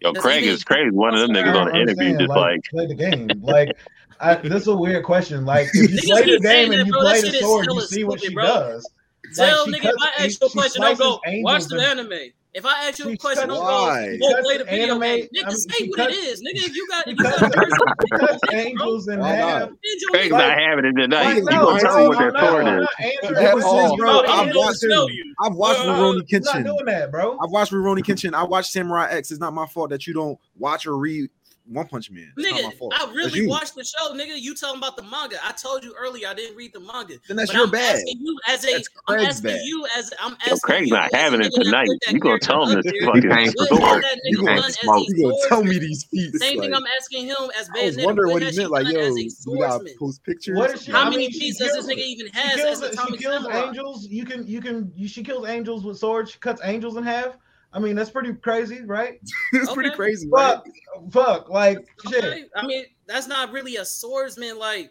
Speaker 1: Yo,
Speaker 6: Does
Speaker 1: Craig
Speaker 6: he-
Speaker 1: is Craig is one of them
Speaker 6: I
Speaker 1: niggas on
Speaker 3: I
Speaker 1: the
Speaker 3: don't
Speaker 1: interview
Speaker 3: understand,
Speaker 1: just like
Speaker 3: play the game. Like I, this is a weird question. Like if you
Speaker 6: Niggas
Speaker 3: play the
Speaker 6: keep
Speaker 3: game
Speaker 6: saying that,
Speaker 3: and you
Speaker 6: bro. That
Speaker 3: play the
Speaker 6: shit is
Speaker 3: sword, you
Speaker 6: hella
Speaker 3: see what
Speaker 6: stupid,
Speaker 3: she
Speaker 6: bro.
Speaker 3: does.
Speaker 6: Tell
Speaker 3: she
Speaker 6: nigga,
Speaker 3: cuts-
Speaker 6: if I
Speaker 3: she-
Speaker 6: ask you a
Speaker 3: she
Speaker 6: question, don't go
Speaker 3: slices
Speaker 6: watch
Speaker 3: angels
Speaker 6: the
Speaker 3: and-
Speaker 6: anime. If I ask you a
Speaker 3: She
Speaker 6: question,
Speaker 3: cuts-
Speaker 6: don't go
Speaker 5: Why?
Speaker 6: you won't
Speaker 3: She
Speaker 6: play the
Speaker 3: cuts
Speaker 6: video
Speaker 3: anime-
Speaker 6: game. Nigga,
Speaker 3: I mean,
Speaker 6: say
Speaker 3: she
Speaker 6: what it
Speaker 3: cuts-
Speaker 6: is. Nigga, if you got
Speaker 3: She
Speaker 6: if you
Speaker 3: cuts-
Speaker 6: got a person,
Speaker 3: She cuts
Speaker 6: bro.
Speaker 3: angels in
Speaker 7: Why not?
Speaker 3: half.
Speaker 6: defend your
Speaker 1: Craig's
Speaker 6: nigga.
Speaker 1: not having it tonight.
Speaker 3: Like,
Speaker 1: You
Speaker 3: no,
Speaker 1: gonna
Speaker 3: no,
Speaker 1: tell me what
Speaker 3: I'm
Speaker 1: that
Speaker 3: not,
Speaker 1: sword is?
Speaker 3: I'm not answering
Speaker 5: That
Speaker 3: questions,
Speaker 5: all-
Speaker 3: bro.
Speaker 5: I'm
Speaker 6: I'm
Speaker 3: I'm,
Speaker 6: gonna
Speaker 5: watching-
Speaker 6: tell you.
Speaker 5: I've watched
Speaker 6: Well,
Speaker 5: Rurouni
Speaker 3: I'm not
Speaker 5: Kenshin.
Speaker 3: doing that, bro.
Speaker 5: I've watched Rurouni Kenshin. I watched Samurai X. It's not my fault that you don't watch or read One Punch Man. It's not my
Speaker 6: Nigga,
Speaker 5: fault.
Speaker 6: I
Speaker 5: That's
Speaker 6: really
Speaker 5: you.
Speaker 6: watched the show, nigga. You talking about the manga? I told you earlier I didn't read the manga.
Speaker 5: Then that's
Speaker 6: but
Speaker 5: your
Speaker 6: I'm
Speaker 5: bad.
Speaker 6: asking you as a,
Speaker 5: That's
Speaker 6: I'm
Speaker 5: Craig's
Speaker 6: asking
Speaker 5: bad.
Speaker 6: you as I'm asking
Speaker 1: Yo, Craig's
Speaker 6: you
Speaker 1: not
Speaker 6: as a
Speaker 1: having it
Speaker 6: nigga that
Speaker 1: tonight.
Speaker 6: put that
Speaker 1: You gonna
Speaker 6: character
Speaker 1: tell him
Speaker 6: up
Speaker 1: this
Speaker 6: there.
Speaker 4: He
Speaker 1: fucking
Speaker 4: can't
Speaker 6: What
Speaker 1: sword?
Speaker 6: had
Speaker 4: smoke.
Speaker 6: that
Speaker 4: He
Speaker 6: nigga
Speaker 4: can't
Speaker 6: done as
Speaker 4: smoke.
Speaker 6: a
Speaker 5: You gonna tell me
Speaker 6: swordsman?
Speaker 5: these feats?
Speaker 6: Same thing
Speaker 5: Like,
Speaker 6: I'm asking him as
Speaker 5: I was
Speaker 6: Bayonetta.
Speaker 5: wondering
Speaker 6: What
Speaker 5: what he
Speaker 6: has she
Speaker 5: meant. Like,
Speaker 6: done
Speaker 5: yo,
Speaker 6: as a
Speaker 5: we gotta
Speaker 6: swordsman?
Speaker 5: post pictures.
Speaker 3: What is she-
Speaker 6: How
Speaker 3: I
Speaker 6: many
Speaker 3: mean, she
Speaker 6: feats does this
Speaker 3: kills
Speaker 6: nigga
Speaker 3: it.
Speaker 6: even
Speaker 3: She
Speaker 6: has
Speaker 3: kills
Speaker 6: as a
Speaker 3: she
Speaker 6: Atomic
Speaker 3: kills
Speaker 6: Samurai?
Speaker 3: angels. You can you can you, she kills angels with swords. She cuts angels in half. I mean, that's pretty crazy, right?
Speaker 5: it's pretty
Speaker 6: Okay.
Speaker 5: crazy, right?
Speaker 3: Fuck, fuck, like shit.
Speaker 6: Okay. I mean, that's not really a swordsman. Like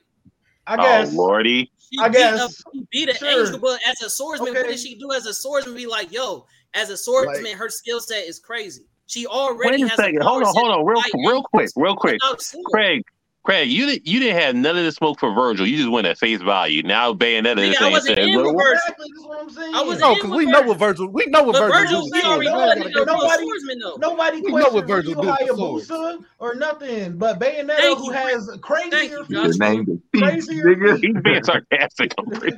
Speaker 3: I
Speaker 1: Oh
Speaker 3: guess.
Speaker 1: lordy,
Speaker 6: she
Speaker 3: I
Speaker 6: beat up-
Speaker 3: guess.
Speaker 6: she beat an
Speaker 3: Sure.
Speaker 6: angel, but as a swordsman, what
Speaker 3: Okay.
Speaker 6: did she do as a swordsman? Be like, yo, as a swordsman, her skill set is crazy. She already
Speaker 1: wait a
Speaker 6: has
Speaker 1: second.
Speaker 6: a
Speaker 1: Hold on, hold on, real, real quick, real quick.
Speaker 6: Craig,
Speaker 1: Craig, Craig, you didn't you didn't have none of the smoke for Virgil. You just went at face value. Now Bayonetta
Speaker 6: Nigga,
Speaker 1: is
Speaker 6: I
Speaker 1: saying,
Speaker 6: wasn't
Speaker 1: saying
Speaker 6: in
Speaker 1: "Look,
Speaker 6: with
Speaker 1: what-
Speaker 6: Virgil.
Speaker 3: Exactly, that's what I'm saying.
Speaker 6: I was
Speaker 3: no,
Speaker 2: No, because we know what Virgil. We know what
Speaker 6: But
Speaker 2: Virgil
Speaker 6: Virgil,
Speaker 2: do.
Speaker 6: we
Speaker 2: with
Speaker 3: already
Speaker 2: swords. We
Speaker 6: already know
Speaker 3: know
Speaker 2: ain't
Speaker 6: that
Speaker 3: that
Speaker 2: gotta get-
Speaker 3: nigga-
Speaker 6: nigga a real
Speaker 3: nobody-
Speaker 6: swordsman though.
Speaker 3: Nobody
Speaker 2: We know what
Speaker 3: questions
Speaker 2: Virgil
Speaker 3: Ryu
Speaker 2: do with the
Speaker 3: Hayabusa or nothing, but Bayonetta,
Speaker 6: Thank
Speaker 3: who
Speaker 6: you,
Speaker 3: has
Speaker 6: Thank
Speaker 3: crazier
Speaker 6: you,
Speaker 4: The
Speaker 6: Josh.
Speaker 3: feats,
Speaker 4: name is Peach,
Speaker 3: crazier
Speaker 4: nigga.
Speaker 3: feats,
Speaker 1: he's being sarcastic." completely.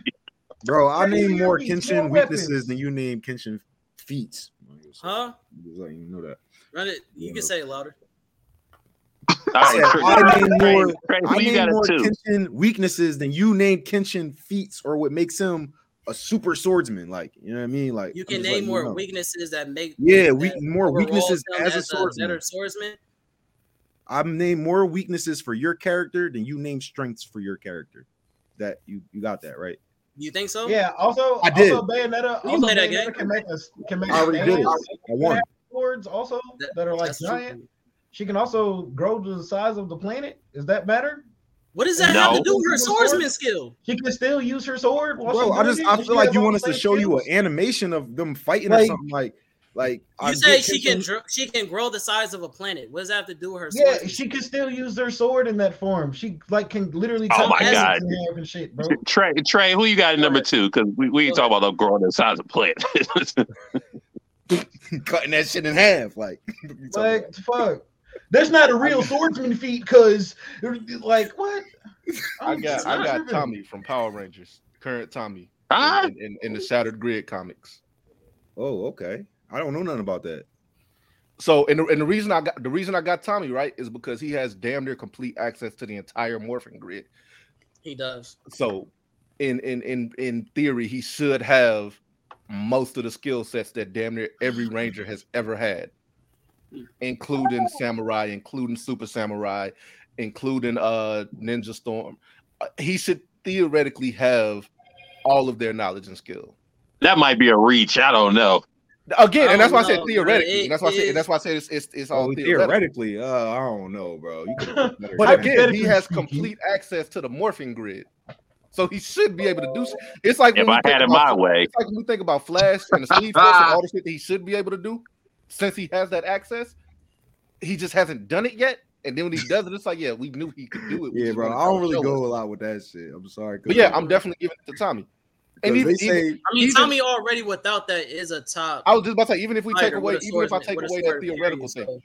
Speaker 5: Bro, I
Speaker 3: Crazy
Speaker 5: name more
Speaker 3: feats,
Speaker 5: Kenshin
Speaker 3: more
Speaker 5: weaknesses
Speaker 3: weapons.
Speaker 5: than you name Kenshin feats.
Speaker 6: Huh?
Speaker 5: Just letting you know that.
Speaker 6: Run it. You can say it louder.
Speaker 1: All right,
Speaker 5: I
Speaker 1: Craig,
Speaker 5: name
Speaker 1: Craig,
Speaker 5: more-
Speaker 1: Craig,
Speaker 5: I
Speaker 1: who you
Speaker 5: name
Speaker 1: got it
Speaker 5: more
Speaker 1: too?
Speaker 5: Kenshin weaknesses than you name Kenshin feats or what makes him a super swordsman. Like, you know what I mean? Like,
Speaker 6: You
Speaker 5: I'm
Speaker 6: can
Speaker 5: just
Speaker 6: name
Speaker 5: letting you
Speaker 6: more
Speaker 5: know.
Speaker 6: weaknesses that make
Speaker 5: Yeah,
Speaker 6: that
Speaker 5: weak, more
Speaker 6: overall
Speaker 5: weaknesses
Speaker 6: him
Speaker 5: as a swordsman.
Speaker 6: better swordsman.
Speaker 5: I've named more weaknesses for your character than you name strengths for your character. That you you got that right.
Speaker 6: You think so?
Speaker 3: Yeah. Also,
Speaker 5: I did.
Speaker 3: also Bayonetta.
Speaker 6: You
Speaker 3: Also,
Speaker 6: play that
Speaker 3: Bayonetta
Speaker 6: game.
Speaker 3: can make us can make
Speaker 5: I already did it.
Speaker 3: stands.
Speaker 5: I won.
Speaker 3: swords also
Speaker 6: That-
Speaker 3: that are like
Speaker 6: That's true.
Speaker 3: giant. She can also grow to the size of the planet. Is that better?
Speaker 6: What does that
Speaker 1: No.
Speaker 6: have to do with her
Speaker 3: Sword?
Speaker 6: swordsman skill?
Speaker 3: She can still use her sword. While
Speaker 5: Bro,
Speaker 3: she's
Speaker 5: I
Speaker 3: doing
Speaker 5: just
Speaker 3: it,
Speaker 5: I
Speaker 3: and
Speaker 5: feel
Speaker 3: she
Speaker 5: like
Speaker 3: has
Speaker 5: you
Speaker 3: all
Speaker 5: want
Speaker 3: the
Speaker 5: us to
Speaker 3: same
Speaker 5: show you an
Speaker 3: skills.
Speaker 5: animation of them fighting or
Speaker 3: Like-
Speaker 5: something like like
Speaker 6: You
Speaker 5: I
Speaker 6: say
Speaker 5: did
Speaker 6: she
Speaker 5: Kenshin-
Speaker 6: can dr- she can grow the size of a planet. What does that have to do with her
Speaker 3: Yeah,
Speaker 6: swordsman?
Speaker 3: she can still use her sword in that form. She like can literally
Speaker 1: Oh
Speaker 3: cut
Speaker 6: my
Speaker 3: things
Speaker 1: God.
Speaker 3: in half and shit, bro.
Speaker 1: Trey, Trey, who you got at number two? Because we we
Speaker 6: Go
Speaker 1: talk about the growing the size of plant.
Speaker 5: cutting that shit in half. Like, what you talking about?
Speaker 3: Like fuck. That's not a real swordsman feat, cause like what?
Speaker 2: I
Speaker 3: I'm-
Speaker 2: got
Speaker 3: it's
Speaker 2: I
Speaker 3: not
Speaker 2: got
Speaker 3: driven.
Speaker 2: Tommy from Power Rangers. Current Tommy
Speaker 1: huh?
Speaker 2: in, in, in the Shattered Grid comics.
Speaker 5: Oh, okay. I don't know nothing about that.
Speaker 2: So and the, and the reason I got the reason I got Tommy right is because he has damn near complete access to the entire morphing grid.
Speaker 6: He does.
Speaker 2: So in in in in theory, he should have most of the skill sets that damn near every ranger has ever had, including samurai, including super samurai, including uh ninja storm. Uh, He should theoretically have all of their knowledge and skill.
Speaker 1: That might be a reach. I don't know.
Speaker 2: Again,
Speaker 6: I
Speaker 2: and that's why I
Speaker 6: don't
Speaker 2: said
Speaker 6: know, man.
Speaker 2: theoretically.
Speaker 6: It
Speaker 2: and that's why I said
Speaker 6: is-
Speaker 2: and that's why I said it's it's, it's all
Speaker 5: Oh,
Speaker 2: theoretical.
Speaker 5: theoretically, uh, I don't know, bro. You could better
Speaker 2: But
Speaker 5: than
Speaker 2: again,
Speaker 5: that.
Speaker 2: he
Speaker 3: Hypothetically
Speaker 2: has
Speaker 3: speaking.
Speaker 2: complete access to the morphing grid, so he should be able to do. s- It's like
Speaker 1: If
Speaker 2: when we
Speaker 1: I
Speaker 2: think
Speaker 1: had it
Speaker 2: about
Speaker 1: my way,
Speaker 2: It's like when we think about Flash and the Speed Force and all the shit that he should be able to do, since he has that access, he just hasn't done it yet. And then when he does it, it's like, yeah, we knew he could do it. We
Speaker 5: Yeah,
Speaker 2: just
Speaker 5: bro.
Speaker 2: wanted
Speaker 5: I don't
Speaker 2: y'all to
Speaker 5: really
Speaker 2: show
Speaker 5: go
Speaker 2: us.
Speaker 5: a lot with that shit. I'm sorry. 'cause
Speaker 2: But yeah,
Speaker 5: they-
Speaker 2: I'm definitely giving it to Tommy. And
Speaker 5: 'cause
Speaker 2: even,
Speaker 5: they
Speaker 2: even-
Speaker 5: say
Speaker 6: I mean,
Speaker 2: Even-
Speaker 6: Tommy already without that is a top.
Speaker 2: I was just about to say, even if we take
Speaker 6: fighter
Speaker 2: away,
Speaker 6: with a
Speaker 2: even if I
Speaker 6: swordsman-
Speaker 2: take
Speaker 6: with a
Speaker 2: away that
Speaker 6: sword,
Speaker 2: theoretical
Speaker 6: period.
Speaker 2: thing,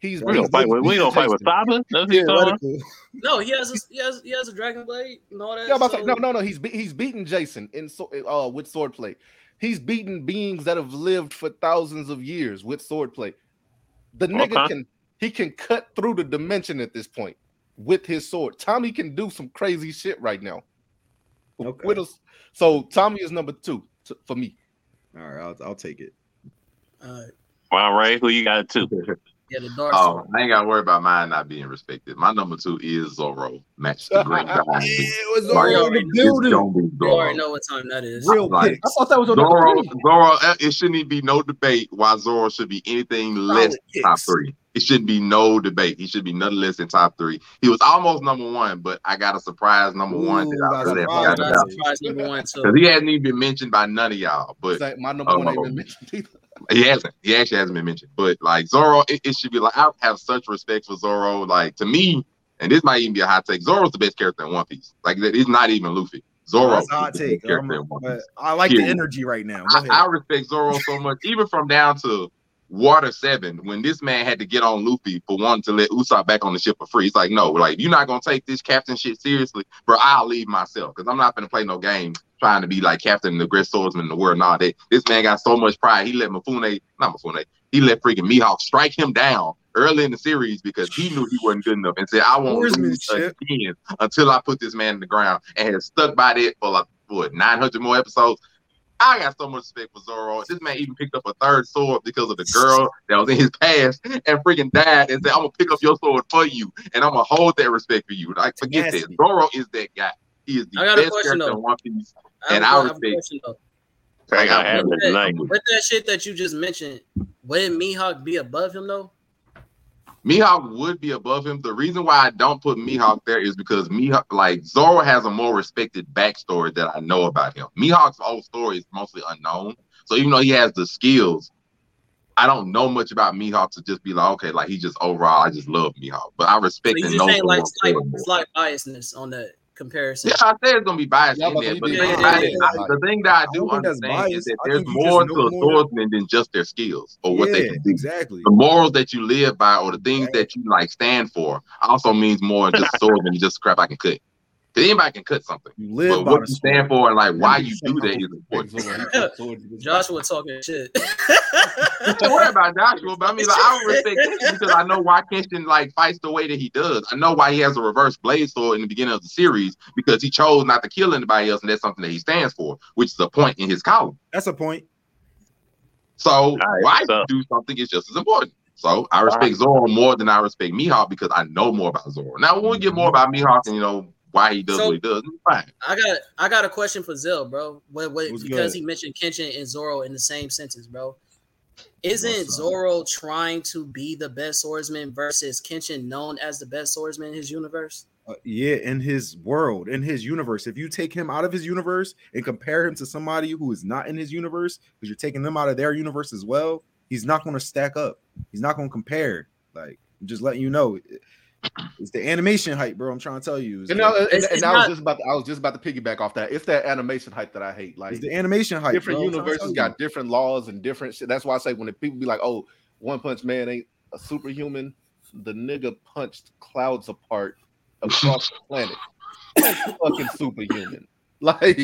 Speaker 2: he's
Speaker 1: we
Speaker 5: That
Speaker 1: gonna
Speaker 5: is
Speaker 2: real.
Speaker 1: fight with we
Speaker 5: literally
Speaker 1: gonna fight with Saba. That's what you talking
Speaker 5: theoretical.
Speaker 6: So- No, he has a, he has he has a dragon blade and all that.
Speaker 2: Yeah, I'm about to
Speaker 6: so-
Speaker 2: say, no, no, no. He's be- he's beaten Jason in so- uh, with swordplay. He's beaten beings that have lived for thousands of years with swordplay. The nigga
Speaker 1: Okay.
Speaker 2: can he can cut through the dimension at this point with his sword. Tommy can do some crazy shit right now.
Speaker 5: Okay.
Speaker 2: With us, so Tommy is number two t- for me.
Speaker 5: All right, I'll, I'll take it.
Speaker 6: Alright.
Speaker 1: Wow, Ray, who you got it too?
Speaker 6: uh, yeah, the dark sword.
Speaker 4: Oh, I ain't got to worry about mine not being respected. My number two is Zoro. Match the great guy.
Speaker 5: was
Speaker 4: Like,
Speaker 6: Zoro in the
Speaker 4: it's gonna be
Speaker 6: You
Speaker 4: Zoro.
Speaker 6: already know what time that is.
Speaker 5: Real
Speaker 4: Like,
Speaker 5: quick.
Speaker 2: I thought that was your number
Speaker 4: Zoro,
Speaker 2: three.
Speaker 6: Oh,
Speaker 4: Zoro, it shouldn't be no debate why Zoro should be anything less
Speaker 5: Solid kicks.
Speaker 4: top three. It shouldn't be no debate. He should be none less than top three. He was almost number one, but I got a surprise number one that I really forgot about.
Speaker 6: Surprise number one too.
Speaker 4: Because he hasn't even been mentioned by none of y'all. But
Speaker 2: Like, my number one ain't
Speaker 4: Oh.
Speaker 2: been mentioned either.
Speaker 4: he hasn't. He actually hasn't been mentioned. But like Zoro, it, it should be like I have such respect for Zoro. Like to me, and this might even be a hot take. Zoro's the best character in One Piece. Like that- it's not even Luffy. Zoro.
Speaker 5: That's a hot
Speaker 4: is the best
Speaker 5: take. I'm-
Speaker 4: character in One
Speaker 5: but
Speaker 4: Piece.
Speaker 5: I like the
Speaker 4: Period.
Speaker 5: energy right now. Go
Speaker 4: I,
Speaker 5: ahead.
Speaker 4: I respect Zoro so much, even from down to Water Seven, when this man had to get on Luffy for wanting to let Usopp back on the ship for free. He's like, no, like you're not gonna take this captain shit seriously, bro. I'll leave myself because I'm not gonna play no game trying to be like captain, the greatest swordsman in the world. Nah, that this man got so much pride. He let Mafune, not Mafune, he let freaking Mihawk strike him down early in the series because he knew he wasn't good enough and said, I won't lose
Speaker 5: Swordsmanship.
Speaker 4: again until I put this man in the ground and has stuck by that for like what 900 more episodes. I got so much respect for Zoro. This man even picked up a third sword because of the girl that was in his past and freaking died and said, I'm gonna pick up your sword for you and I'm gonna hold that respect for you. Like, forget that.
Speaker 5: Nasty.
Speaker 4: Zoro is that guy. He is the
Speaker 6: I got a
Speaker 4: best
Speaker 6: question,
Speaker 4: character
Speaker 6: though.
Speaker 4: in One Piece.
Speaker 6: I have
Speaker 4: And
Speaker 6: a-
Speaker 4: I
Speaker 6: I
Speaker 4: would
Speaker 6: have a
Speaker 4: say-
Speaker 6: question though.
Speaker 1: I got
Speaker 4: I'm
Speaker 1: average
Speaker 4: with it.
Speaker 1: tonight.
Speaker 6: With that shit that you just mentioned, wouldn't Mihawk be above him though?
Speaker 4: Mihawk would be above him. The reason why I don't put Mihawk there is because Mihawk, like Zoro, has a more respected backstory that I know about him. Mihawk's whole story is mostly unknown, so even though he has the skills, I don't know much about Mihawk to just be like, okay, like he just overall, I just love Mihawk, but I
Speaker 6: So
Speaker 4: respect
Speaker 6: you
Speaker 4: and
Speaker 6: just
Speaker 4: know
Speaker 6: saying like
Speaker 4: Zoro's
Speaker 6: slight,
Speaker 4: story more.
Speaker 6: slight biasness on that comparison.
Speaker 4: Yeah, I said it's gonna be biased
Speaker 2: Yeah,
Speaker 4: in
Speaker 2: but
Speaker 4: there,
Speaker 2: you
Speaker 4: but
Speaker 2: did
Speaker 4: it's
Speaker 6: bias.
Speaker 4: not-
Speaker 6: Yeah,
Speaker 4: I- the thing that I
Speaker 5: I
Speaker 4: do
Speaker 5: don't think that's
Speaker 4: understand is
Speaker 5: biased.
Speaker 4: that
Speaker 5: I
Speaker 4: there's
Speaker 5: think you just
Speaker 4: more
Speaker 5: know
Speaker 4: to a
Speaker 5: more.
Speaker 4: swordsman than just their skills or what they
Speaker 5: Yeah,
Speaker 4: can do
Speaker 5: exactly.
Speaker 4: the morals that you live by or the things that you like stand for also means more than just sword than just crap I can cut. 'Cause anybody can cut something,
Speaker 5: You
Speaker 4: but
Speaker 5: live by
Speaker 4: what
Speaker 5: the
Speaker 4: you
Speaker 5: sword.
Speaker 4: stand for and like why you
Speaker 2: Shut
Speaker 4: do
Speaker 2: up.
Speaker 4: that is important.
Speaker 6: Joshua talking shit.
Speaker 4: Don't worry about Joshua, but I mean, like, I would respect him because I know why Kenshin like fights the way that he does. I know why he has a reverse blade sword in the beginning of the series because he chose not to kill anybody else, and that's something that he stands for, which is a point in his column.
Speaker 5: That's a point.
Speaker 4: So
Speaker 1: right,
Speaker 4: why
Speaker 1: so-
Speaker 4: do something is just as important. So I respect Zoro more than I respect Mihawk because I know more about Zoro. Now when we get more about Mihawk and you know why he does
Speaker 6: So-
Speaker 4: what he does, it's fine.
Speaker 6: I got I got a question for Zill, bro. What, what,
Speaker 5: What's
Speaker 6: because
Speaker 5: good?
Speaker 6: he mentioned Kenshin and Zoro in the same sentence, bro. Isn't
Speaker 5: What's up?
Speaker 6: Zoro trying to be the best swordsman versus Kenshin known as the best swordsman in his universe?
Speaker 5: Uh, yeah, in his world, in his universe. If you take him out of his universe and compare him to somebody who is not in his universe, because you're taking them out of their universe as well, he's not going to stack up. He's not going to compare. Like, I'm just letting you know, It- it's the animation hype, bro. I'm trying to tell you, it's,
Speaker 2: And, I, and,
Speaker 6: It's-
Speaker 2: and
Speaker 6: it's
Speaker 2: I was
Speaker 6: not-
Speaker 2: just about to, I was just about to piggyback off that. It's that animation hype that I hate. Like
Speaker 5: it's the animation hype.
Speaker 2: different
Speaker 5: bro. I'm trying to tell
Speaker 2: universes
Speaker 5: you.
Speaker 2: got different laws and different shit. That's why I say when the people be like, "Oh, One Punch Man ain't a superhuman," the nigga punched clouds apart across the planet. That's fucking superhuman. Like it,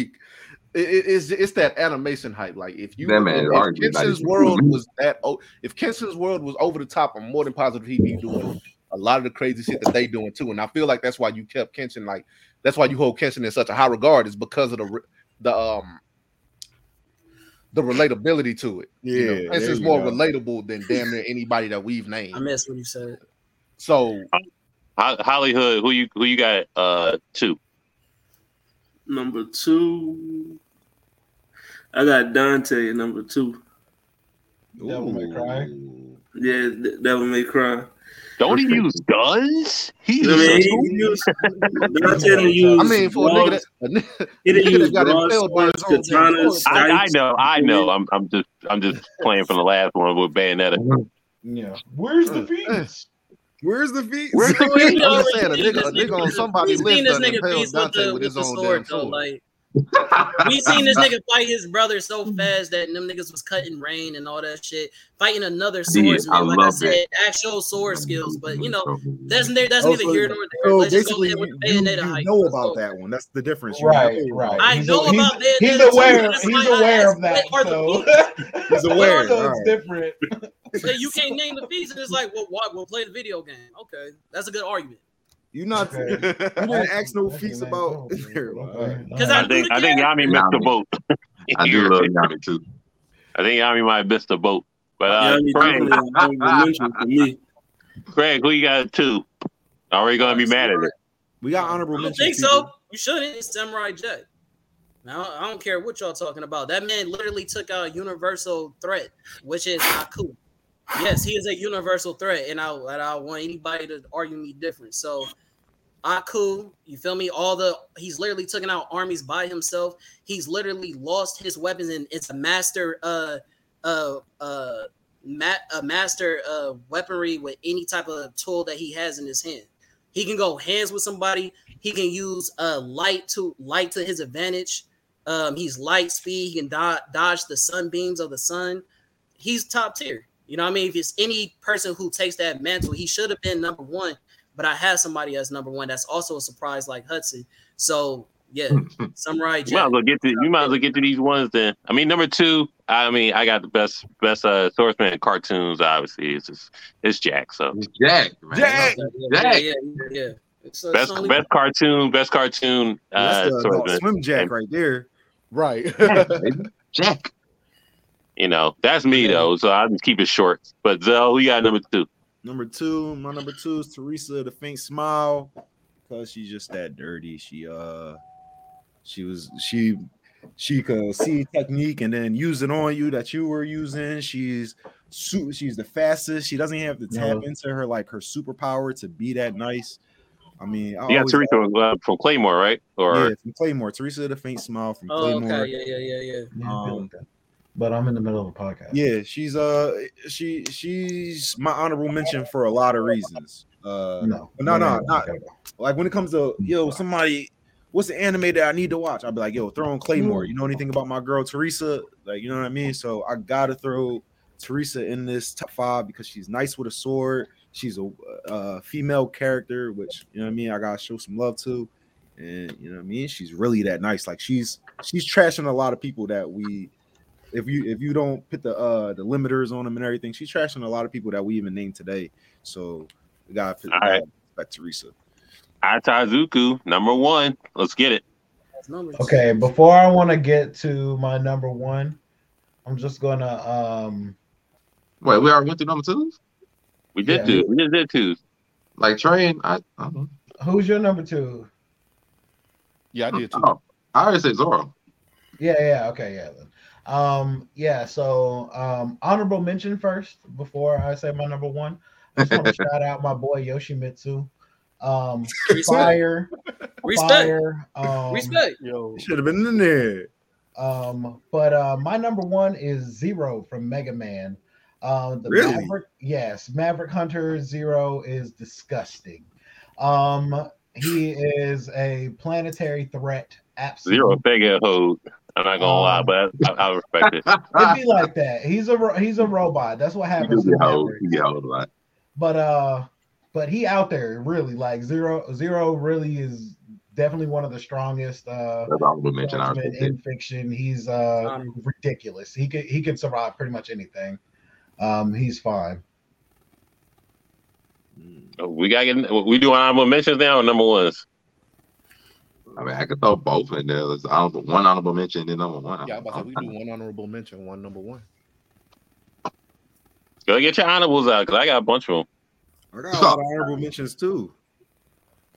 Speaker 2: it- it's it's that animation hype. Like if you
Speaker 4: That man is
Speaker 2: if
Speaker 4: arguably not
Speaker 2: Kenshin's
Speaker 4: even
Speaker 2: world
Speaker 4: human.
Speaker 2: was that o- if Kenshin's world was over the top, I'm more than positive he'd be doing a lot of the crazy shit that they doing too. And I feel like that's why you kept Kenshin like that's why you hold Kenshin in such a high regard is because of the re- the um the relatability to it.
Speaker 5: Yeah,
Speaker 2: you know?
Speaker 5: there
Speaker 2: Kenshin's
Speaker 5: you
Speaker 2: more
Speaker 5: go.
Speaker 2: relatable than damn near anybody that we've named.
Speaker 6: I missed what you said.
Speaker 2: so
Speaker 1: Ho- Hollywood, who you who you got? Uh, two.
Speaker 8: Number two, I got Dante at number two.
Speaker 3: Devil May Cry.
Speaker 5: Ooh.
Speaker 8: Yeah, D- Devil May Cry.
Speaker 1: Don't he use guns? He
Speaker 8: I
Speaker 1: is
Speaker 8: mean,
Speaker 1: a-
Speaker 8: he used, Dante didn't use.
Speaker 2: I mean, for a nigga that
Speaker 8: broads-
Speaker 2: a nigga,
Speaker 8: he
Speaker 2: nigga
Speaker 8: didn't
Speaker 2: that
Speaker 8: use
Speaker 2: got impaled by
Speaker 8: broadswords,
Speaker 2: his own damn
Speaker 8: katanas,
Speaker 1: I, I
Speaker 8: scythes.
Speaker 1: know, I know. I'm I'm just I'm just playing from the last one with Bayonetta.
Speaker 3: Yeah. Where's the
Speaker 2: Uh,
Speaker 3: beats?
Speaker 5: Where's the feet?
Speaker 2: Where's the
Speaker 6: We
Speaker 2: beat? I'm just
Speaker 6: already
Speaker 2: saying a
Speaker 6: seen
Speaker 2: nigga,
Speaker 6: this
Speaker 2: a nigga on
Speaker 6: with the-
Speaker 2: somebody
Speaker 6: we
Speaker 2: list
Speaker 6: seen this
Speaker 2: done
Speaker 6: nigga
Speaker 2: impaled
Speaker 6: beast with
Speaker 2: Dante with
Speaker 6: the, with
Speaker 2: his
Speaker 6: the
Speaker 2: own
Speaker 6: sword
Speaker 2: damn
Speaker 6: though.
Speaker 2: sword.
Speaker 6: Like we seen this nigga fight his brother so fast that them niggas was cutting rain and all that shit, fighting another swordsman.
Speaker 4: I
Speaker 6: like I
Speaker 4: love
Speaker 6: said, actual sword skills, but you know that's ne- that's
Speaker 5: Oh,
Speaker 6: neither
Speaker 5: so-
Speaker 6: here nor there.
Speaker 5: So
Speaker 6: Let's just go
Speaker 5: basically,
Speaker 6: ahead with
Speaker 5: you,
Speaker 6: the
Speaker 5: you,
Speaker 6: Bayonetta
Speaker 5: you
Speaker 6: hype.
Speaker 5: know
Speaker 6: Let's
Speaker 5: about
Speaker 6: go.
Speaker 5: that one. That's the difference. You
Speaker 3: Right,
Speaker 5: know
Speaker 3: right.
Speaker 5: about it.
Speaker 6: I
Speaker 3: He's
Speaker 6: know
Speaker 3: a- he's-
Speaker 6: about Bayonetta.
Speaker 3: he's
Speaker 6: too.
Speaker 3: aware-
Speaker 6: That's
Speaker 3: he's
Speaker 6: why I
Speaker 3: aware
Speaker 6: asked
Speaker 3: of that,
Speaker 6: what are the
Speaker 3: so-
Speaker 6: beats?
Speaker 5: He's
Speaker 6: What
Speaker 5: aware,
Speaker 6: are the-
Speaker 5: all
Speaker 3: it's
Speaker 5: right.
Speaker 3: different.
Speaker 6: so you can't name the beats, and it's like, well, why? We'll play the video game. Okay, that's a good argument.
Speaker 5: You not
Speaker 3: Okay.
Speaker 5: you didn't ask no
Speaker 3: That's the
Speaker 5: feats
Speaker 3: name.
Speaker 5: about
Speaker 3: Okay, okay,
Speaker 6: Because
Speaker 3: all
Speaker 1: I
Speaker 6: I
Speaker 3: right.
Speaker 6: knew
Speaker 1: think
Speaker 6: the
Speaker 1: I think Yami
Speaker 6: character.
Speaker 1: missed the boat.
Speaker 4: I do love Yami too.
Speaker 1: I think Yami might have missed the boat. But
Speaker 8: Yeah,
Speaker 1: uh,
Speaker 8: he
Speaker 1: Craig,
Speaker 8: definitely was mentioned for me.
Speaker 1: Craig, who you got at two? Already gonna be mad at it.
Speaker 5: We got honorable
Speaker 6: I don't
Speaker 5: mentions.
Speaker 6: think
Speaker 5: people.
Speaker 6: so. You shouldn't. It's Samurai Jack. Now I don't care what y'all talking about. That man literally took out a universal threat, which is Haku. yes, he is a universal threat, and I and I want anybody to argue me different. So Aku, you feel me? All the he's literally taking out armies by himself. He's literally lost his weapons, and it's a master uh uh uh ma- a master uh weaponry with any type of tool that he has in his hand. He can go hands with somebody. He can use uh light to light to his advantage. Um, he's light speed. He can dodge, dodge the sunbeams of the sun. He's top tier. You know what I mean? If it's any person who takes that mantle, he should have been number one. But I had somebody as number one. That's also a surprise, like Hudson. So yeah, Samurai
Speaker 1: You might
Speaker 6: Jack.
Speaker 1: as well get to you might as well get to these ones then. I mean, number two. I mean, I got the best best uh, sourceman cartoons. Obviously, it's just, it's Jack. So
Speaker 4: Jack, man.
Speaker 5: Jack!
Speaker 6: Yeah, yeah, yeah. yeah. So
Speaker 1: best best cartoon best cartoon uh,
Speaker 5: That's the adult
Speaker 1: swordsman.
Speaker 5: swim jack right there.
Speaker 2: Right.
Speaker 4: Jack.
Speaker 1: You know, that's me though. So I just keep it short. But Zell, we got number two.
Speaker 5: Number two, my number two is Teresa the faint smile, cause she's just that dirty. She uh, she was she she could see technique and then use it on you that you were using. She's su- she's the fastest. She doesn't have to tap
Speaker 3: No.
Speaker 5: into her like her superpower to be that nice. I mean, I
Speaker 1: You got
Speaker 5: always-
Speaker 1: Teresa uh, from Claymore, right? Or
Speaker 5: yeah, from Claymore, Teresa the faint smile from
Speaker 6: Oh,
Speaker 5: Claymore.
Speaker 6: okay, yeah, yeah, yeah, yeah.
Speaker 3: Yeah, I feel
Speaker 5: Um,
Speaker 3: like that. but I'm in the middle of a podcast.
Speaker 5: Yeah, she's uh she she's my honorable mention for a lot of reasons. Uh
Speaker 3: No,
Speaker 5: No, no, not-
Speaker 3: okay.
Speaker 5: like when it comes
Speaker 1: Mm.
Speaker 5: to yo, somebody what's the anime that I need to watch? I'll be like, yo, throw on Claymore. You know anything about my girl Teresa? Like, you know what I mean? So I gotta throw Teresa in this top five because she's nice with a sword. She's a uh, female character, which you know what I mean. I gotta show some love to, and you know what I mean. She's really that nice. Like she's she's trashing a lot of people that we, if you if you don't put the uh the limiters on them and everything, she's trashing a lot of people that we even named today. So we gotta put
Speaker 1: All right.
Speaker 5: back Teresa.
Speaker 1: Atazuku, number one. Let's get it.
Speaker 6: That's numbers.
Speaker 3: Okay, before I want to get to my number one, I'm just gonna um
Speaker 4: Wait, we already went through number two?
Speaker 1: We did
Speaker 3: Yeah.
Speaker 1: two. We just did two.
Speaker 4: Like Trey and I, I don't know.
Speaker 3: who's your number two?
Speaker 2: yeah, I did too.
Speaker 4: Oh, I already said Zoro.
Speaker 3: Yeah, yeah, okay, yeah. then. Um, yeah, so um honorable mention first before I say my number one. I just want to shout out my boy Yoshimitsu. Um
Speaker 6: Respect.
Speaker 3: fire,
Speaker 6: Respect.
Speaker 3: fire, um,
Speaker 6: Respect.
Speaker 2: Yo,
Speaker 5: Should have been in there.
Speaker 3: Um, but uh, my number one is Zero from Mega Man. Um, the
Speaker 5: Really?
Speaker 3: Maverick, yes, Maverick Hunter Zero is disgusting. Um, he is a planetary threat.
Speaker 1: Zero
Speaker 3: Absolutely,
Speaker 1: Sega hold. I'm not gonna lie,
Speaker 3: Um,
Speaker 1: but I, I respect it.
Speaker 3: it'd be like that. He's a ro- he's a robot. That's what
Speaker 4: He do
Speaker 3: happens.
Speaker 4: get
Speaker 3: To
Speaker 4: hold.
Speaker 3: Maverick.
Speaker 4: He get hold a lot.
Speaker 3: But uh, but he out there really like Zero. Zero really is definitely one of the strongest. Uh,
Speaker 4: That's all we mentioned. I already
Speaker 3: Swordsman
Speaker 4: said.
Speaker 3: in fiction. He's uh ridiculous. He could he could survive pretty much anything. Um, he's fine.
Speaker 1: We got get we do honorable mentions now or number ones.
Speaker 4: I mean, I could throw both in there. There's honorable, one honorable mention, then number one.
Speaker 2: yeah, I'm about to say we do one honorable mention, one number one.
Speaker 1: Go get your honorables out because I got a bunch of them.
Speaker 5: I got a lot of honorable mentions too.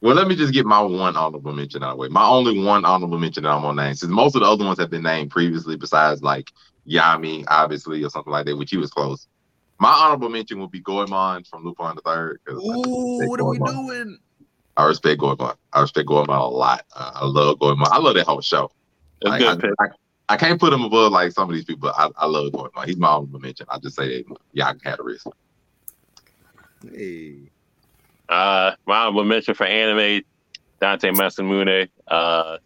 Speaker 4: Well, let me just get my one honorable mention out of the way. My only one honorable mention that I'm gonna name, since most of the other ones have been named previously, besides like Yami, obviously, or something like that, which he was close. My honorable mention would be Goemon from Lupin the Third. 'cause I just
Speaker 5: Ooh,
Speaker 4: respect
Speaker 5: what are we
Speaker 4: Goemon.
Speaker 5: doing?
Speaker 4: I respect Goemon. I respect Goemon a lot. Uh, I love Goemon. I love that whole show.
Speaker 1: That's
Speaker 4: Like,
Speaker 1: good.
Speaker 4: I,
Speaker 1: Pitt.
Speaker 4: I, I can't put him above like some of these people. But I, I love Goemon. He's my honorable mention. I just say that y'all had a risk.
Speaker 5: Hey,
Speaker 1: Uh, my honorable mention for anime: Dante Masamune, uh,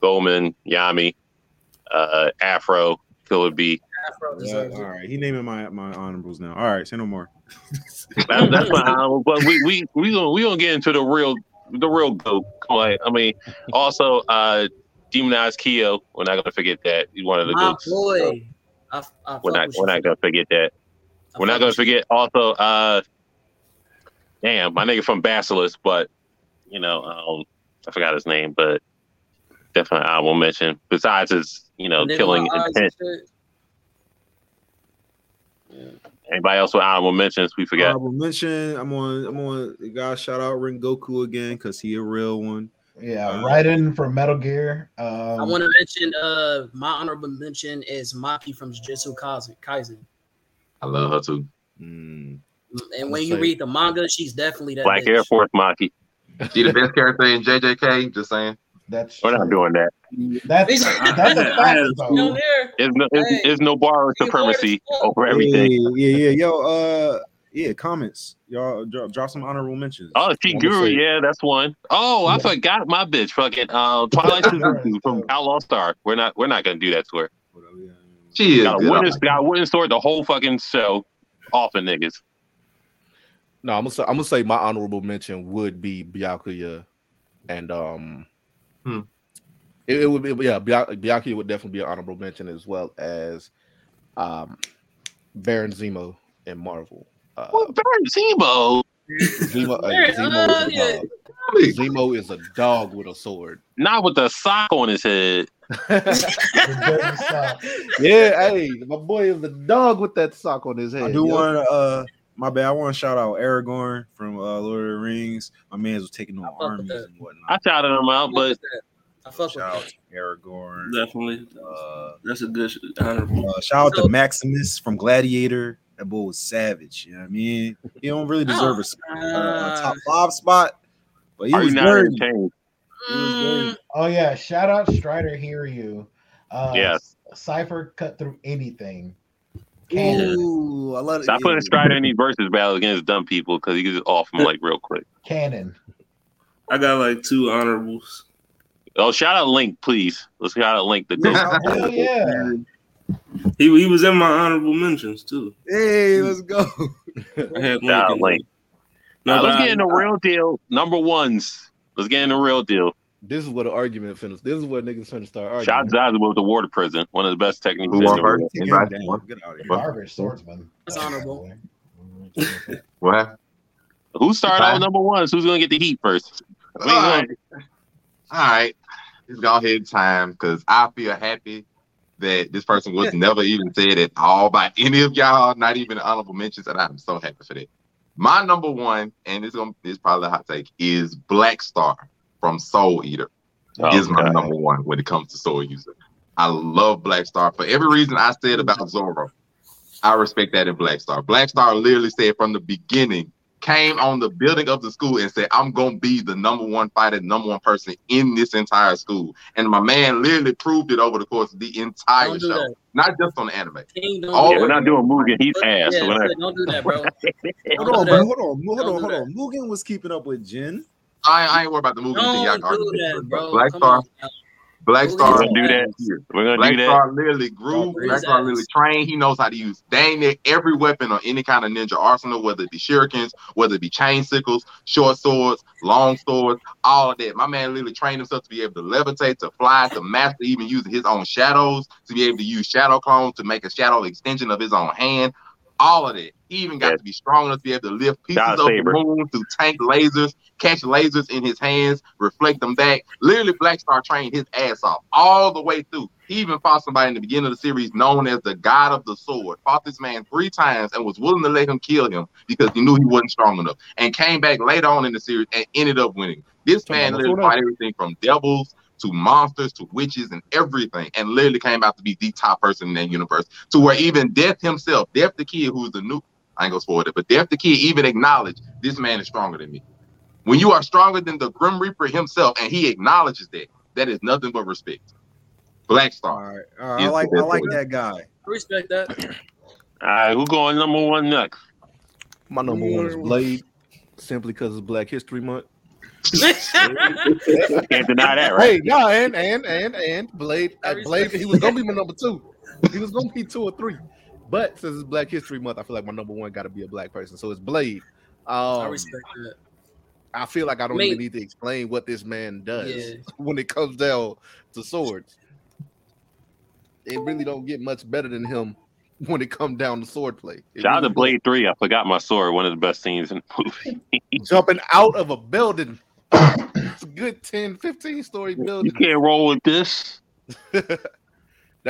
Speaker 1: Goldman, Yami, uh, Afro, Killer B.
Speaker 6: Afro
Speaker 5: yeah,
Speaker 6: deserves
Speaker 5: all
Speaker 6: it.
Speaker 5: right. He naming my my honorables now. All right, say no more.
Speaker 1: That, that's my honorable. But we we we gonna we gonna get into the real the real goat. Like I mean, also uh, Demonized Kyo. We're not gonna forget that. He's one of the
Speaker 6: My
Speaker 1: goats. So
Speaker 6: boy. I, I fuck
Speaker 1: We're not
Speaker 6: with you.
Speaker 1: we're not gonna forget that.
Speaker 6: I
Speaker 1: We're not
Speaker 6: fuck
Speaker 1: gonna
Speaker 6: with you.
Speaker 1: forget also. uh Damn, my nigga from Basilisk, but you know, um, I forgot his name, but definitely I will mention. Besides his, you know,
Speaker 6: Living
Speaker 1: killing
Speaker 6: my eyes and
Speaker 1: intent.
Speaker 6: shit.
Speaker 1: Anybody else with honorable mentions? We forgot.
Speaker 5: Honorable mention. I'm on. I'm on. Guys, shout out Rengoku again because he a real one.
Speaker 3: Yeah,
Speaker 5: Uh,
Speaker 3: Raiden from Metal Gear. Um,
Speaker 6: I want to mention uh my honorable mention is Maki from Jujutsu Kaisen. Kaisen.
Speaker 4: I love her too.
Speaker 6: And when you read the manga, she's definitely that.
Speaker 1: Black
Speaker 6: bitch.
Speaker 1: Air Force Maki.
Speaker 4: She the best character in JJK. Just saying.
Speaker 3: That's
Speaker 1: We're not doing that.
Speaker 3: that's uh, that's a
Speaker 8: I had
Speaker 3: fact
Speaker 8: a
Speaker 3: though.
Speaker 8: school-
Speaker 6: Millionaire.
Speaker 1: There's no, there's,
Speaker 6: Hey.
Speaker 1: there's no borrower
Speaker 6: You
Speaker 1: supremacy
Speaker 6: borrowed stuff.
Speaker 1: over everything.
Speaker 7: Yeah, yeah, yeah. Yo, uh, yeah, comments. Y'all drop, drop some honorable mentions.
Speaker 1: Oh, she
Speaker 7: Wanna
Speaker 1: guru,
Speaker 7: say-
Speaker 1: yeah, that's one. Oh, I forgot my bitch, fucking uh, Twilight Suzuki from Outlaw Star. We're not, we're not gonna do that to her.
Speaker 7: Whatever, yeah.
Speaker 4: She is.
Speaker 1: Got a
Speaker 4: good.
Speaker 1: wooden, got a wooden sword the whole fucking show off of niggas.
Speaker 2: No, I'm gonna say, I'm gonna say my honorable mention would be Byakuya, and um,
Speaker 4: Hmm.
Speaker 2: it, it would be yeah, Bya- Byakuya would definitely be an honorable mention as well as um, Baron Zemo in Marvel. Uh,
Speaker 1: Well, Baron Zemo,
Speaker 2: Zemo, uh,
Speaker 6: Baron,
Speaker 2: Zemo, is a
Speaker 6: uh,
Speaker 2: dog. Zemo is a dog with a sword.
Speaker 1: not with the sock on his head.
Speaker 3: That's
Speaker 2: yeah, hey, my boy is a dog with that sock on his head.
Speaker 7: I do
Speaker 2: yo.
Speaker 7: want to, uh, my bad. I want to shout out Aragorn from uh, Lord of the Rings. My man's was taking on
Speaker 6: fuck with
Speaker 7: armies
Speaker 6: that.
Speaker 7: and whatnot.
Speaker 1: I shouted him
Speaker 6: I
Speaker 1: out,
Speaker 6: fuck
Speaker 1: but
Speaker 6: with that. I fuck with
Speaker 7: Shout out
Speaker 6: that.
Speaker 7: to Aragorn.
Speaker 8: Definitely.
Speaker 7: Uh,
Speaker 8: That's a good honorable.
Speaker 7: uh, shout out
Speaker 6: So-
Speaker 7: to Maximus from Gladiator. That boy was savage. You know what I mean? He don't really deserve a s-
Speaker 6: Uh,
Speaker 7: a, a top five spot, but he
Speaker 1: are you
Speaker 7: was
Speaker 1: not
Speaker 7: dirty.
Speaker 1: entertained?
Speaker 6: mm,
Speaker 3: Oh yeah, shout out Strider hear you. Uh
Speaker 1: Yes.
Speaker 3: Cypher cut through anything. Can
Speaker 7: Ooh, I love it.
Speaker 1: Stop putting Strider in these versus battles against dumb people because you can just off them like real quick.
Speaker 3: cannon.
Speaker 8: I got like two honorables.
Speaker 1: Oh, shout out Link, please. Let's shout out Link the goat.
Speaker 3: Hell yeah.
Speaker 8: He, he was in my honorable mentions too.
Speaker 7: Hey, let's go.
Speaker 8: I had Link.
Speaker 1: Nah,
Speaker 8: in
Speaker 1: Link.
Speaker 8: there.
Speaker 1: Nah,
Speaker 8: No,
Speaker 1: let's
Speaker 8: but
Speaker 1: get in the
Speaker 8: I-
Speaker 1: real deal. Number ones. Let's get in the real deal.
Speaker 2: This is what an argument finished. This is what niggas finna start
Speaker 1: Shout out
Speaker 2: arguing.
Speaker 1: Zazu with the water prison. One of the best techniques
Speaker 4: Who
Speaker 1: in
Speaker 4: won
Speaker 1: the
Speaker 4: first?
Speaker 1: world.
Speaker 7: Take him
Speaker 4: Anybody
Speaker 7: down.
Speaker 4: want-
Speaker 7: Get out of here.
Speaker 3: Garbage swordsman.
Speaker 6: That's honorable.
Speaker 4: What? happened?
Speaker 1: Who started out
Speaker 4: Fine.
Speaker 1: with number ones? Who's gonna get the heat first?
Speaker 4: All
Speaker 1: We ain't
Speaker 4: right. All right. Let's go ahead and time because I feel happy that this person was never even said at all by any of y'all, not even honorable mentions, and I'm so happy for that. My number one, and it's gonna it's probably a hot take, is Black Star from Soul Eater.
Speaker 1: Oh,
Speaker 4: is my
Speaker 1: God.
Speaker 4: number one when it comes to soul user. I love Black Star for every reason I said about Zorro. I respect that in Black Star. Black Star literally said from the beginning, came on the building of the school and said, I'm gonna be the number one fighter, number one person in this entire school. And my man literally proved it over the course of the entire
Speaker 6: Don't do
Speaker 4: show,
Speaker 6: that.
Speaker 4: not just on anime.
Speaker 6: King, don't
Speaker 4: Oh,
Speaker 6: do
Speaker 1: Yeah, we're
Speaker 6: that.
Speaker 1: not doing Mugen. He's ass.
Speaker 6: Yeah,
Speaker 1: so we're not-
Speaker 6: don't do that, bro.
Speaker 7: Hold
Speaker 6: Don't
Speaker 7: on,
Speaker 6: do that.
Speaker 7: bro. Hold on. Hold
Speaker 6: Don't
Speaker 7: on.
Speaker 6: do
Speaker 7: Hold
Speaker 6: that.
Speaker 7: on. Mugen was keeping up with Jin.
Speaker 4: I, I ain't worried about the movie. thing, y'all
Speaker 6: Don't
Speaker 4: can argue
Speaker 6: do
Speaker 4: with
Speaker 6: that,
Speaker 4: it, but
Speaker 6: bro.
Speaker 4: Black
Speaker 6: Come
Speaker 4: Star,
Speaker 6: on. now.
Speaker 4: Black
Speaker 6: Mugen
Speaker 4: Star,
Speaker 1: We're gonna do that. We're gonna
Speaker 4: Black
Speaker 1: do that.
Speaker 4: Star literally grew.
Speaker 6: Grew
Speaker 4: Black
Speaker 6: his
Speaker 4: Star
Speaker 6: ass.
Speaker 4: literally trained. He knows how to use dang near every weapon on any kind of ninja arsenal, whether it be shurikens, whether it be chain sickles, short swords, long swords, all of that. My man literally trained himself to be able to levitate, to fly, to master even using his own shadows, to be able to use shadow clones, to make a shadow extension of his own hand. All of that. He even got
Speaker 1: Yeah.
Speaker 4: to be strong enough to be able to lift pieces
Speaker 1: God
Speaker 4: of the
Speaker 1: Saber.
Speaker 4: moon to tank lasers, catch lasers in his hands, reflect them back. Literally, Black Star trained his ass off all the way through. He even fought somebody in the beginning of the series known as the God of the Sword. Fought this man three times and was willing to let him kill him because he knew he wasn't strong enough. And came back later on in the series and ended up winning. This
Speaker 2: Talking
Speaker 4: man
Speaker 2: about
Speaker 4: literally
Speaker 2: Mafuda?
Speaker 4: fought everything from devils to monsters to witches and everything, and literally came out to be the top person in that universe. To where even Death himself, Death the Kid, who's the new I ain't gonna spoil it, but Death the Kid even acknowledged this man is stronger than me. When you are stronger than the Grim Reaper himself, and he acknowledges that, that is nothing but respect. Black
Speaker 7: All
Speaker 4: Star.
Speaker 7: right. All right. I
Speaker 4: Yes,
Speaker 7: like. I
Speaker 4: yes,
Speaker 7: like
Speaker 4: yes.
Speaker 7: that guy.
Speaker 6: I respect that.
Speaker 1: All right, who going number one next?
Speaker 2: My number one is Blade, simply because it's Black History Month.
Speaker 1: Can't deny that, right?
Speaker 2: Hey, yeah, and and and and Blade,
Speaker 6: I
Speaker 2: uh, Blade, he was gonna be my number two. He was gonna be two or three, but since it's Black History Month, I feel like my number one got to be a black person. So it's Blade.
Speaker 6: I
Speaker 2: Um,
Speaker 6: respect that.
Speaker 2: I feel like I don't
Speaker 6: Me-
Speaker 2: even need to explain what this man does
Speaker 6: Yeah.
Speaker 2: when it comes down to swords. It really don't get much better than him when it comes down to swordplay. It
Speaker 1: Shout out
Speaker 2: really
Speaker 1: to Blade Three. I forgot my sword. One of the best scenes in the movie.
Speaker 2: don't. jumping out of a building. It's a good 10, 15 story
Speaker 1: You
Speaker 2: building.
Speaker 1: can't roll with this.
Speaker 2: that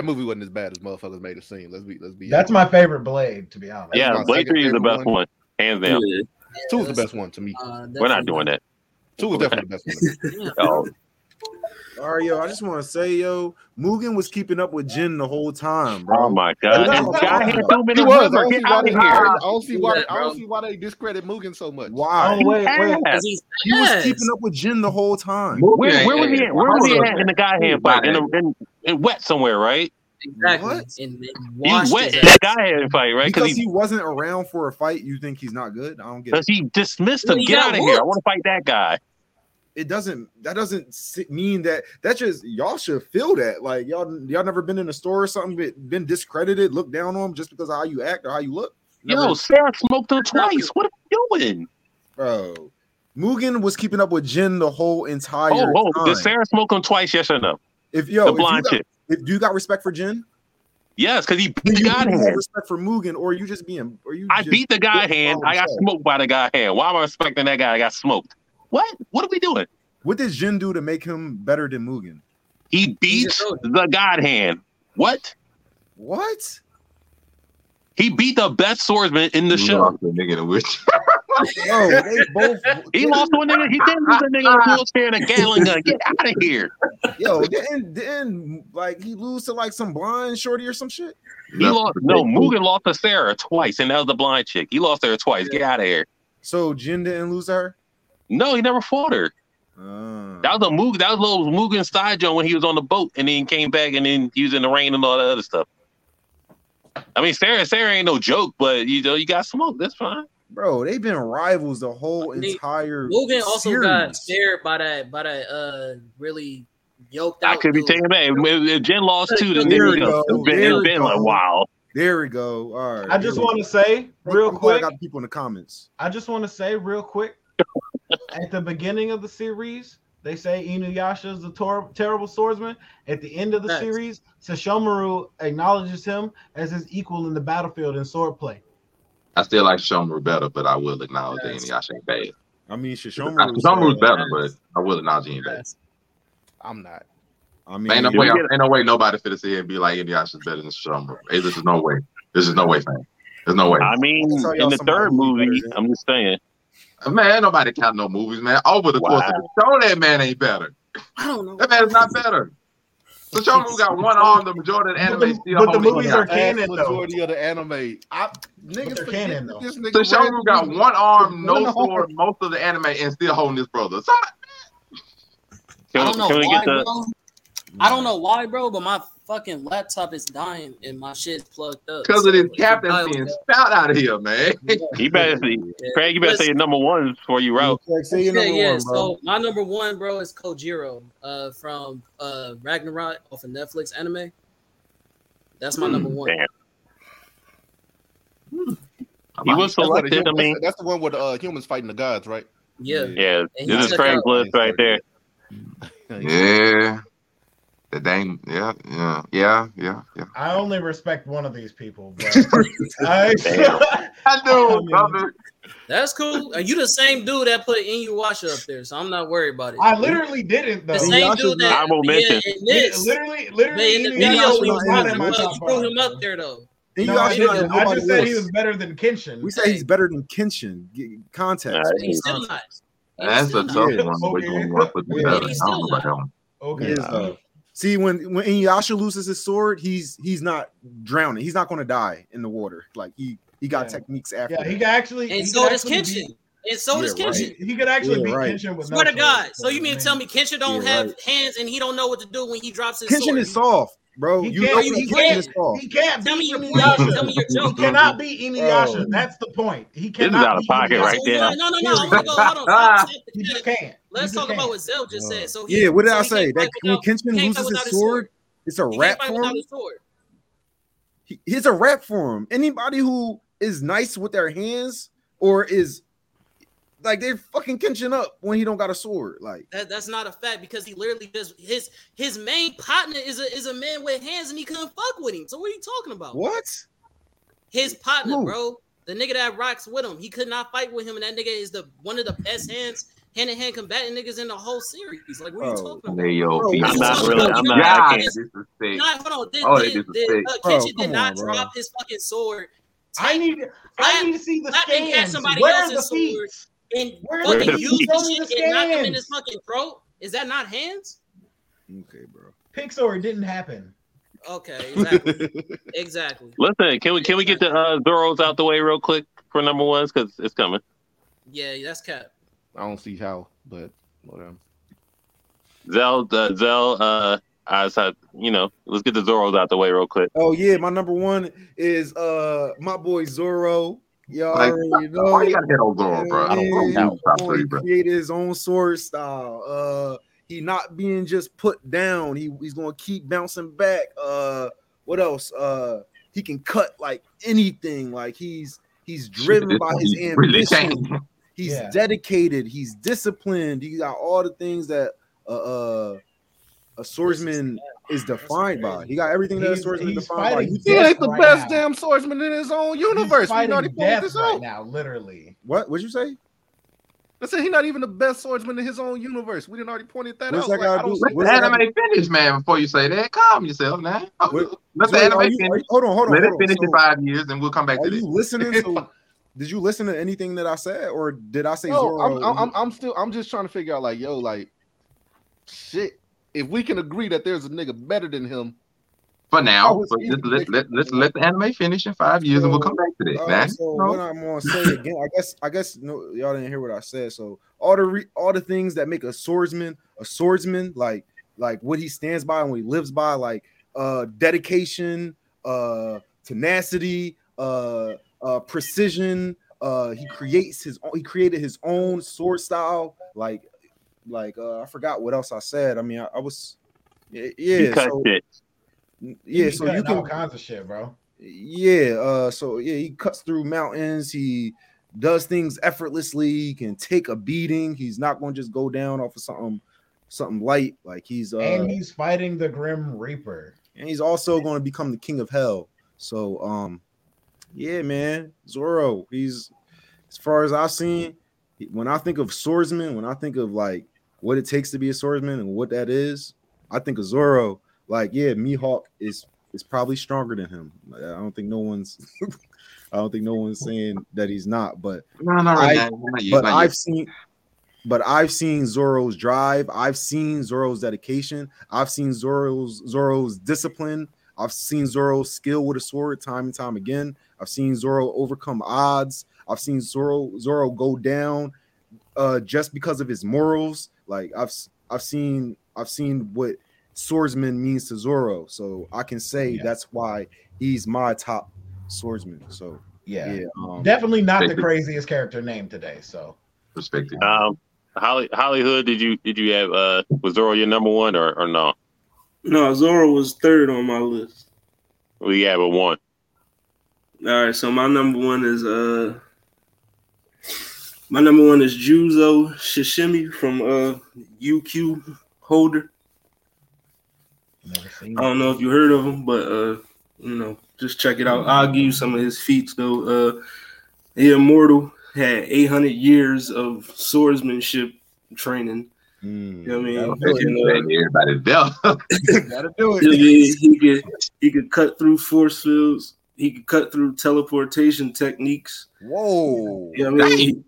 Speaker 2: movie wasn't as bad as motherfuckers made it seem. Let's be let's be
Speaker 3: That's my favorite blade, to be honest.
Speaker 2: That's
Speaker 1: Yeah,
Speaker 2: my
Speaker 1: Blade
Speaker 2: second
Speaker 1: Three is the
Speaker 2: favorite
Speaker 1: best one, hands down.
Speaker 8: Yeah.
Speaker 2: honest. two is the best one to me.
Speaker 6: Uh,
Speaker 1: We're not doing that.
Speaker 2: Two is definitely the best one. to me.
Speaker 6: that.
Speaker 1: Oh,
Speaker 5: All right, yo. I just want to say, yo, Mugen was keeping up with Jin the whole time, bro.
Speaker 1: Oh my god,
Speaker 5: That's
Speaker 1: this
Speaker 5: what I'm
Speaker 1: guy
Speaker 5: talking
Speaker 1: had
Speaker 5: about.
Speaker 1: too
Speaker 2: He
Speaker 1: many
Speaker 2: was.
Speaker 1: rumors.
Speaker 2: I don't see
Speaker 1: Get
Speaker 2: why
Speaker 1: out
Speaker 2: they.
Speaker 1: of
Speaker 2: I
Speaker 1: here.
Speaker 2: don't see why. I
Speaker 6: Bro.
Speaker 2: don't see why they discredit Mugen so much.
Speaker 5: Why?
Speaker 3: Oh, wait, wait.
Speaker 1: Ass.
Speaker 6: 'Cause he's
Speaker 5: He was
Speaker 6: ass.
Speaker 5: keeping up with Jin the whole time.
Speaker 1: Where, where was he at? Where was he at in the guy hand fight? In, the, in, in wet somewhere, right?
Speaker 6: Exactly.
Speaker 5: What?
Speaker 6: And they
Speaker 1: He was
Speaker 6: washed
Speaker 1: wet
Speaker 6: his
Speaker 1: in
Speaker 6: ass.
Speaker 1: that guy hand fight, right?
Speaker 5: Because
Speaker 1: Because
Speaker 5: he
Speaker 1: he,
Speaker 5: wasn't around for a fight, you think he's not good? I don't get it.
Speaker 1: cause he dismissed him.
Speaker 6: He
Speaker 1: Get
Speaker 6: got
Speaker 1: out of here. I
Speaker 6: whooped.
Speaker 1: want to fight that guy.
Speaker 5: It doesn't. That doesn't s- mean that. That just y'all should feel that. Like y'all, y'all never been in a store or something, but been discredited, looked down on just because of how you act or how you look. Never-
Speaker 1: Yo, Sarah smoked him twice. What are you doing?
Speaker 5: bro. Mugen was keeping up with Jin the whole entire
Speaker 1: Oh, oh,
Speaker 5: time.
Speaker 1: did Sarah smoke him twice? Yes or no?
Speaker 5: if yo,
Speaker 1: the
Speaker 5: if you,
Speaker 1: blind
Speaker 5: got,
Speaker 1: chick.
Speaker 5: if you got respect for Jin,
Speaker 1: Yes, because he
Speaker 5: then
Speaker 1: beat the
Speaker 5: you
Speaker 1: guy
Speaker 5: have
Speaker 1: hand.
Speaker 5: respect for Mugen, or you just being, or you.
Speaker 1: I
Speaker 5: just,
Speaker 1: beat the guy
Speaker 5: Yeah,
Speaker 1: hand. I got
Speaker 5: so-
Speaker 1: smoked by the guy hand. Why am I respecting that guy? I got smoked. What? What are we doing?
Speaker 5: What did Jin do to make him better than Mugen?
Speaker 1: He beat
Speaker 6: just told
Speaker 1: the god hand. What?
Speaker 5: What?
Speaker 1: He beat the best swordsman in the show.
Speaker 4: Nigga, the witch.
Speaker 5: Yo, they both.
Speaker 1: He lost to a nigga. He didn't lose a nigga on a wheelchair and a Gatling gun. Get out of here.
Speaker 5: Yo, didn't didn't like he lose to like some blind shorty or some shit?
Speaker 1: He lost. No, Mugen lost to Sarah twice, and that was the blind chick. He lost to her twice. Get out of here.
Speaker 5: So Jin didn't lose to her.
Speaker 1: No, he never fought her.
Speaker 5: Uh,
Speaker 1: That was a Mugen. That was little Mugen side jump when he was on the boat, and then came back, and then he was in the rain and all that other stuff. I mean, Sarah, Sarah ain't no joke, but you know, you got smoked. That's fine.
Speaker 5: bro, they've been rivals the whole
Speaker 6: They-
Speaker 5: entire.
Speaker 6: Logan also got
Speaker 5: series.
Speaker 6: scared by that by that uh really yoked out.
Speaker 1: I could be
Speaker 6: dude.
Speaker 1: taking that. If, if Jen lost two, then
Speaker 5: There
Speaker 1: there
Speaker 5: we
Speaker 1: you go.
Speaker 5: go. There
Speaker 1: Jen,
Speaker 5: we
Speaker 1: Jen like,
Speaker 5: go.
Speaker 1: wow.
Speaker 5: There we go. All right.
Speaker 3: I just
Speaker 5: there we
Speaker 3: want to say
Speaker 5: go.
Speaker 3: real
Speaker 5: I'm glad
Speaker 3: quick.
Speaker 5: I got people in the comments.
Speaker 3: I just want to say real quick. at the beginning of the series, they say Inuyasha is a tor- terrible swordsman. At the end of the
Speaker 6: Facts.
Speaker 3: series, Sashomaru acknowledges him as his equal in the battlefield in swordplay.
Speaker 4: I still like Shomaru better, but I will acknowledge that Inuyasha ain't bad.
Speaker 5: I mean, Shishomaru.
Speaker 4: Shomaru's better, but I will acknowledge he ain't bad.
Speaker 6: Yes.
Speaker 2: I'm not.
Speaker 5: I mean,
Speaker 4: Ain't no
Speaker 1: Did
Speaker 4: way.
Speaker 1: we get-
Speaker 4: Ain't no way. Nobody fit sit here and be like Inuyasha's better than Shomaru. Hey, this is no way. This is no way, fam. There's no way.
Speaker 1: I mean,
Speaker 5: That's how y'all
Speaker 1: in the
Speaker 5: somebody
Speaker 1: third
Speaker 5: who's
Speaker 1: movie,
Speaker 5: better than-
Speaker 1: I'm just saying.
Speaker 4: Man, ain't nobody count no movies, man. Over the course of the show, that man ain't better.
Speaker 6: I don't know.
Speaker 4: That man is not better. So Shomaru got one arm. The majority of the
Speaker 3: But
Speaker 4: anime
Speaker 3: the-
Speaker 4: still
Speaker 3: but the
Speaker 4: holding
Speaker 3: movies
Speaker 4: Inuyasha.
Speaker 3: are
Speaker 2: Ass
Speaker 3: canon, though.
Speaker 2: majority of the anime. I niggas
Speaker 3: they're
Speaker 2: forget
Speaker 3: canon,
Speaker 2: that
Speaker 3: though.
Speaker 2: this nigga.
Speaker 4: So
Speaker 2: ran-
Speaker 4: Shomaru got one arm,
Speaker 2: What in
Speaker 4: no
Speaker 2: the
Speaker 4: sword, most of the anime, and still holding his brother. So
Speaker 6: I
Speaker 1: Can,
Speaker 6: don't know
Speaker 1: can we
Speaker 6: why,
Speaker 1: get the?
Speaker 6: bro. I don't know why, bro, but my fucking laptop is dying and my shit's plugged up.
Speaker 4: because of
Speaker 6: So oh,
Speaker 4: this
Speaker 6: if it
Speaker 4: cap that's
Speaker 6: dials
Speaker 4: being
Speaker 6: up,
Speaker 4: spout out of here, man.
Speaker 1: You better, see,
Speaker 6: yeah.
Speaker 1: Craig. You better say your number one before you out.
Speaker 5: Like, say your
Speaker 6: yeah,
Speaker 5: number
Speaker 6: yeah.
Speaker 5: one, bro.
Speaker 6: So my number one, bro, is Kojiro, uh, from uh Ragnarok off of Netflix anime. That's my number one.
Speaker 1: Mm. Damn, he
Speaker 4: He
Speaker 1: was
Speaker 2: That's, what the
Speaker 1: selected. I
Speaker 2: hum-
Speaker 1: mean,
Speaker 2: that's, that's the one with uh, humans fighting the gods, right?
Speaker 6: Yeah.
Speaker 1: yeah,
Speaker 6: And he
Speaker 1: this is
Speaker 6: took
Speaker 1: Craig's
Speaker 6: out-
Speaker 1: list right there.
Speaker 4: Yeah. The dang, yeah, yeah, yeah, yeah, yeah.
Speaker 3: I only respect one of these people, but I,
Speaker 1: Damn.
Speaker 4: I
Speaker 3: I
Speaker 4: do,
Speaker 3: mean-
Speaker 4: brother.
Speaker 6: That's cool. Are you the same dude that put Inuyasha up there? So I'm not worried about it.
Speaker 3: I literally didn't though.
Speaker 6: the same
Speaker 5: Inuyasha's
Speaker 6: dude that
Speaker 1: not- I will mention.
Speaker 6: Yeah, in
Speaker 3: Li-
Speaker 6: this,
Speaker 3: literally,
Speaker 6: they-
Speaker 3: literally,
Speaker 6: in the
Speaker 3: Inuyasha
Speaker 6: video
Speaker 5: Inuyasha's
Speaker 6: we
Speaker 3: was
Speaker 5: not in
Speaker 3: not
Speaker 5: the
Speaker 3: in my
Speaker 5: list.
Speaker 6: uh,
Speaker 3: top
Speaker 6: threw
Speaker 3: five.
Speaker 6: him up there though.
Speaker 5: And you
Speaker 3: No, I,
Speaker 5: guys not in
Speaker 3: didn't. I
Speaker 5: nobody
Speaker 3: just said he
Speaker 5: list.
Speaker 3: was better than Kenshin.
Speaker 5: We say he's better than Kenshin. Get
Speaker 1: Nah,
Speaker 5: context.
Speaker 1: that
Speaker 6: He's
Speaker 1: ain't-
Speaker 6: still not. He's
Speaker 4: That's
Speaker 6: still
Speaker 4: a
Speaker 6: not.
Speaker 4: tough
Speaker 5: Yeah.
Speaker 4: one. Which
Speaker 3: Okay.
Speaker 4: one you want to put
Speaker 5: Yeah.
Speaker 4: together? I
Speaker 6: But he's
Speaker 4: don't know
Speaker 6: still
Speaker 4: about that one.
Speaker 3: Okay.
Speaker 5: Is, uh, see, when when Inuyasha loses his sword, he's he's not drowning. He's not going to die in the water. Like he he got
Speaker 3: Yeah.
Speaker 5: techniques after.
Speaker 3: yeah, he
Speaker 5: that.
Speaker 3: could actually.
Speaker 6: And
Speaker 3: he
Speaker 6: so
Speaker 3: could
Speaker 6: does
Speaker 3: actually
Speaker 6: Kenshin. And so does
Speaker 5: Yeah, right.
Speaker 3: Beat,
Speaker 6: Kenshin.
Speaker 3: he, he could actually
Speaker 5: Yeah,
Speaker 3: beat
Speaker 5: right.
Speaker 3: Kenshin with
Speaker 6: Swear
Speaker 3: no
Speaker 6: to God.
Speaker 3: choice,
Speaker 6: So you mean to tell me Kenshin don't
Speaker 5: Yeah,
Speaker 6: have
Speaker 5: right.
Speaker 6: hands and he don't know what to do when he drops his sword?
Speaker 5: Kenshin is soft, bro.
Speaker 3: He
Speaker 5: You
Speaker 3: can't-
Speaker 5: know
Speaker 6: he
Speaker 5: he's
Speaker 6: can't-
Speaker 5: is soft.
Speaker 3: He can't
Speaker 6: Tell me
Speaker 3: beat
Speaker 6: your plan.
Speaker 3: Inuyasha.
Speaker 6: Tell me your
Speaker 3: Oh. He
Speaker 6: joke.
Speaker 3: cannot beat
Speaker 5: Bro.
Speaker 3: Inuyasha. That's the point. He
Speaker 1: This is
Speaker 3: cannot
Speaker 1: out of
Speaker 3: beat
Speaker 1: pocket
Speaker 3: Inuyasha.
Speaker 1: right
Speaker 6: So
Speaker 1: there.
Speaker 6: you're not- no, no, no. I want to go. Hold on. Stop, stop the
Speaker 3: He just
Speaker 6: cut.
Speaker 3: can't.
Speaker 6: Let's
Speaker 3: he just
Speaker 6: talk about
Speaker 3: can't. Uh,
Speaker 6: what Zell just said. So he,
Speaker 5: Yeah, what did
Speaker 6: so
Speaker 5: I
Speaker 6: he
Speaker 5: say?
Speaker 6: can't
Speaker 5: That
Speaker 6: fight
Speaker 5: when
Speaker 6: without-
Speaker 5: Kenshin
Speaker 6: he can't fight
Speaker 5: loses
Speaker 6: without
Speaker 5: his
Speaker 6: his sword.
Speaker 5: sword, it's a
Speaker 6: he can't
Speaker 5: wrap
Speaker 6: fight
Speaker 5: for
Speaker 6: without
Speaker 5: him.
Speaker 6: his sword.
Speaker 5: He- It's a wrap for him. Anybody who is nice with their hands or is like they're fucking Kenshin up when he don't got a sword. Like
Speaker 6: That, that's not a fact because he literally just his his main partner is a is a man with hands and he couldn't fuck with him. So what are you talking about?
Speaker 5: what?
Speaker 6: His partner,
Speaker 5: Who?
Speaker 6: bro, the nigga that rocks with him, he could not fight with him, and that nigga is the one of the best hands hand to hand combatant niggas in the whole series. Like what are
Speaker 5: Bro.
Speaker 6: you talking about?
Speaker 4: Hey, yo,
Speaker 5: Bro,
Speaker 1: I'm not really. I'm not.
Speaker 4: Yeah,
Speaker 1: I
Speaker 4: this
Speaker 1: can't.
Speaker 4: is sick.
Speaker 6: Not, hold on, did,
Speaker 4: Oh, they
Speaker 6: did, did, uh,
Speaker 5: Bro,
Speaker 6: Kitchen
Speaker 5: come
Speaker 6: did not
Speaker 5: on, bro.
Speaker 6: drop his fucking sword.
Speaker 3: I need. I need to see the
Speaker 6: Slap and catch
Speaker 3: scans.
Speaker 6: somebody
Speaker 3: Where are the
Speaker 6: else's
Speaker 3: feet?
Speaker 6: and
Speaker 3: Where
Speaker 1: the
Speaker 6: fucking
Speaker 1: feet?
Speaker 6: use
Speaker 3: Show me
Speaker 6: the
Speaker 3: the
Speaker 6: shit and knock him in his
Speaker 3: scans.
Speaker 6: fucking throat. Is that not hands?
Speaker 5: Okay, bro.
Speaker 3: Pixar didn't happen.
Speaker 6: Okay, exactly. exactly.
Speaker 1: Listen, can we can we get the uh, Zorros out the way real quick for number ones because it's coming.
Speaker 6: Yeah, that's cap.
Speaker 2: I don't see how, but whatever.
Speaker 1: Zell, uh, Zell, uh, I said, you know, let's get the Zorros out the way real quick.
Speaker 5: Oh yeah, my number one is uh my boy Zorro. Y'all
Speaker 4: Like,
Speaker 5: already know.
Speaker 4: Why you gotta hit on Zorro, bro? I don't, I don't
Speaker 5: Yeah,
Speaker 4: know. Top
Speaker 5: boy,
Speaker 4: three,
Speaker 5: he
Speaker 4: bro.
Speaker 5: created his own sword style. Uh, he not being just put down. He he's gonna keep bouncing back. Uh, what else? Uh, he can cut like anything. Like he's he's driven
Speaker 4: This
Speaker 5: by
Speaker 4: one
Speaker 5: his
Speaker 4: he really
Speaker 5: ambition.
Speaker 4: changed.
Speaker 5: He's
Speaker 3: Yeah.
Speaker 5: dedicated. He's disciplined. He got all the things that uh, uh a swordsman is defined by. He got everything that a
Speaker 3: He's-
Speaker 5: swordsman
Speaker 3: he's
Speaker 5: defined by.
Speaker 3: fighting
Speaker 5: He's-
Speaker 2: He ain't the
Speaker 3: Right
Speaker 2: best
Speaker 3: now.
Speaker 2: damn swordsman in his own
Speaker 3: He's
Speaker 2: universe. He
Speaker 3: fighting
Speaker 2: already pointed
Speaker 3: death
Speaker 2: this
Speaker 3: right
Speaker 2: out.
Speaker 3: now, literally.
Speaker 5: What? What'd you say?
Speaker 2: I said he's not even the best swordsman in his own universe. We didn't already pointed that
Speaker 5: What's
Speaker 2: out.
Speaker 5: that
Speaker 2: Like,
Speaker 5: gotta
Speaker 2: I don't
Speaker 5: do?
Speaker 2: see
Speaker 4: Let
Speaker 5: What
Speaker 4: the
Speaker 5: does that
Speaker 4: anime finish, man, before you say that. Calm yourself now.
Speaker 5: What-
Speaker 4: Let the
Speaker 5: Wait, are
Speaker 4: anime
Speaker 5: you- are
Speaker 4: finish.
Speaker 5: you- hold on, hold on,
Speaker 4: Let it
Speaker 5: hold on.
Speaker 4: finish in
Speaker 5: So-
Speaker 4: five years and we'll come back
Speaker 5: Are
Speaker 4: to this.
Speaker 5: you listening?
Speaker 2: If
Speaker 5: So,
Speaker 2: I-
Speaker 5: did you listen to anything that I said, or did I say
Speaker 2: No,
Speaker 5: Zorro?
Speaker 2: I'm, I'm, I'm, I'm still, I'm just trying to figure out, like, yo, like, shit. If we can agree that there's a nigga better than him,
Speaker 4: for now.
Speaker 2: Oh, it's
Speaker 4: but
Speaker 2: easy
Speaker 4: just
Speaker 2: to
Speaker 4: let,
Speaker 2: make-
Speaker 4: let, let, let the anime finish in five years and we'll come back to this.
Speaker 5: Uh,
Speaker 4: now.
Speaker 5: so
Speaker 4: No.
Speaker 5: what I'm gonna say again? I guess I guess no, y'all didn't hear what I said. So all the re, all the things that make a swordsman a swordsman, like like what he stands by and what he lives by, like uh dedication, uh tenacity, uh uh precision. Uh, he creates his own. He created his own sword style. Like like uh, I forgot what else I said. I mean I, I was yeah
Speaker 1: You
Speaker 5: yeah
Speaker 1: cut
Speaker 5: so,
Speaker 1: shit.
Speaker 5: yeah
Speaker 3: He's
Speaker 5: so you
Speaker 3: cutting
Speaker 5: can
Speaker 3: all kinds of shit, bro.
Speaker 5: yeah, uh, so yeah, he cuts through mountains, he does things effortlessly, he can take a beating, he's not gonna just go down off of something something light, like he's uh
Speaker 3: and he's fighting the Grim Reaper.
Speaker 5: and he's also gonna become the king of hell. So um yeah, man, Zoro, he's as far as I've seen, when I think of swordsman, when I think of like what it takes to be a swordsman and what that is, I think of Zoro. Like, yeah, Mihawk is is probably stronger than him. I don't think no one's I don't think no one's saying that he's not, but
Speaker 4: No, not right
Speaker 5: I-
Speaker 4: now. Not yet,
Speaker 5: but
Speaker 4: not
Speaker 5: I've
Speaker 4: yet.
Speaker 5: seen but I've seen Zoro's drive, I've seen Zoro's dedication, I've seen Zoro's Zoro's discipline, I've seen Zoro's skill with a sword time and time again. I've seen Zoro overcome odds. I've seen Zoro Zoro go down uh just because of his morals. Like I've s- I've seen I've seen what swordsman means to Zoro. So I can say
Speaker 3: Yeah.
Speaker 5: that's why he's my top swordsman. So yeah,
Speaker 3: Yeah.
Speaker 5: um,
Speaker 3: Definitely not the
Speaker 4: Thank you.
Speaker 3: craziest character name today. So
Speaker 4: Perspective.
Speaker 1: Um, Holly, Hollywood, did you did you have uh was Zorro your number one or or no?
Speaker 8: No, Zorro was third on my list.
Speaker 1: We have a one.
Speaker 8: All right, so my number one is uh my number one is Juzo Shishimi from uh UQ Holder.
Speaker 3: never seen.
Speaker 1: Um,
Speaker 8: I don't know if you heard of him, but uh you know just check it out. I'll give you some of his feats though. Uh, the Immortal had 800 years of swordsmanship training.
Speaker 5: mm.
Speaker 8: You know what I mean?
Speaker 5: That'll do
Speaker 4: That's
Speaker 5: it.
Speaker 8: Fucking, uh,
Speaker 4: everybody belt.
Speaker 5: That'll do
Speaker 8: Yeah,
Speaker 5: it.
Speaker 8: yeah, uh, he could he could cut through force fields. He could cut through teleportation techniques.
Speaker 5: Whoa.
Speaker 8: You know what I mean? He,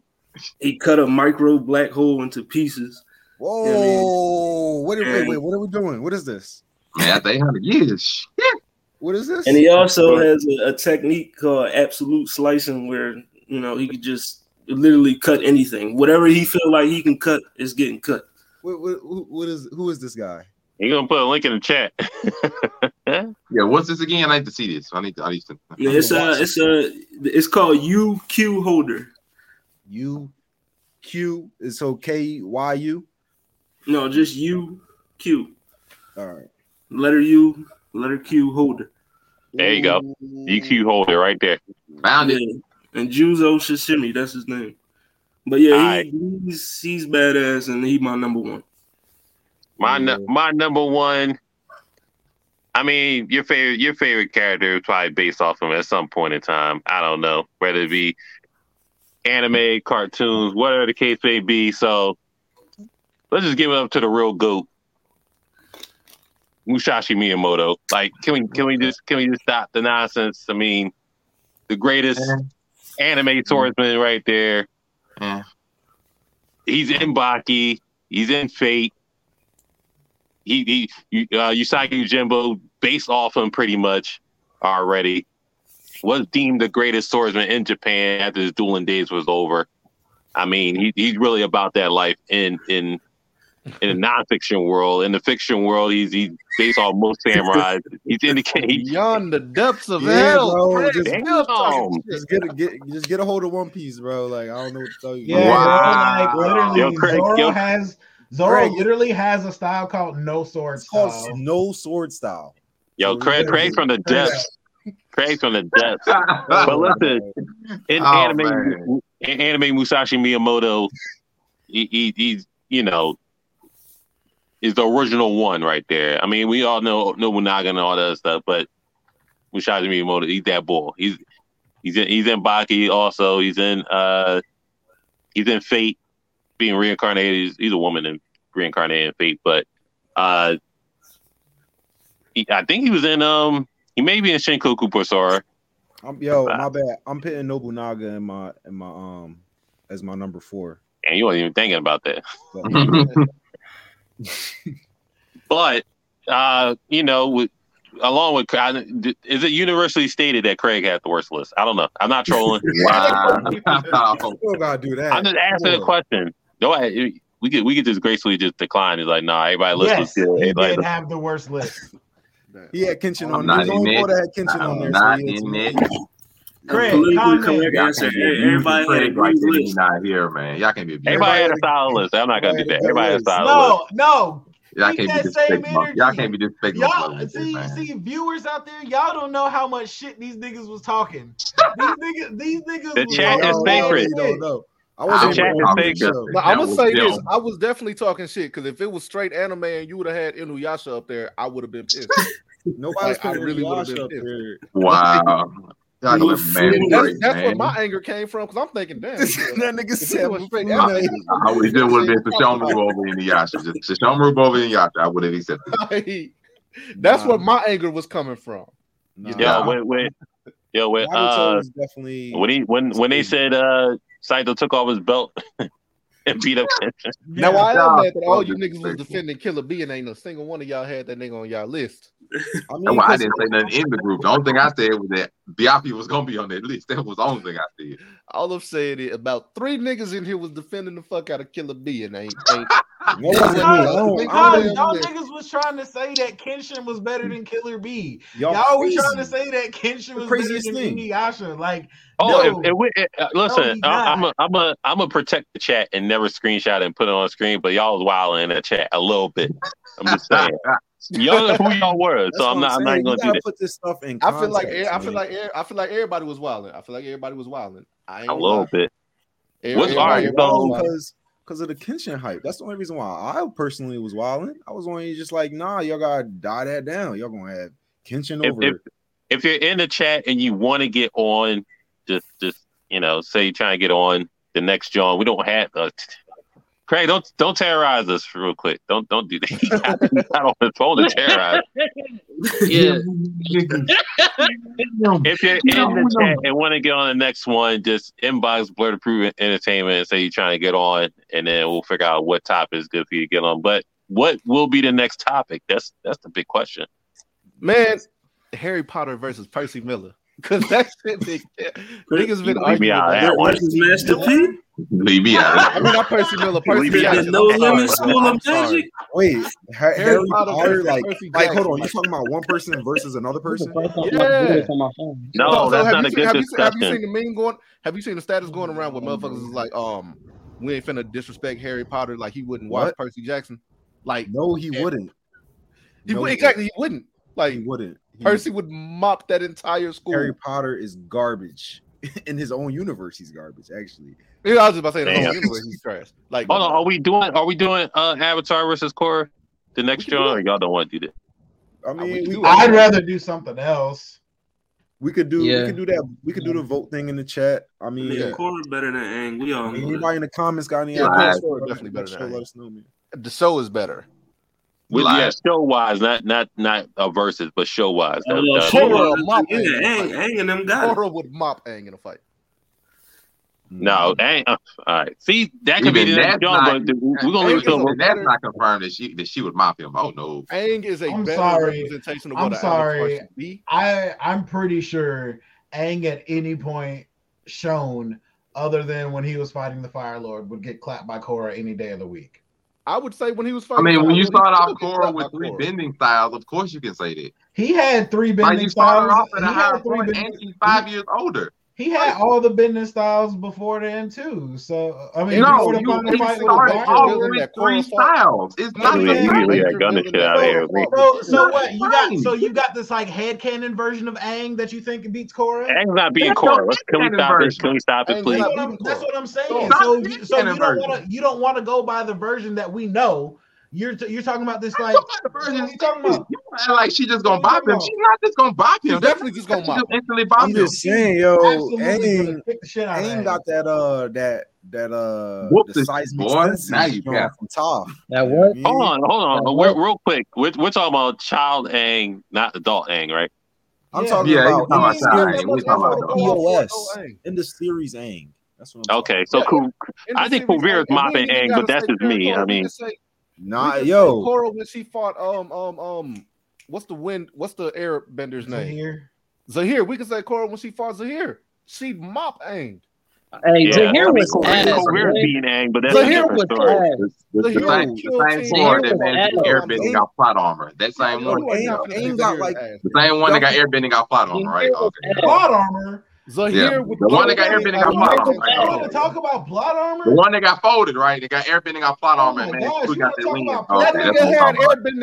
Speaker 8: he cut a micro black hole into pieces.
Speaker 5: Whoa.
Speaker 8: Yeah, I mean-
Speaker 5: What are, wait,
Speaker 8: And-
Speaker 5: wait, what are we doing? What is this?
Speaker 4: Man, after 800 years. shit.
Speaker 5: What is this?
Speaker 8: And he also has a, a technique called absolute slicing, where you know he could just literally cut anything. Whatever he feel like he can cut is getting cut.
Speaker 5: What- what- who- what is who is this guy?
Speaker 1: You gonna put a link in the chat?
Speaker 4: Yeah, what's this again? I need to see this. I need to. I need to.
Speaker 8: Yeah, It's a it's a it's called UQ holder.
Speaker 5: U Q is so K Y U.
Speaker 8: No, just UQ.
Speaker 5: All right.
Speaker 8: Letter U, letter Q holder.
Speaker 1: There you go. UQ holder right there.
Speaker 4: Found it.
Speaker 8: Yeah. And Juzo Shishimi, that's his name. But yeah,
Speaker 1: Aight.
Speaker 8: he, he's he's badass and he my number one.
Speaker 1: My nu- my number one. I mean, your favorite your favorite character is probably based off him at some point in time. I don't know whether it be anime, cartoons, whatever the case may be. So let's just give it up to the real goat, Musashi Miyamoto. Like, can we can we just can we just stop the nonsense? I mean, the greatest anime swordsman right there.
Speaker 4: Yeah.
Speaker 1: He's in Baki. He's in Fate. he he you, uh, Usagi Ujimbo based off him pretty much already. Was deemed the greatest swordsman in Japan after his dueling days was over. I mean, he, he's really about that life in in in the nonfiction world. In the fiction world, he's he's based off most samurai. He's indicating
Speaker 2: Beyond the depths of
Speaker 5: Yeah,
Speaker 2: hell.
Speaker 5: bro. Just,
Speaker 1: damn.
Speaker 2: Oh,
Speaker 1: um,
Speaker 5: just get, a, get just get a hold of One Piece, bro. Like I don't know what to tell you.
Speaker 3: Yeah,
Speaker 4: Wow.
Speaker 3: bro, like literally,
Speaker 1: Yo, Craig,
Speaker 3: Zoro
Speaker 1: yo-
Speaker 3: has Zoro
Speaker 5: Craig.
Speaker 3: literally has a style called no sword
Speaker 5: It's called
Speaker 3: style.
Speaker 5: no sword style.
Speaker 1: Yo, Craig, Craig from the depths. Craig from the depths. But listen, in
Speaker 4: Oh,
Speaker 1: anime,
Speaker 4: man.
Speaker 1: in anime Musashi Miyamoto, he, he, he's you know is the original one right there. I mean, we all know Nobunaga and all that stuff, but Musashi Miyamoto, he's that boy. He's he's in, he's in Baki also. He's in uh he's in Fate, being reincarnated. He's, he's a woman in reincarnated in Fate, but uh he, I think he was in um he may be in Shinkoku Posara.
Speaker 5: I'm, yo, my bad. I'm pitting Nobunaga in my in my um as my number four.
Speaker 1: and you weren't even thinking about that.
Speaker 5: But,
Speaker 1: But uh, you know, with, along with I, is it universally stated that Craig had the worst list? I don't know. I'm not trolling.
Speaker 4: wow.
Speaker 5: still gotta do that.
Speaker 1: I'm just asking a
Speaker 5: Sure.
Speaker 1: question. No, I, we could we could just gracefully just decline. It's like, nah, everybody list
Speaker 3: Yes,
Speaker 1: was
Speaker 3: he
Speaker 1: good.
Speaker 3: did
Speaker 1: Everybody list-
Speaker 3: have the worst list.
Speaker 5: He had Kenshin
Speaker 4: I'm
Speaker 5: on.
Speaker 4: not
Speaker 5: There's
Speaker 4: in
Speaker 5: only
Speaker 4: it.
Speaker 5: four that had Kenshin on
Speaker 4: I'm
Speaker 5: there.
Speaker 4: not
Speaker 5: so yeah,
Speaker 4: in
Speaker 5: it's-
Speaker 4: it.
Speaker 3: Craig,
Speaker 8: politically
Speaker 3: comment.
Speaker 8: correct
Speaker 4: Y'all
Speaker 8: answer.
Speaker 4: can't be abusing
Speaker 8: Everybody had a
Speaker 4: Craig like
Speaker 8: great
Speaker 4: that. He
Speaker 8: list.
Speaker 4: not here, man. Y'all can't be abusing.
Speaker 1: everybody had a
Speaker 5: Everybody-
Speaker 1: solid list. I'm not gonna do that. Everybody had a solid list.
Speaker 3: No, no.
Speaker 4: Y'all
Speaker 3: Keep
Speaker 4: can't be
Speaker 3: that same
Speaker 4: disrespectful. Y'all
Speaker 3: energy.
Speaker 4: can't be disrespectful.
Speaker 3: Y'all
Speaker 4: like that,
Speaker 3: see,
Speaker 4: man.
Speaker 3: see viewers out there, y'all don't know how much shit these niggas was talking. these niggas, these niggas.
Speaker 1: The
Speaker 3: was
Speaker 1: chat
Speaker 3: talking
Speaker 1: is
Speaker 5: Oh,
Speaker 3: wild
Speaker 1: sacred.
Speaker 3: shit.
Speaker 5: No, no, no. I
Speaker 4: I
Speaker 5: wasn't
Speaker 1: The chat
Speaker 5: even
Speaker 1: is
Speaker 5: on the
Speaker 1: fake.
Speaker 5: show.
Speaker 2: Now, I'm
Speaker 4: That
Speaker 2: gonna
Speaker 4: was
Speaker 2: say this:
Speaker 4: them.
Speaker 2: I was definitely talking shit because if it was straight anime and you would have had Inuyasha up there, I would have been pissed.
Speaker 5: Nobody was
Speaker 2: Like, I
Speaker 5: putting
Speaker 2: really
Speaker 5: really
Speaker 2: would've
Speaker 5: up
Speaker 2: been pissed.
Speaker 5: there.
Speaker 4: Wow. Y'all
Speaker 8: You
Speaker 4: gonna man
Speaker 8: fooling.
Speaker 2: that's
Speaker 4: Craig,
Speaker 2: that's where
Speaker 4: man.
Speaker 2: my anger came from because I'm thinking, damn,
Speaker 5: This- that nigga
Speaker 2: if
Speaker 5: said
Speaker 2: it was straight
Speaker 5: Mufuna.
Speaker 2: anime,
Speaker 4: I would have just would have been Sashomaru over in the Yasha. Just Sashomaru over in Yasha. I would have accepted.
Speaker 2: like, that's
Speaker 5: Nah,
Speaker 2: where my anger was coming from.
Speaker 5: nah.
Speaker 2: Yeah,
Speaker 1: Yo,
Speaker 4: Yeah.
Speaker 1: when when yo when
Speaker 5: Naruto
Speaker 1: uh
Speaker 5: is definitely
Speaker 1: when he when when they said uh Saito took off his belt and beat up
Speaker 3: Yeah.
Speaker 2: Now I am
Speaker 4: Nah,
Speaker 2: mad that all
Speaker 4: fuck
Speaker 2: you
Speaker 4: this
Speaker 2: niggas was
Speaker 4: nigga.
Speaker 2: defending Killer B and ain't a single one of y'all had that nigga on y'all list.
Speaker 5: I mean,
Speaker 4: That's why I
Speaker 5: 'cause-
Speaker 4: didn't say nothing in the group. The only thing I said was that Biapi was gonna be on that list. That was the only thing I said.
Speaker 2: All I'm saying is about three niggas in here was defending the fuck out of Killer B and ain't ain't
Speaker 5: No, I wasn't. I don't- I
Speaker 3: Because
Speaker 5: don't-
Speaker 3: y'all niggas was trying to say that Kenshin was better than Killer B.
Speaker 5: y'all
Speaker 3: Y'all were
Speaker 5: crazy.
Speaker 3: trying to say that Kenshin was better
Speaker 5: craziest
Speaker 3: than
Speaker 5: thing.
Speaker 3: Inuyasha. Like,
Speaker 1: Oh,
Speaker 3: No.
Speaker 1: if, if we, eh, uh, listen,
Speaker 3: he's
Speaker 1: I, I'm a,
Speaker 3: not.
Speaker 1: I'm a, I'm a protect the chat and never screenshot and put it on screen. But y'all was wilding in that chat a little bit. I'm just saying, y'all know who y'all were,
Speaker 5: That's
Speaker 1: so
Speaker 5: what
Speaker 1: I'm not, I'm not even
Speaker 5: saying. You
Speaker 1: gonna do
Speaker 5: gotta
Speaker 1: that.
Speaker 5: Put this stuff in.
Speaker 2: I feel like
Speaker 5: context,
Speaker 2: I feel
Speaker 5: man.
Speaker 2: like I feel like everybody was wilding. I feel like everybody was wilding. I ain't
Speaker 1: A
Speaker 2: gonna
Speaker 1: little
Speaker 2: lie.
Speaker 1: bit.
Speaker 2: Every-
Speaker 1: What's-
Speaker 2: everybody-
Speaker 1: all right,
Speaker 2: everybody was
Speaker 1: so-
Speaker 2: wilding.
Speaker 5: because because of the Kenshin hype. That's the only reason why I personally was wilding. I was only just like, nah, y'all gotta die that down. Y'all gonna have Kenshin
Speaker 1: If,
Speaker 5: over.
Speaker 1: if if you're in the chat and you want to get on, just just you know, say you're trying to get on the next John. We don't have uh, t- Craig. Don't don't terrorize us real quick. Don't don't do that. He got, he got on his phone to terrorize.
Speaker 6: Yeah.
Speaker 1: If you're in the chat and want to get on the next one, just inbox Blur to Prove Entertainment and say you're trying to get on, and then we'll figure out what topic is good for you to get on. But what will be the next topic? That's that's the big question.
Speaker 2: Man, Harry Potter versus Percy Miller. Cause that shit nigga, niggas been
Speaker 1: Leave me
Speaker 2: arguing.
Speaker 1: out of
Speaker 2: about
Speaker 1: that
Speaker 2: that.
Speaker 1: one.
Speaker 8: Versus Master P.
Speaker 4: Leave me out.
Speaker 2: I mean, not Percy Miller. Percy
Speaker 1: Leave me out.
Speaker 2: Jackson.
Speaker 8: The No
Speaker 2: I'm sorry,
Speaker 8: Limit
Speaker 2: bro.
Speaker 8: School
Speaker 2: I'm
Speaker 8: of
Speaker 2: sorry.
Speaker 8: Magic.
Speaker 5: Wait, Har-
Speaker 2: Harry
Speaker 5: Harry
Speaker 2: Potter
Speaker 5: Potter,
Speaker 2: versus
Speaker 5: like,
Speaker 2: Percy
Speaker 5: like,
Speaker 2: Jackson,
Speaker 5: hold on, you
Speaker 2: like-
Speaker 5: talking about one person versus another
Speaker 9: What the
Speaker 5: person?
Speaker 9: fuck? I'm
Speaker 2: Yeah.
Speaker 9: about to do this on my phone.
Speaker 1: No, that's
Speaker 2: have
Speaker 1: not
Speaker 2: you
Speaker 1: a
Speaker 2: seen,
Speaker 1: good
Speaker 2: have you seen, have you
Speaker 1: discussion.
Speaker 2: seen the meme going? Have you seen the status going around where motherfuckers is like, um, we ain't finna disrespect Harry Potter like he wouldn't watch
Speaker 5: What?
Speaker 2: Percy Jackson. Like
Speaker 5: No, he wouldn't.
Speaker 2: he
Speaker 5: No,
Speaker 2: would
Speaker 5: he
Speaker 2: exactly he wouldn't. Like
Speaker 5: He wouldn't. He-
Speaker 2: Percy would mop that entire school.
Speaker 5: Harry Potter is garbage. In his own universe, he's garbage. Actually,
Speaker 2: Yeah, I was just about to say the whole
Speaker 1: Damn.
Speaker 2: universe is trash. Like
Speaker 1: Hold on, are we doing are we doing uh Avatar versus Korra? The next
Speaker 2: We can do
Speaker 1: John, or y'all don't want to do that.
Speaker 5: I
Speaker 2: we
Speaker 5: mean,
Speaker 2: can
Speaker 5: we,
Speaker 2: do it.
Speaker 3: I'd rather do something else.
Speaker 5: we could do
Speaker 6: Yeah.
Speaker 5: we could do that. We could do the vote thing in the chat. I
Speaker 8: I
Speaker 5: mean,
Speaker 8: mean,
Speaker 2: Yeah.
Speaker 8: Cora better than Ang. We all know that.
Speaker 5: anybody in the comments got any
Speaker 4: Yeah,
Speaker 5: ideas?
Speaker 2: Korra definitely better
Speaker 5: Let us
Speaker 2: than
Speaker 5: know,
Speaker 2: Aang.
Speaker 5: Let us know, man.
Speaker 2: the show is better.
Speaker 1: With,
Speaker 4: Live.
Speaker 1: yeah, show wise, not not not uh, versus, but show wise.
Speaker 8: Oh, well,
Speaker 2: Korra,
Speaker 8: Korra,
Speaker 2: Mop,
Speaker 8: yeah,
Speaker 2: Aang.
Speaker 5: Ah.
Speaker 8: Ang, Ang and them got it.
Speaker 2: Korra would mop Aang in a fight.
Speaker 1: No, that ain't, uh, all right. See, that could
Speaker 4: Even
Speaker 1: be the next
Speaker 4: that's not-
Speaker 1: John, but we're gonna leave it to
Speaker 4: And that's not confirmed that she that she would mop him. Oh no.
Speaker 2: Aang is a
Speaker 3: I'm
Speaker 2: better
Speaker 3: sorry.
Speaker 2: representation of
Speaker 3: I'm
Speaker 2: what an
Speaker 3: sorry.
Speaker 2: avatar should be.
Speaker 3: I I'm pretty sure Aang at any point shown other than when he was fighting the Fire Lord would get clapped by Korra any day of the week.
Speaker 2: I would say when he was
Speaker 4: I
Speaker 2: fighting.
Speaker 4: mean, when you
Speaker 2: Kaido, he
Speaker 4: start off
Speaker 2: still gets
Speaker 4: Cora
Speaker 2: slapped
Speaker 4: with
Speaker 2: by
Speaker 4: three
Speaker 2: Korra.
Speaker 4: bending styles, of course you can say that.
Speaker 3: He had three
Speaker 4: Like
Speaker 3: bending
Speaker 4: you start her
Speaker 3: styles.
Speaker 4: off at a
Speaker 3: He
Speaker 4: higher
Speaker 3: had, three
Speaker 4: point, and
Speaker 3: bending,
Speaker 4: she's five years older.
Speaker 3: he had all the bending styles before then too. So I mean,
Speaker 4: No,
Speaker 3: before the
Speaker 4: you
Speaker 3: final
Speaker 4: it
Speaker 3: fight with
Speaker 4: started
Speaker 3: the
Speaker 4: off
Speaker 3: Fire Lord,
Speaker 2: building
Speaker 4: with
Speaker 2: that Cora
Speaker 4: three
Speaker 2: fought.
Speaker 4: styles. It's not
Speaker 1: You
Speaker 2: Every
Speaker 1: really- you
Speaker 4: confirmed.
Speaker 1: really
Speaker 2: major
Speaker 1: got gun the
Speaker 2: villain
Speaker 1: shit
Speaker 2: that
Speaker 1: out of
Speaker 2: Korra
Speaker 1: here.
Speaker 2: fought
Speaker 3: So,
Speaker 2: was
Speaker 3: so
Speaker 2: Killmonger.
Speaker 3: what? You got so
Speaker 4: Right.
Speaker 3: you got this like headcanon version of Aang that you think beats Korra?
Speaker 1: Ang's not beating
Speaker 4: That's
Speaker 1: Cora.
Speaker 4: no
Speaker 1: Let's, can we
Speaker 4: canon
Speaker 1: stop this?
Speaker 4: version.
Speaker 1: Can we stop this,
Speaker 2: Aang's
Speaker 1: please?
Speaker 2: not
Speaker 3: That's what I'm
Speaker 2: beating
Speaker 3: that's
Speaker 2: Korra.
Speaker 3: what I'm saying.
Speaker 2: Stop
Speaker 3: So you, so
Speaker 4: headcanon
Speaker 3: you don't want to
Speaker 4: version.
Speaker 3: you don't want to go by the version that we know. You're t- you're talking about this like
Speaker 4: That's what the
Speaker 3: what
Speaker 4: version
Speaker 3: are you talking
Speaker 4: is.
Speaker 3: about?
Speaker 4: You act like she just gonna
Speaker 3: What are you
Speaker 4: bop him.
Speaker 3: talking
Speaker 4: She's not just gonna bop
Speaker 2: She's
Speaker 4: him. That's
Speaker 2: definitely just
Speaker 4: not
Speaker 2: gonna
Speaker 4: she just
Speaker 2: mop him.
Speaker 4: instantly bop
Speaker 7: I'm
Speaker 4: him.
Speaker 7: just saying, yo,
Speaker 3: Absolutely
Speaker 7: Aang,
Speaker 3: gonna kick the shit out of
Speaker 7: Aang
Speaker 3: Aang.
Speaker 7: got that uh that that uh
Speaker 4: Whoop
Speaker 7: the
Speaker 4: this
Speaker 7: seismic
Speaker 4: boy. Now
Speaker 7: senses
Speaker 4: you
Speaker 7: going
Speaker 4: got
Speaker 7: from top.
Speaker 9: That
Speaker 7: You know what I
Speaker 9: what?
Speaker 7: mean?
Speaker 1: Hold on, hold on.
Speaker 9: That
Speaker 1: We're,
Speaker 9: what?
Speaker 1: real quick, we're, we're talking about child Aang, not adult Aang, right?
Speaker 7: I'm
Speaker 3: Yeah.
Speaker 7: talking
Speaker 4: Yeah, you
Speaker 7: about
Speaker 4: talking
Speaker 7: in
Speaker 4: about
Speaker 7: the
Speaker 2: He ain't got
Speaker 4: child
Speaker 2: that
Speaker 7: series
Speaker 4: Aang. We
Speaker 2: much
Speaker 4: talking
Speaker 2: effort
Speaker 4: about
Speaker 2: to
Speaker 4: adult.
Speaker 5: E
Speaker 2: go off for
Speaker 7: EOS
Speaker 2: no Aang.
Speaker 7: in the series Aang. That's what I'm talking
Speaker 1: Okay,
Speaker 7: about.
Speaker 1: so
Speaker 2: Yeah,
Speaker 1: cool.
Speaker 2: in the
Speaker 1: I think
Speaker 2: series
Speaker 1: Kuvira's
Speaker 2: Aang, and we
Speaker 1: mopping
Speaker 2: ain't even
Speaker 1: Aang,
Speaker 2: gotta
Speaker 1: but
Speaker 2: say
Speaker 1: that's just
Speaker 2: Karen
Speaker 1: me. I
Speaker 2: Korra. We
Speaker 1: mean,
Speaker 2: can say we
Speaker 7: Nah,
Speaker 2: can say
Speaker 7: yo,
Speaker 2: Korra when she fought um um um what's the wind what's the Arab bender's name?
Speaker 3: Zahir.
Speaker 2: Zahir. We can say Korra when she fought Zahir. She mop Aang.
Speaker 9: Hey,
Speaker 1: yeah. I
Speaker 9: Zahir
Speaker 1: mean,
Speaker 9: was
Speaker 1: Kuvira,
Speaker 9: ass, man.
Speaker 1: Kuvira's beating Aang, but that's a
Speaker 9: Zahir
Speaker 1: different
Speaker 9: was
Speaker 1: story.
Speaker 9: ass.
Speaker 4: The, the, the
Speaker 2: Zahir
Speaker 4: same,
Speaker 7: yo,
Speaker 4: the
Speaker 7: killed
Speaker 4: same
Speaker 7: Team
Speaker 4: Korra
Speaker 9: Zahir
Speaker 4: that
Speaker 9: was
Speaker 7: Rocket.
Speaker 4: managed to get
Speaker 9: ass.
Speaker 7: Yo,
Speaker 4: airbending
Speaker 7: Aang,
Speaker 4: got plot armor. That
Speaker 2: Yo,
Speaker 4: same
Speaker 7: yo,
Speaker 4: one.
Speaker 2: you are
Speaker 7: Aang,
Speaker 2: not finna say
Speaker 7: Aang got
Speaker 2: Zahir's
Speaker 7: like
Speaker 2: ass,
Speaker 4: The
Speaker 2: man.
Speaker 4: same one
Speaker 7: y'all
Speaker 4: that got
Speaker 7: keep
Speaker 4: airbending got plot armor, right?
Speaker 9: Zahir
Speaker 4: Oh,
Speaker 9: was
Speaker 4: okay.
Speaker 9: ass.
Speaker 3: Plot armor.
Speaker 4: Yeah.
Speaker 2: Zahir with
Speaker 4: The one that
Speaker 2: plot
Speaker 4: got
Speaker 2: armor
Speaker 4: airbending
Speaker 2: is
Speaker 4: got
Speaker 3: You
Speaker 4: plot
Speaker 9: Zahir
Speaker 3: want
Speaker 9: was ass.
Speaker 3: to you
Speaker 4: armor, right? Oh,
Speaker 3: want to
Speaker 4: okay.
Speaker 3: talk about plot
Speaker 4: The
Speaker 3: armor?
Speaker 4: one that got folded, right? They got airbending got plot
Speaker 3: Oh
Speaker 4: armor and
Speaker 3: my
Speaker 4: managed
Speaker 3: gosh,
Speaker 4: to
Speaker 3: you
Speaker 4: squeak out
Speaker 3: want to talk
Speaker 4: their wings.
Speaker 3: about
Speaker 4: Oh,
Speaker 3: plot
Speaker 4: okay,
Speaker 2: That nigga
Speaker 4: that's what we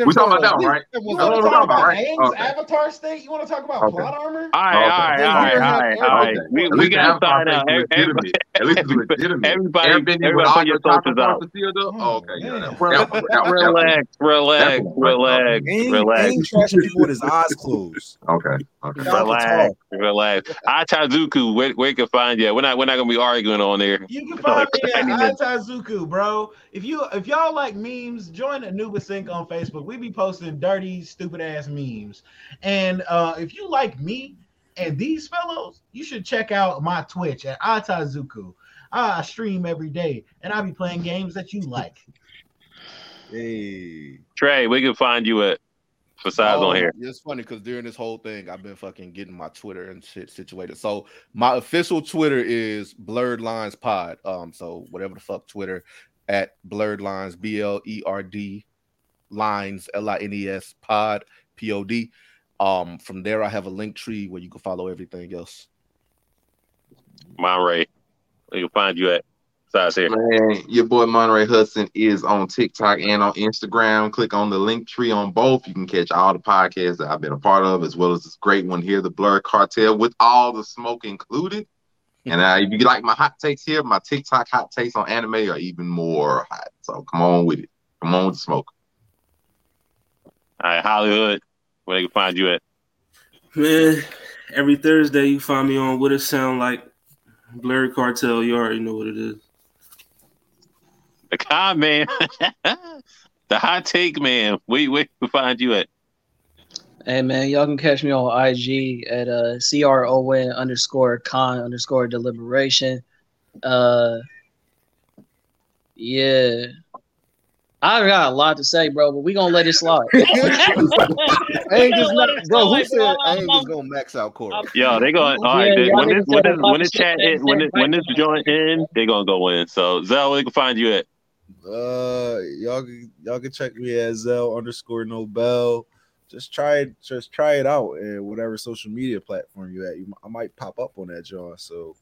Speaker 2: had
Speaker 3: armor?
Speaker 4: talking about.
Speaker 2: airbending
Speaker 4: We talking about that
Speaker 2: for
Speaker 4: one,
Speaker 2: him.
Speaker 4: right?
Speaker 2: That
Speaker 3: You
Speaker 2: was
Speaker 4: That's
Speaker 3: want
Speaker 4: what
Speaker 3: to
Speaker 4: we
Speaker 2: plot armor.
Speaker 3: talk
Speaker 4: talking about,
Speaker 3: about
Speaker 4: right?
Speaker 3: Aang's
Speaker 4: Okay.
Speaker 3: avatar state? You want to talk about
Speaker 4: Okay.
Speaker 3: plot armor?
Speaker 1: All right, all right, all
Speaker 4: Okay.
Speaker 1: right, all
Speaker 2: Zahir had
Speaker 1: right, all
Speaker 2: airbending
Speaker 1: right. We
Speaker 4: Okay. At
Speaker 1: we
Speaker 4: least the
Speaker 1: gotta sign
Speaker 4: avatar state's
Speaker 1: out. Every- Everybody,
Speaker 4: legitimate. At least it's legitimate.
Speaker 1: uh, everybody,
Speaker 4: Airbending with
Speaker 1: everybody,
Speaker 4: all
Speaker 1: put your
Speaker 4: your chakra
Speaker 1: filters out.
Speaker 4: points sealed up. Oh,
Speaker 3: Oh
Speaker 4: okay, yeah,
Speaker 3: man.
Speaker 4: that one, that one, that one, that one.
Speaker 1: Relax,
Speaker 4: That's
Speaker 1: relax,
Speaker 4: one breaking.
Speaker 1: relax,
Speaker 7: Aang,
Speaker 1: relax,
Speaker 7: Aang trashing people with his eyes closed.
Speaker 4: Okay.
Speaker 7: He
Speaker 4: Okay.
Speaker 7: down for
Speaker 1: relax,
Speaker 7: talk.
Speaker 1: relax. I Tazuku, where, where you can find you? at? We're not we're not gonna be arguing on there.
Speaker 3: You can
Speaker 1: It's only
Speaker 3: find
Speaker 1: for
Speaker 3: me at
Speaker 1: ninety minutes.
Speaker 3: Atazuku, bro. If you if y'all like memes, join Anubis Inc. on Facebook. We be posting dirty, stupid ass memes. And uh if you like me and these fellows, you should check out my Twitch at Atazuku. I stream every day and I be playing games that you like.
Speaker 7: Hey,
Speaker 1: Trey, we can find you at besides on
Speaker 2: Oh,
Speaker 1: here.
Speaker 2: it's funny because during this whole thing, I've been fucking getting my Twitter and shit situated. So my official Twitter is Blurred Lines Pod. Um, so whatever the fuck Twitter at Blurred Lines B L E R D Lines L I N E S Pod P O D. Um, from there I have a link tree where you can follow everything else.
Speaker 1: Monterey. We can find you at besides here.
Speaker 4: Man, your boy Monterey Hudson is on TikTok and on Instagram. Click on the link tree on both. You can catch all the podcasts that I've been a part of, as well as this great one here, the Blur Cartel, with all the smoke included. And uh, if you like my hot takes here, my TikTok hot takes on anime are even more hot. So come on with it. Come on with the smoke.
Speaker 1: All right, Hollywood, where they can find you at.
Speaker 8: Man, every Thursday you find me on What It Sound Like, Blurry Cartel. You already know what it is.
Speaker 1: The comment, the hot take man. We we can find you at.
Speaker 6: Hey man, y'all can catch me on IG at uh CRON underscore con underscore deliberation. Uh yeah. I got a lot to say, bro, but we gonna let it slide.
Speaker 2: Aang is not bro. Who said Aang was
Speaker 6: yeah,
Speaker 2: gonna max out Corey?
Speaker 1: Yo, they going all right. They,
Speaker 6: y'all
Speaker 1: when this when
Speaker 6: niggas said
Speaker 1: this
Speaker 6: a lot
Speaker 1: when
Speaker 6: of
Speaker 1: this
Speaker 6: shit
Speaker 1: chat
Speaker 6: that
Speaker 1: hit
Speaker 6: ain't
Speaker 1: when this,
Speaker 6: right
Speaker 1: when this
Speaker 6: now.
Speaker 1: joint in, they gonna go in. So Zell, where they can find you at.
Speaker 7: Uh, y'all can- y'all can check me at Zell underscore Nobel. Just try it, just try it out, and whatever social media platform you at, you, I might pop up on that, y'all. So,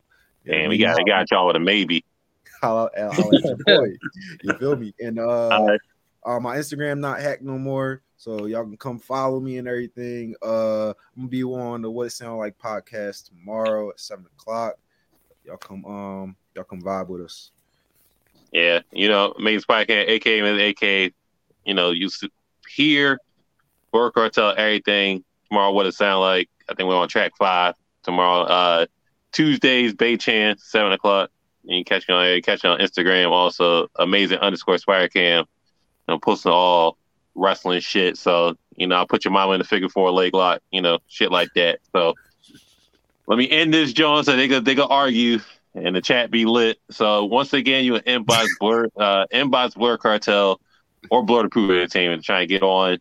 Speaker 7: yeah,
Speaker 1: Damn, we got they got y'all with a maybe.
Speaker 7: I'll, I'll, I'll at your boy. You feel me? And uh,
Speaker 1: All right.
Speaker 7: uh my Instagram not hacked no more. So y'all can come follow me and everything. Uh I'm gonna be on the What It Sound Like podcast tomorrow at seven o'clock. Y'all come um y'all come vibe with us.
Speaker 1: Yeah, you know, Megan's podcast, aka Ms. AK, you know, you s- hear Burr Cartel, everything. Tomorrow, what it sound like. I think we're on track five tomorrow. Uh Tuesdays, Bay Chan, seven o'clock. You can catch me on there. Catch me on Instagram also, amazing underscore Swire Cam. I'm posting all wrestling shit. So, you know, I'll put your mama in the figure four leg lock, you know, shit like that. So let me end this, John, so they could they could argue. and the chat be lit. So once again, you can inbox blur, uh, inbox blur cartel, or blur to prove entertainment. Try and get on.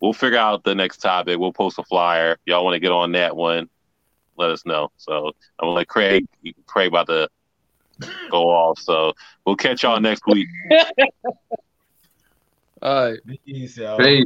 Speaker 1: We'll figure out the next topic. We'll post a flyer. Y'all want to get on that one? Let us know. So I'm gonna let Craig. Craig about to go off. So we'll catch y'all next week.
Speaker 6: All right.
Speaker 3: Peace, y'all.
Speaker 4: Hey,